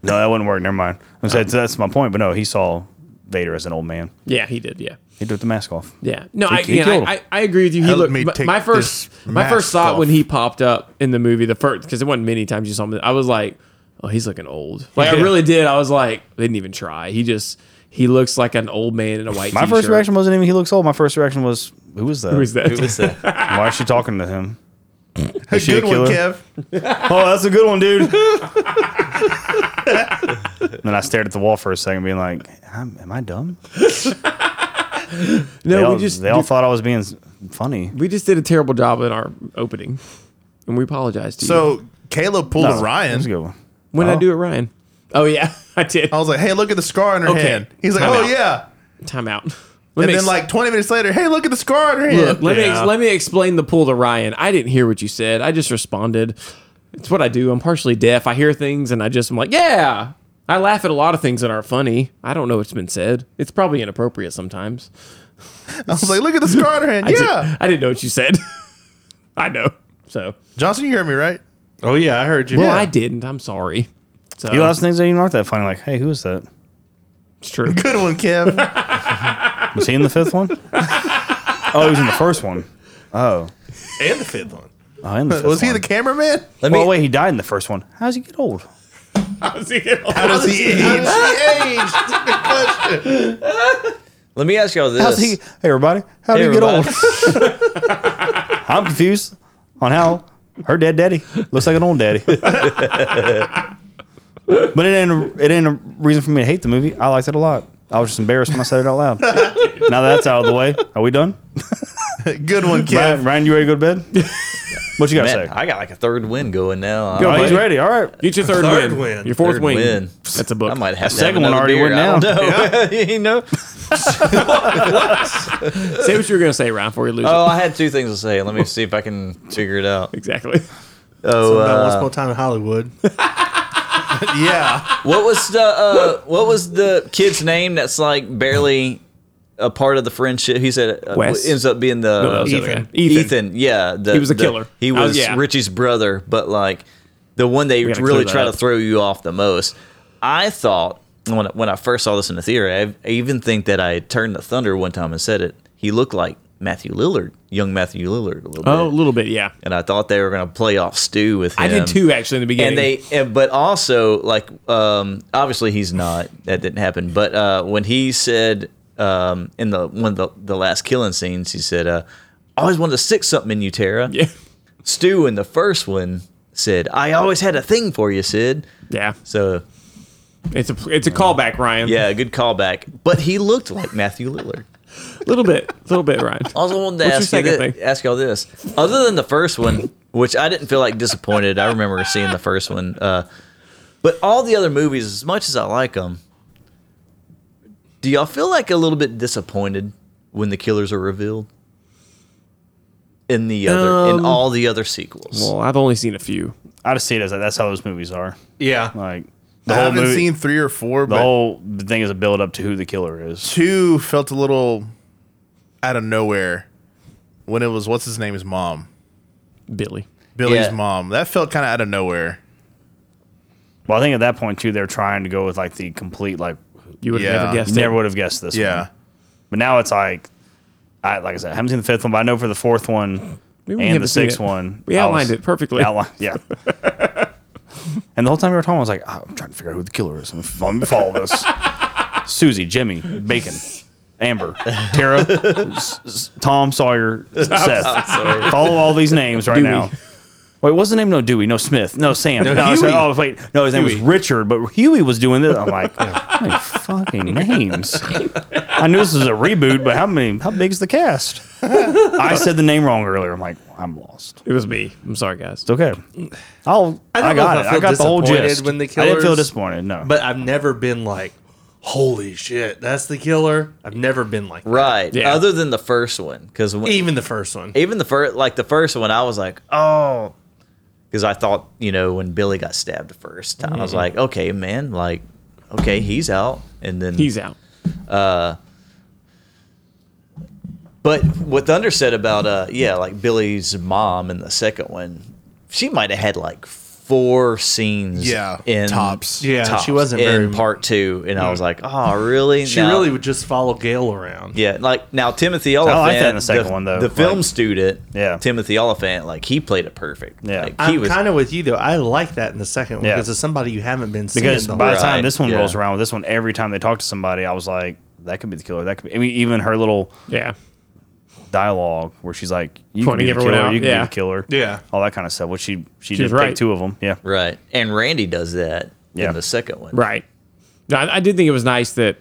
S1: no, that wouldn't work. Never mind. I'm saying, so that's my point. But no, he saw Vader as an old man.
S3: Yeah, he did. Yeah.
S1: He took the mask off.
S3: Yeah. No, I,
S1: He- he
S3: yeah,
S1: killed
S3: I, I,
S1: him.
S3: I agree with you. He
S5: Help
S3: looked,
S5: me
S3: my,
S5: take
S3: my first
S5: this
S3: my first
S5: mask
S3: thought when
S5: off.
S3: he popped up in the movie, the first because it wasn't many times you saw him. I was like, oh, he's looking old. Like I
S5: Yeah.
S3: really did. I was like, they didn't even try. He just he looks like an old man in a white.
S1: My first
S3: t-shirt.
S1: reaction wasn't even he looks old. My first reaction was, who was that?
S3: Who is that?
S1: Why is she talking to him?
S5: A
S1: she a
S5: good one,
S1: killer?
S5: Kev.
S1: Oh, that's a good one, dude. and then I stared at the wall for a second, being like, am, am I dumb? they
S3: no,
S1: all,
S3: we just
S1: they all thought I was being s- funny.
S3: we just did a terrible job in our opening, and we apologize to you.
S5: So Caleb pulled Oh, a Ryan.
S1: That's a good one.
S3: when I do it, Ryan. Oh yeah, I did.
S5: I was like, "Hey, look at the scar on her
S3: Okay.
S5: hand." He's like,
S3: Time
S5: "Oh
S3: out.
S5: yeah."
S3: Time out.
S5: And then
S3: ex-
S5: like 20 minutes later, "Hey, look at the scar on her
S3: Look,
S5: hand."
S3: let me
S5: Yeah.
S3: ex- let me explain the pull to Ryan. I didn't hear what you said. I just responded. It's what I do. I'm partially deaf. I hear things and I just am like, yeah. I laugh at a lot of things that aren't funny. I don't know what's been said. It's probably inappropriate sometimes.
S5: I was like, "Look at the scar on her hand."
S3: I did-
S5: yeah.
S3: I didn't know what you said. I know. So
S5: Johnson, you heard me right?
S4: Oh yeah, I heard you.
S3: well,
S4: Yeah.
S3: I didn't. I'm sorry. So
S1: You asked things that even aren't that funny. Like, hey, who is that?
S3: it's true.
S5: Good one, Kev.
S1: Was he in the fifth one? oh, he was in the first one. Oh,
S5: and the fifth one.
S1: oh in the fifth
S5: Was he
S1: one.
S5: the cameraman?
S2: Let
S1: well,
S2: me.
S1: wait, he died in the first one. How does he get old?
S5: How does he age? How does he age?
S2: Let me ask y'all this.
S1: How's he? Hey, everybody. How do
S2: Hey,
S1: you get old?
S2: everybody.
S1: I'm confused on how her dead daddy looks like an old daddy. but it ain't a, it ain't a reason for me to hate the movie. I liked it a lot. I was just embarrassed when I said it out loud. now that's out of the way, are we done?
S5: Good one,
S1: Ryan,
S5: Kev.
S1: Ryan, you ready to go to bed? What you got to say?
S2: Man, I got like a third win going now.
S1: oh,
S2: I
S1: he's
S3: buddy.
S1: ready. All right.
S3: Get your third,
S4: Third
S3: win.
S4: win.
S3: Your fourth
S2: Third
S3: win.
S2: win.
S3: That's a book.
S2: I might have to
S1: Second
S2: have
S1: one
S2: another
S1: already went
S2: beer. I don't
S1: down.
S2: know. you know.
S3: Say what you were gonna say, Ryan, before you lose.
S2: Oh,
S3: it.
S2: I had two things to say. Let me see if I can figure it out.
S3: Exactly.
S2: Oh,
S4: About Once
S2: uh,
S4: upon a time in Hollywood.
S5: yeah.
S2: what was the uh, what was the kid's name? That's like barely a part of the friendship. He said uh,
S3: Wes?
S2: ends up being the
S3: No, that was the other
S2: Ethan.
S3: guy. Ethan.
S2: Yeah, the-
S3: He was a
S2: the-
S3: killer.
S2: He
S3: I was-
S2: was
S3: yeah.
S2: Richie's brother, but like the one they
S3: gotta
S2: really
S3: clear
S2: try
S3: that
S2: to
S3: up.
S2: throw you off the most. I thought when when I first saw this in the theater, I, I even think that I turned the thunder one time and said it. He looked like Matthew Lillard, young Matthew Lillard, a little bit.
S3: Oh, a little bit, yeah.
S2: and I thought they were going to play off Stu with him.
S3: I did two actually in the beginning.
S2: And they, and, but also like, um, obviously he's not. That didn't happen. But uh, when he said um, in the one of the, the last killing scenes, he said, uh, "I always wanted to stick something in you, Tara."
S3: yeah.
S2: Stu in the first one said, "I always had a thing for you, Sid."
S3: Yeah.
S2: So
S3: It's a it's a callback, Ryan.
S2: yeah, good callback. But he looked like Matthew Lillard.
S3: a little bit, a little bit, Ryan.
S2: I also wanted to ask
S3: What's your
S2: you
S3: second
S2: thi- ask y'all this. Other than the first one, which I didn't feel like disappointed. I remember seeing the first one. Uh, but all the other movies, as much as I like them, do y'all feel like a little bit disappointed when the killers are revealed?
S3: Um,
S2: In the other, in all the other sequels,
S3: Well, I've only seen a few.
S1: I just see it as like, that's how those movies are.
S5: Yeah.
S1: Like
S5: I
S1: the whole
S5: haven't
S1: movie,
S5: seen three or four,
S1: the
S5: but
S1: whole thing is a build up to who the killer is.
S5: two felt a little out of nowhere when it was what's his name? His mom.
S3: Billy.
S5: Billy's
S2: Yeah.
S5: mom. That felt kind of out of nowhere.
S1: Well, I think at that point too, they're trying to go with like the complete like
S3: You would have
S5: Yeah.
S3: never guessed
S1: you
S3: it.
S1: never would have guessed this.
S5: Yeah.
S1: one. but now it's like, I like I said, I haven't seen the fifth one, but I know for the fourth one
S3: We wouldn't
S1: and
S3: have
S1: the
S3: seen
S1: sixth
S3: it.
S1: one,
S3: We
S1: I
S3: outlined
S1: was-
S3: it perfectly.
S1: outline, yeah. and the whole time we were talking, I was like, oh, I'm trying to figure out who the killer is. I'm gonna follow this. Susie, Jimmy, Bacon, Amber, Tara, S- S- Tom Sawyer, Seth. Follow all these names right now. Wait, what's the name? No Dewey, no Smith, no Sam. No, I was like, oh wait, no, his name was Richard, but Huey was doing this. I'm like, how many fucking names? I knew this was a reboot, but how many? How big's the cast? I said the name wrong earlier. I'm like, I'm lost.
S3: It was me. I'm sorry, guys.
S1: It's okay. I'll.
S4: I don't
S1: I, got it.
S4: know if I
S1: I
S4: feel
S1: got the whole
S4: disappointed
S1: gist.
S4: when the
S1: I didn't feel
S4: killers-
S1: disappointed. No,
S4: But I've never been like, holy shit, that's the killer. I've never been like that.
S2: Right.
S3: Yeah.
S2: Other than the first one, because even
S4: Even the first one.
S2: even the first like the first one, I was like, oh, because I thought you know when Billy got stabbed the first time, I
S1: Mm-hmm.
S2: was like, okay, man, like, okay, he's out, and then
S3: He's out.
S2: But what Thunder said about uh yeah, like Billy's mom in the second one, she might have had like four scenes
S5: Yeah,
S2: in
S5: tops.
S4: Yeah,
S2: tops
S4: she wasn't
S2: in
S4: very-
S2: part two. And I was like, Oh really?
S4: She
S2: Now-
S4: really would just follow Gail around.
S2: Yeah, like now Timothy
S1: that
S2: Oliphant.
S1: in the second one, though.
S2: The
S1: Like-
S2: film student,
S1: Yeah.
S2: Timothy Oliphant, like he played it perfect.
S1: Yeah.
S2: like, he
S4: I'm
S2: was.
S4: kind of with you though. I like that in the second one
S1: Yeah.
S4: because it's somebody you haven't been seeing.
S1: because
S4: the
S1: by
S4: whole
S1: the
S2: Right.
S1: time this one
S2: Yeah.
S1: rolls around with this one, every time they talk to somebody, I was like, that could be the killer. That could be. I mean, even her little
S3: Yeah.
S1: dialogue where she's like, you can
S3: Pointing
S1: be the
S3: everyone
S1: killer.
S3: out,
S1: You can
S3: yeah.
S1: be the killer.
S5: Yeah.
S1: All that kind of stuff. Which she she did
S3: was right.
S1: pick two of them. Yeah.
S2: Right, and Randy does that
S1: Yeah.
S2: in the second one.
S3: Right. No, I, I did think it was nice that.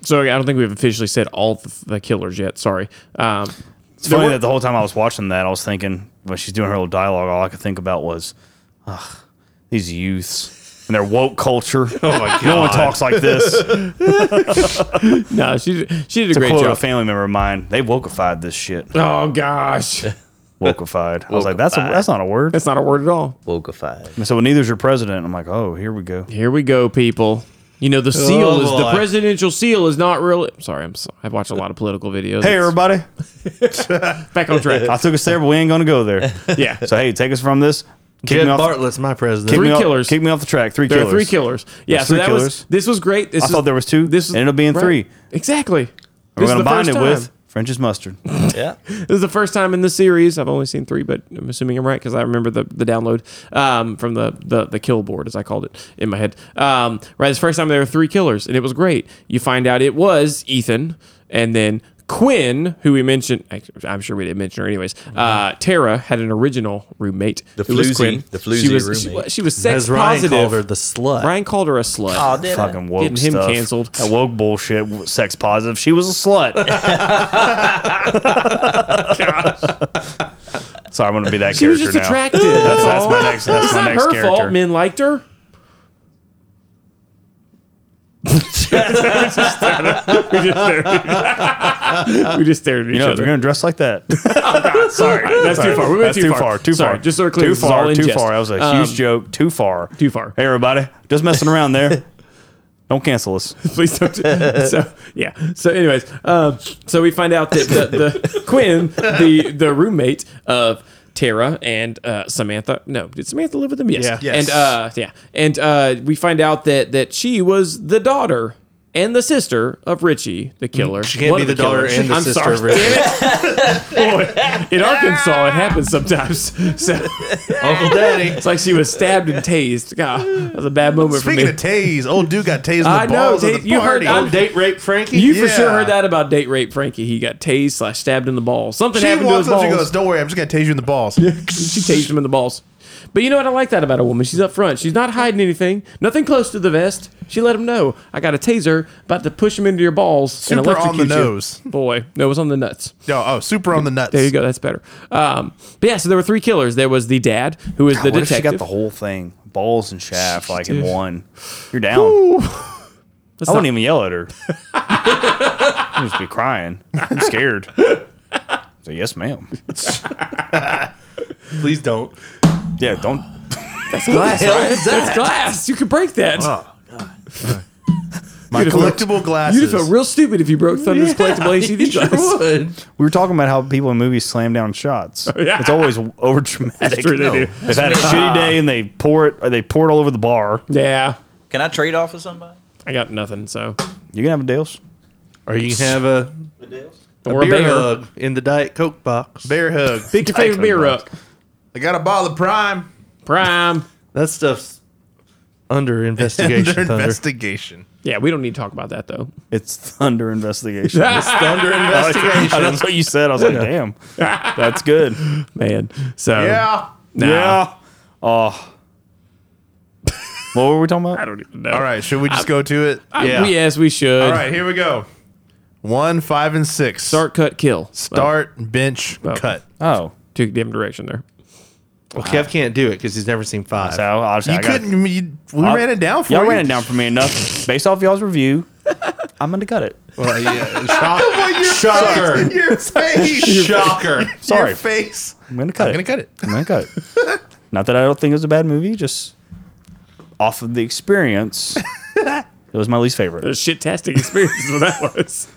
S3: So I don't think we've officially said all the, the killers yet. Sorry. Um,
S1: It's funny that the whole time I was watching that, I was thinking when she's doing her little dialogue, all I could think about was, ugh, these youths and their woke culture. oh my god. No one talks like this.
S3: no, she she did a
S1: to
S3: great
S1: quote
S3: job.
S1: a family member of mine, they wokeified this shit.
S3: oh gosh,
S1: Wokeified. I was like, that's a, that's not a word.
S3: that's not a word at all.
S2: Wokified.
S1: And so when neither's your president, I'm like, oh, here we go.
S3: Here we go, people. You know the seal
S4: Oh,
S3: is the
S4: boy.
S3: presidential seal is not really. Sorry, I'm. So, I've watched a lot of political videos.
S1: Hey
S3: It's
S1: everybody,
S3: back on track.
S1: I took us there, but we ain't gonna go there.
S3: yeah,
S1: So hey, take us from this. Kick
S4: Jed
S1: me off,
S4: Bartlett's my president.
S1: kick me
S3: Three
S1: off-
S3: killers.
S1: Kick me off the track. Three
S3: there
S1: killers.
S3: are three killers. Yeah,
S1: There's
S3: so
S1: three
S3: that was
S1: killers.
S3: this was great. This
S1: I
S3: is-
S1: thought there was two.
S3: This is-
S1: It ended up being
S3: right.
S1: three.
S3: Exactly.
S1: We're
S3: This is
S1: gonna
S3: the
S1: bind it
S3: first
S1: with
S3: time.
S1: French's mustard.
S2: Yeah,
S3: This is the first time in the series. I've only seen three, but I'm assuming I'm right because I remember the, the download um, from the, the the kill board, as I called it in my head. Um, right, this first time there were three killers, and it was great. You find out it was Ethan, and then Quinn, who we mentioned. actually, I'm sure we didn't mention her, anyways.
S4: Mm-hmm.
S3: Uh, Tara had an original roommate.
S2: The
S3: who was
S2: floozy-
S3: Quinn.
S2: the floozy
S3: she was,
S2: roommate.
S3: She, wa- she was sex
S4: As Ryan
S3: positive.
S4: called her the slut.
S3: Ryan called her a slut.
S2: oh, did I?
S1: Fucking woke
S3: uh, Getting him
S1: stuff.
S3: canceled.
S1: That woke bullshit. Sex positive. She was a slut. Sorry, I'm gonna be that
S3: She was
S1: character
S3: just
S1: now.
S3: attractive. That's,
S1: That's my next. That's
S3: It's
S1: my
S3: not
S1: next
S3: her
S1: character.
S3: fault. Men liked her. we just stared at each other. We just stared at
S1: You
S3: each
S1: know, if
S3: other.
S1: you're
S3: Oh,
S1: gonna dress like that.
S3: sorry, that's too far. We went
S1: That's
S3: too, far.
S1: Too
S3: Sorry,
S1: far.
S3: Just so we're clear,
S1: Too
S3: this is all
S1: far.
S3: in
S1: Too
S3: jest.
S1: far. That was a
S3: Um,
S1: huge joke. Too far.
S3: Too far.
S1: Hey, everybody, just messing around there. Don't cancel us.
S3: Please don't. so yeah. So anyways, um, so we find out that the, the Quinn, the the roommate of Tara and uh, Samantha. No, did Samantha live with them? Yes.
S4: Yeah.
S5: Yes.
S3: And uh, yeah, and uh, we find out that that she was the daughter. And the sister of Richie, the killer.
S4: She can't
S3: One
S4: be
S3: of
S4: the daughter
S3: killers.
S4: and the
S3: I'm
S4: sister
S3: sorry.
S4: of Richie.
S3: Boy, in Arkansas, it happens sometimes. So
S4: Uncle Daddy.
S3: it's like she was stabbed and tased. God, that was a bad moment
S5: Speaking
S3: for
S5: of
S3: me.
S5: tase, old dude got tased in the
S3: I know,
S5: balls at
S3: Tate,
S5: the
S3: you heard-
S5: party.
S3: I'm-
S4: Date rape Frankie.
S3: you for
S5: Oh,
S3: sure
S5: yeah.
S3: heard that about date rape Frankie. He got tased slash stabbed in the balls. Something
S5: she
S3: happened to his
S5: walks up, she goes,
S3: balls.
S5: "Don't worry, I'm just gonna tase you in the balls."
S3: She tased him in the balls. But you know what? I like that about a woman. She's up front. She's not hiding anything. Nothing close to the vest. She let him know. I got a taser, about to push him into your balls and
S5: Super on the
S3: electrocute you."
S5: nose.
S3: Boy, no, it was on the nuts.
S5: No, oh, super on the nuts.
S3: There you go. That's better. Um, but yeah, so there were three killers. There was the dad, who was the
S1: what if
S3: detective.
S1: she got the whole thing, balls and shaft, like in one? You're down. I
S3: not-
S1: wouldn't even yell at her. I'd just be crying. I'm scared. So yes, ma'am.
S4: Please don't.
S1: Yeah, don't.
S3: That's glass.
S2: hell
S3: right?
S2: is that?
S3: That's glass. You could break that.
S5: My
S3: Oh, Beautiful.
S5: collectible
S3: You'd
S5: glasses.
S3: have felt real stupid if you broke Thunder's collectible ACD glass.
S1: We were talking about how people in movies slam down shots.
S3: Oh, yeah.
S1: It's always over dramatic.
S3: true, they do.
S1: They've had a shitty day and they pour it. Or they pour it all over the bar.
S3: Yeah.
S2: Can I trade off with somebody?
S3: I got nothing, so.
S1: You can have a Dale's.
S4: Or you can have a,
S3: Or a
S4: beer
S3: bear.
S4: hug in the Diet Coke box.
S5: Bear hug.
S3: Pick your favorite beer up.
S5: I got a ball of prime
S3: Prime.
S4: That stuff's under investigation.
S5: under
S4: Thunder.
S5: investigation.
S3: Yeah, we don't need to talk about that, though.
S1: It's Thunder Investigation.
S5: Under
S1: That's
S5: investigation.
S1: what you said. I was like, damn, that's good.
S3: Man. So.
S5: yeah.
S3: Um, nah.
S1: Yeah. Oh. What were we talking
S3: I
S1: about?
S3: don't even know.
S5: All right. Should we just go to it?
S3: Yeah. yes, we should.
S5: All right. Here we go. One, five, and six.
S3: Start, cut, kill.
S5: Start, bench, cut.
S1: Oh.
S3: Two different direction there.
S4: Well, Kev can't do it because he's never seen five.
S1: So I, was-
S5: You
S1: I got-
S5: couldn't. you- we
S1: I-
S5: ran it down for
S1: y'all
S5: you.
S1: ran it down for me enough. Based off y'all's review, I'm going to cut it.
S4: Well, yeah, shock-
S5: Well, your
S4: Shocker.
S5: Face, your face.
S4: shocker.
S1: Sorry.
S5: Your face.
S1: I'm going to cut
S5: I'm
S1: it.
S5: gonna cut it.
S1: I'm going to cut it. Not that I don't think it was a bad movie, just off of the experience, it was my least favorite.
S3: A shit-tastic experience is what that was.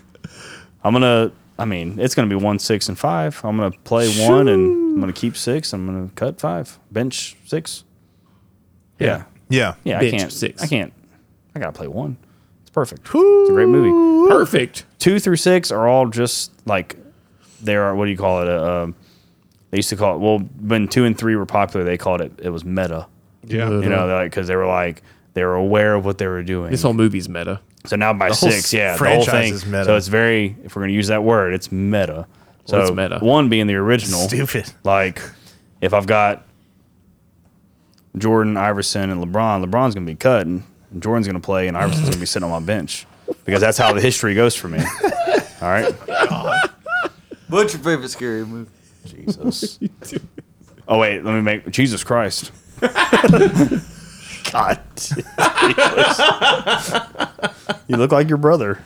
S1: I'm gonna. I mean, it's gonna be one, six, and five. I'm gonna play one, and I'm gonna keep six. I'm gonna cut five, bench six. Yeah,
S5: Yeah.
S1: yeah.
S3: Bench
S1: I can't.
S3: six.
S1: I can't. I gotta play one. It's perfect. It's a great movie.
S3: Perfect.
S1: Two through six are all just like they are. What do you call it? Uh, um, they used to call it. Well, when two and three were popular, they called it. It was meta.
S4: Yeah.
S1: You
S5: Uh-huh.
S1: know, they're like because they were like they were aware of what they were doing.
S3: This whole movie's meta.
S1: So now by
S5: whole
S1: six, yeah, the whole
S5: franchise
S1: thing.
S5: is meta.
S1: So it's very, if we're going to use that word, it's meta. So
S3: What's meta?
S1: One being the original.
S5: Stupid.
S1: Like, if I've got Jordan, Iverson, and LeBron, LeBron's going to be cut, and Jordan's going to play, and Iverson's going to be sitting on my bench because that's how the history goes for me. All right.
S2: What's your favorite scary movie?
S1: Jesus. Oh wait, let me make Jesus Christ. God. you look like your brother.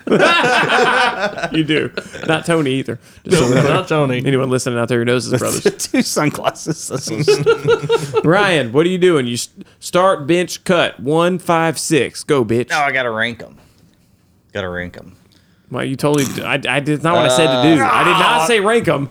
S3: You do. Not Tony either. Just so we know.
S4: Not Tony.
S3: Anyone listening out there who knows his brothers.
S1: Two sunglasses. That's some
S3: Ryan, what are you doing? You s- start, bench, cut. One, five, six. Go, bitch.
S2: No, I gotta rank them. Gotta rank them.
S3: Well, you totally. I, I did not what I said to do. I did not say rank them.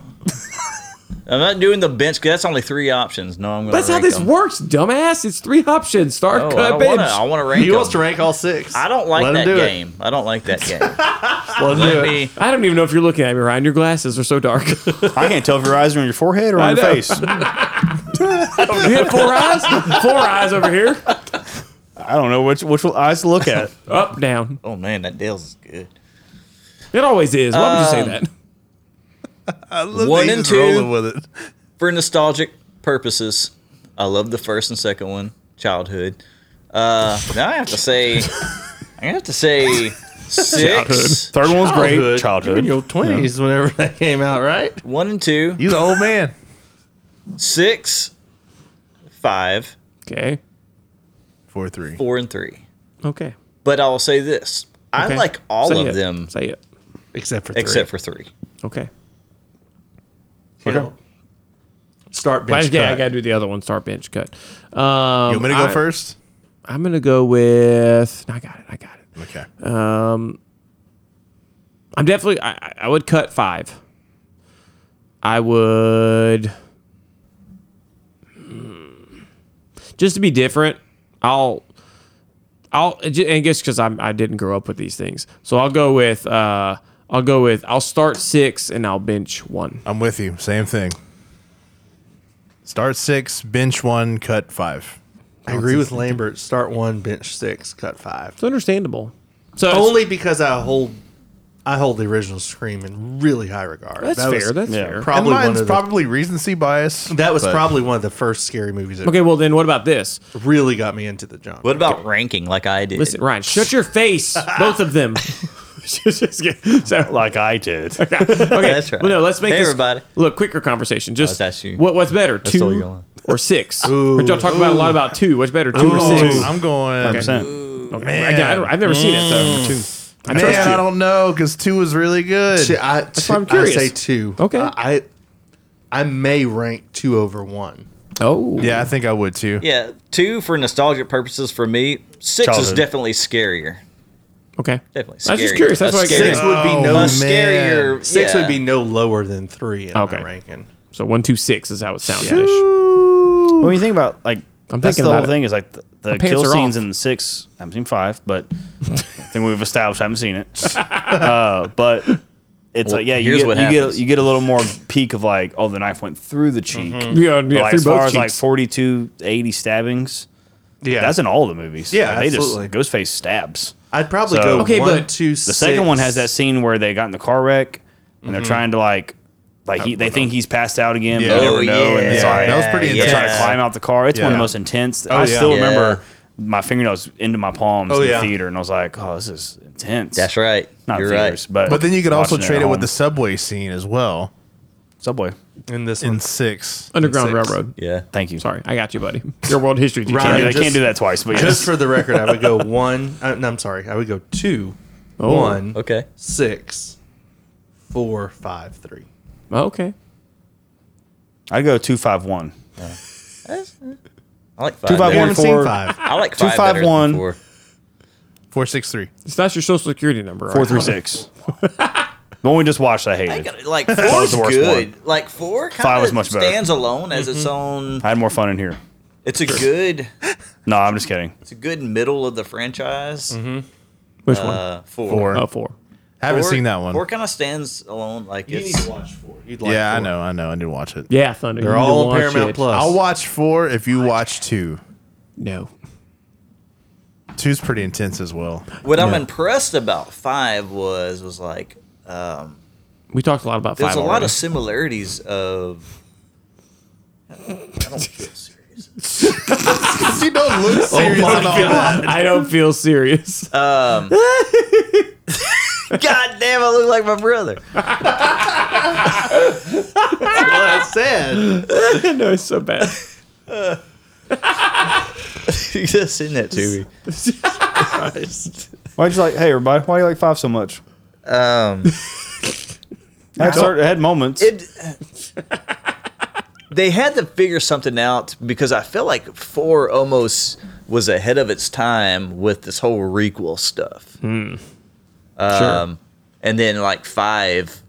S2: I'm not doing the bench because that's only three options. No, I'm gonna.
S3: That's how
S2: rank
S3: this
S2: 'em.
S3: works, dumbass. It's three options: start,
S2: No, I
S3: cut,
S2: don't wanna-
S3: bench.
S2: I want to rank.
S4: He wants
S2: 'em.
S4: to rank all six.
S2: I don't like
S4: Let him
S2: that
S4: do it.
S2: game. I don't like that game.
S4: Let him do
S2: Let
S4: it.
S2: me.
S3: I don't even know if you're looking at me, Ryan. Your glasses are so dark. you
S1: I can't tell if your eyes are on your forehead or on
S3: I
S1: your
S3: know.
S1: face. I
S3: have four eyes. Four eyes over here.
S1: don't know which which eyes to look at.
S3: Up, down.
S2: Oh man, that Dale's is good.
S3: It always is. Why would you
S2: Um,
S3: say that?
S5: I love
S2: One
S5: that
S2: and
S5: he's just rolling
S2: two.
S5: with it.
S2: For nostalgic purposes, I love the first and second one. Childhood. Uh, now I have to say, I have to say six,
S1: Third one's great.
S4: You're in
S1: Childhood.
S4: your twenties whenever that came out, right?
S2: one and two,
S5: He's an old man.
S2: six, five,
S3: Okay.
S5: Four three.
S2: four, and three.
S3: Okay.
S2: But I will say this: I
S3: Okay.
S2: like all
S3: Say
S2: of
S3: it.
S2: them
S3: Say it.
S4: Except for three.
S2: except for three.
S3: Okay.
S4: You know, start bench.
S3: Last, yeah, I
S4: cut.
S3: gotta do the other one. Start, bench, cut. Um,
S5: You want me to go
S3: I-
S5: first?
S3: I'm gonna go with. I got it. I got it.
S5: Okay.
S3: I'm definitely. I, I- I would cut five. I would. Hmm. Just to be different, I'll. I'll and ju- and I guess because I I didn't grow up with these things, so I'll go with uh I'll go with I'll start six and I'll bench one.
S5: I'm with you. Same thing. Start six, bench one, cut five.
S4: I agree with Lambert. Start one, bench six, cut five.
S3: It's understandable. So it's-
S4: Only because I hold, I hold the original Scream in really high regard.
S3: that's
S4: That was
S3: fair. that's
S1: yeah.
S3: fair.
S5: And
S4: probably one
S5: mine's
S4: of
S5: probably recency bias.
S4: the, that was
S5: but-
S4: probably one of the first scary movies that
S3: Okay, well then, what about this?
S4: really got me into the genre.
S2: What about ranking like I did?
S3: Listen, Ryan, shut your face, both of them. Just- just kidding. so
S1: Like I did.
S3: Okay,
S2: That's right.
S3: Well, no, let's make
S2: Hey,
S3: this
S2: everybody.
S3: look quicker conversation. Just
S2: that's you.
S3: what what's better,
S2: all you
S3: two
S2: want.
S3: or six? Which y'all talk about a lot about two. What's better, two or
S5: Oh,
S3: six?
S5: I'm going.
S1: Percent.
S3: I, I don't, I've never seen it, so two. I
S5: Man,
S3: trust you.
S5: I don't know because two was really good.
S4: Two- I,
S3: why I'm
S4: I
S3: curious.
S4: say two.
S3: Okay.
S4: I, I I may rank two over one.
S3: Oh.
S5: Yeah, I think I would too.
S2: Yeah, two for nostalgia purposes for me. Six is
S1: Childhood.
S2: definitely scarier.
S3: Okay.
S2: Definitely.
S3: I was just
S2: scarier.
S3: curious. That's
S2: A
S3: what I
S2: scarier-
S3: get.
S4: Six would be no
S2: A
S4: man.
S2: scarier-
S4: Six
S2: yeah.
S4: would be no lower than three in
S3: Okay.
S4: my ranking.
S3: So one two six is how it sounds.
S1: When you think about like
S3: I'm
S1: that's
S3: thinking
S1: the whole
S3: about it.
S1: thing is like the, the
S3: pants
S1: kill
S3: are
S1: scenes
S3: off.
S1: in six. I haven't seen five, but I think we've established I haven't seen it. Uh, but it's
S2: Well,
S1: like yeah, you
S2: here's
S1: get,
S2: what
S1: you get
S2: happens.
S1: you get a little more peak of like oh the knife went through the cheek.
S3: Mm-hmm. Yeah, yeah,
S1: But, like,
S3: through
S1: as far
S3: both
S1: as like
S3: cheeks.
S1: 42, 80 stabbings,
S4: Yeah,
S1: that's in all the movies.
S4: Yeah,
S1: they
S4: absolutely.
S1: just Ghostface stabs.
S4: I'd probably
S1: So-
S4: go
S3: Okay,
S4: one,
S3: but
S4: two,
S1: The second one has that scene where they got in the car wreck and they're trying to like like he, they think he's passed out again,
S5: Mm-hmm. Yeah.
S1: but they never
S5: Oh,
S1: know. And it's
S5: yeah.
S1: like,
S5: That was pretty
S1: They're trying to
S5: intense.
S1: climb out the car. It's one of
S5: Yeah.
S1: the most intense.
S5: Oh,
S1: I
S5: yeah.
S1: still
S5: Yeah.
S1: remember my fingernails into my palms in
S4: Oh,
S1: the
S4: yeah.
S1: theater, and I was like, "Oh, this is intense."
S2: That's right.
S1: Not
S2: You're
S1: theaters,
S2: right.
S1: but
S5: But then you could also
S1: watching
S5: trade
S1: at
S5: it with
S1: home.
S5: the subway scene as well
S1: subway.
S4: in this
S5: in
S4: one.
S5: six.
S3: Underground
S5: In six.
S3: Railroad.
S2: Yeah.
S1: Thank you.
S3: Sorry, I got you, buddy. Your world history teacher.
S1: Can't do,
S4: Ryan,
S1: that-
S4: just-
S1: can't do that twice. But
S4: Just
S1: yes.
S4: for the record, I would go one. Uh, no, I'm sorry. I would go two,
S3: Oh,
S4: one,
S2: Okay.
S4: six, four, five, three.
S3: Oh, Okay.
S1: I go two five one.
S2: I like five.
S1: Two five
S2: better.
S1: one
S4: haven't seen
S1: four
S4: five.
S2: I like five. better than
S1: 251.
S2: four.
S5: Four six three.
S3: It's not your social security number.
S1: four
S3: right?
S1: three six. The one we just watched, I
S2: I ain't
S1: hated.
S2: gonna- Like four
S1: was
S2: is
S1: the worst
S2: good. Like four kind
S1: Five
S2: of
S1: was much better.
S2: stands alone as its own.
S1: I had more fun in here.
S2: It's a good.
S1: No, I'm just kidding.
S2: It's a good middle of the franchise.
S3: Which one?
S2: Uh, four.
S5: Four.
S3: Oh, four.
S5: Haven't
S2: Four-
S5: seen that one.
S2: Four kind of stands alone. Like it's.
S4: watch four. You'd
S5: yeah, I know, I know. I didn't watch it.
S3: Yeah, Thunder.
S4: They're
S3: you need to
S4: all on
S3: watch
S4: Paramount
S3: it.
S4: Plus.
S5: I'll watch four if you watch two.
S3: No.
S5: Two's pretty intense as well.
S2: What I'm impressed about five was was like um,
S3: We talked a lot about
S2: there's
S3: five.
S2: a lot
S3: already.
S2: of similarities of. I don't feel serious.
S5: you don't look serious at all.
S3: Oh I don't feel serious.
S2: Uh, God damn, I look like my brother.
S4: I said.
S3: no, it's so bad.
S2: you just send that to me.
S1: Why'd you like? Hey, everybody, why do you like five so much? I
S2: Um,
S1: had, certain, I had moments.
S2: it, they had to figure something out because I feel like four almost was ahead of its time with this whole requel stuff. Um, And then like five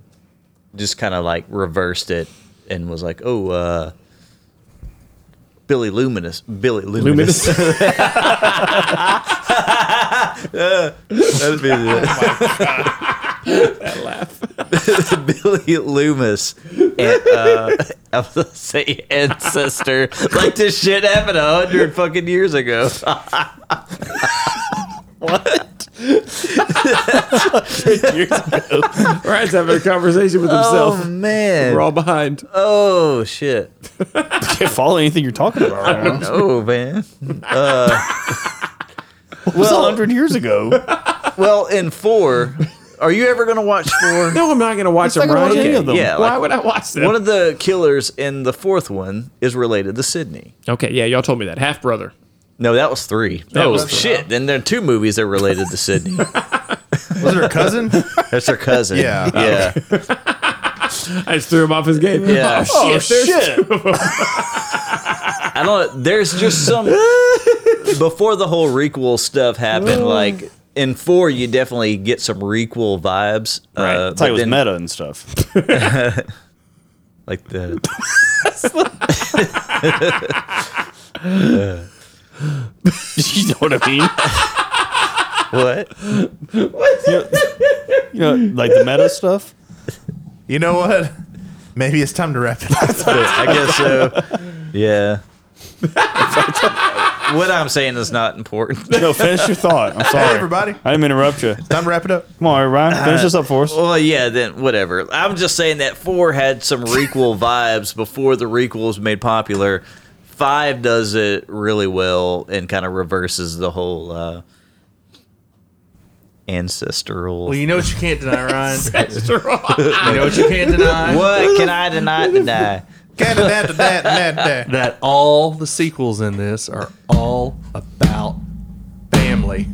S2: just kind of like reversed it and was like, oh, uh, Billy Luminous, Billy Luminous. That'd be the Billy Loomis and, uh, I was gonna say ancestor. Like this shit happened a hundred fucking years ago. Oh, what?
S3: Ryan's having a conversation with himself.
S2: Oh man.
S3: We're all behind.
S2: oh shit.
S1: I can't follow anything you're talking about. Right now.
S2: No man.
S1: It was hundred years ago.
S2: Well, in four, are you ever gonna watch four?
S3: No, I'm not going to watch them.
S1: not gonna watch
S3: Ryan.
S1: any of them.
S2: Yeah,
S3: Why
S2: like-
S3: would I watch them?
S2: One of the killers in the fourth one is related to Sydney.
S3: okay, yeah, y'all told me that. Half brother.
S2: No, that was three.
S3: That
S2: oh
S3: was three.
S2: shit! Then there are two movies that are related to Sydney.
S5: Was it her cousin?
S2: That's her cousin.
S5: Yeah.
S2: yeah,
S3: I just threw him off his game.
S2: yeah.
S1: Oh shit!
S2: I don't. There's just some before the whole requel stuff happened. like in four, you definitely get some requel vibes.
S1: Right.
S2: Uh,
S1: it's like it
S2: but
S1: was
S2: then,
S1: meta and stuff.
S2: Like the
S1: you know what I mean?
S2: what?
S1: You know, like the meta stuff.
S5: You know what? Maybe it's time to wrap it up.
S2: I guess so. Yeah. what I'm saying is not important.
S1: No, finish your thought. I'm sorry,
S5: Hey, everybody.
S1: I didn't interrupt you.
S5: Time to wrap it up.
S1: Come on, Ryan, finish this up for us.
S2: Well, yeah, then whatever. I'm just saying that four had some requel vibes before the requel was made popular. Five does it really well and kind of reverses the whole uh, ancestral.
S4: Well, you know what you can't deny, Ryan.
S3: They're all-
S4: you know what you can't deny.
S2: what can I deny? Deny?
S5: Cat and that, that, that, that.
S4: That all the sequels in this are all about family.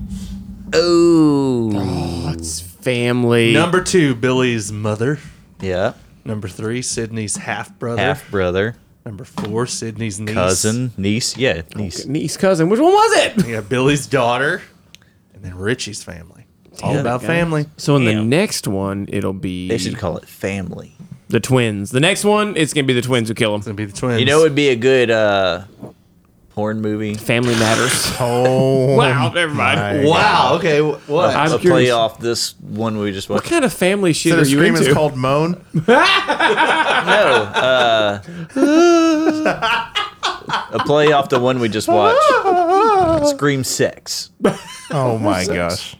S2: Oh,
S3: It's family.
S4: Number two, Billy's mother.
S2: yeah,
S4: Number three, Sydney's half brother.
S2: half brother.
S4: Number four, Sydney's niece.
S2: Cousin, niece, yeah, niece.
S3: Niece, cousin. Which one was it?
S4: Yeah, Billy's daughter. And then Richie's family. All about family.
S3: So in the next one, it'll be
S2: They should call it family.
S3: the twins. The next one, it's gonna be the twins who kill them.
S4: Gonna be the twins.
S2: You know, it'd be a good uh, porn movie.
S3: Family matters.
S5: Oh,
S3: wow, never mind.
S4: Wow. Okay. wh- What?
S3: I'm
S2: a
S3: curious.
S2: play uh, off this one we just
S3: What
S2: watched.
S3: kind of family shit
S5: Instead
S3: are
S5: of
S3: you
S5: scream,
S3: into?
S5: it's called moan.
S2: No, uh, a play off the one we just watched. Scream sex.
S5: Oh my gosh!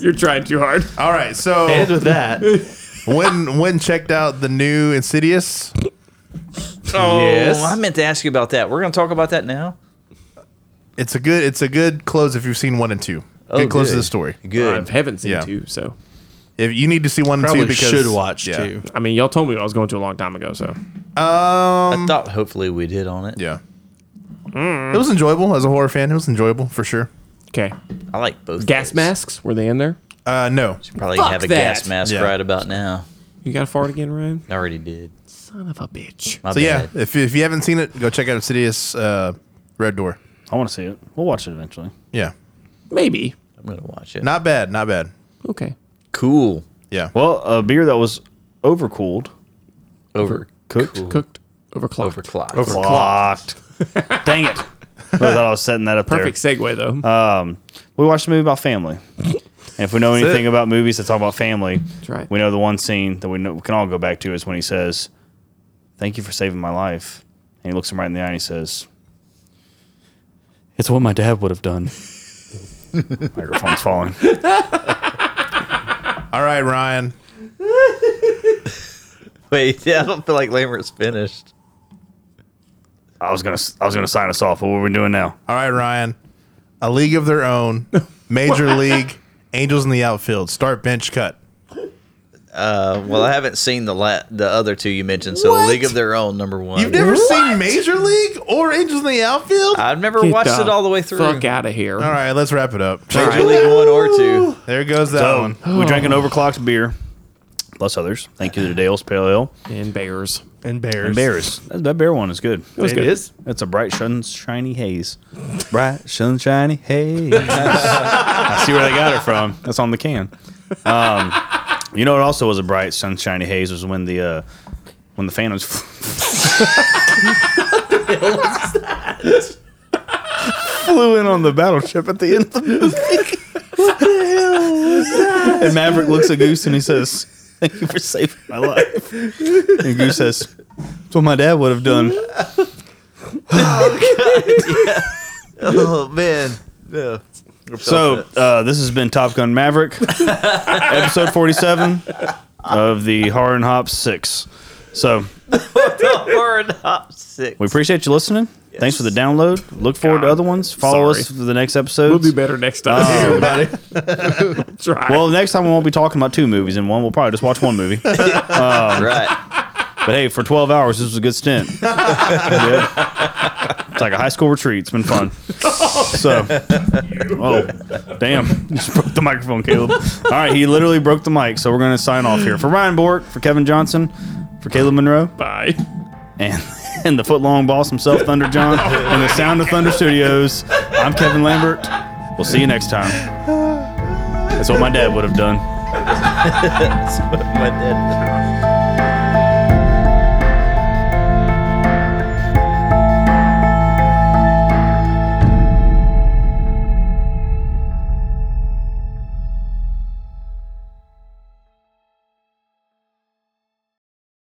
S3: You're trying too hard.
S5: All right, so
S4: End with that.
S5: when when checked out the new Insidious,
S2: Oh, I meant to ask you about that. We're gonna talk about that now.
S5: it's a good it's a good close if you've seen one and two.
S2: Oh,
S5: good close to
S2: good.
S5: the story.
S3: I
S2: Good.
S3: Uh, haven't seen
S5: Yeah.
S3: two, so
S5: If you need to see one and
S4: Probably
S5: two, because
S4: should watch
S5: yeah.
S4: too.
S3: I mean, y'all told me what I was going to a long time ago. So
S5: Um,
S2: I Mm. thought hopefully we'd hit on it.
S5: yeah, it was enjoyable as a horror fan. It was enjoyable for sure.
S3: okay,
S2: I like both.
S3: gas
S2: those.
S3: masks were they in there?
S5: Uh, no,
S2: Probably
S3: Fuck
S2: have a
S3: that.
S2: gas mask
S5: Yeah.
S2: right about now.
S3: You got a fart again, Ryan?
S2: I already did.
S3: Son of a bitch.
S2: My
S5: so yeah,
S2: bad.
S5: if, if you haven't seen it, go check out Insidious uh, Red Door.
S1: I want to see it. We'll watch it eventually.
S5: Yeah,
S3: Maybe.
S2: I'm gonna watch it.
S5: not bad, not bad.
S3: Okay.
S2: cool.
S5: Yeah,
S1: Well, a beer that was overcooled,
S2: Over
S1: cooked,
S3: Cooked, overclocked.
S2: overclocked.
S1: clocked. Dang it! I thought I was setting that up
S3: Perfect segue though.
S2: Uh,
S1: there. Um, we watched a movie about family. And if we know anything about movies that talk about family,
S3: right.
S1: we know the one scene that we, know, we can all go back to is when he says, "Thank you for saving my life," and he looks him right in the eye and he says, "It's what my dad would have done." Microphone's falling.
S5: all right, Ryan.
S2: Wait, yeah, I don't feel like Lamer's finished.
S1: I was gonna, I was gonna sign us off. but What are we doing now?
S5: All right, Ryan. A league of their own, major league, Angels in the outfield. Start bench cut.
S2: Uh, well, I haven't seen the la- the other two you mentioned. So League of Their Own, number one.
S5: You've never seen major league or Angels in the outfield?
S2: I've never
S3: Get
S2: watched
S3: the
S2: it all the way through.
S3: Fuck out of here.
S5: All right, let's wrap it up.
S2: Major League One or two.
S5: There goes that
S1: So
S5: one.
S1: Oh, we drank an overclocked beer, plus others. Thank you to Dale's Pale Ale.
S3: And bears.
S4: And bears.
S1: Bears. That, that bear one is good.
S3: was It good. is?
S1: It's a bright, sunshiny haze. Bright, sunshiny haze. I see where they got it from. That's on the can. Um, you know, it also was a bright, sunshiny haze was when the uh, when the Phantoms. Flew in on the battleship at the end of the movie. And Maverick looks at Goose and he says, "Thank you for saving my life." And Goose says, "That's what my dad would have done."
S2: Oh man. Yeah.
S1: So uh, this has been Top Gun Maverick, episode forty-seven of the Horror and Hop Six. So
S2: Word hop six.
S1: we appreciate you listening. Thanks for the download. Look forward to other ones. Follow us for the next episode.
S3: We'll do better next time.
S2: Oh.
S5: Everybody.
S3: Try.
S1: Well, next time we won't be talking about two movies in one. We'll probably just watch one movie. but
S2: right.
S1: hey, for twelve hours, this was a good stint. Yeah. It's like a high school retreat. It's been fun. So, oh, damn. Just broke the microphone, Caleb. All right, he literally broke the mic. So, we're going to sign off here. For Ryan Bork, for Kevin Johnson, for Caleb Monroe,
S3: Bye.
S1: and and the footlong boss himself, Thunder John, and the sound of Thunder Studios. I'm Kevin Lambert. We'll see you next time. That's what my dad would have done.
S2: My dad.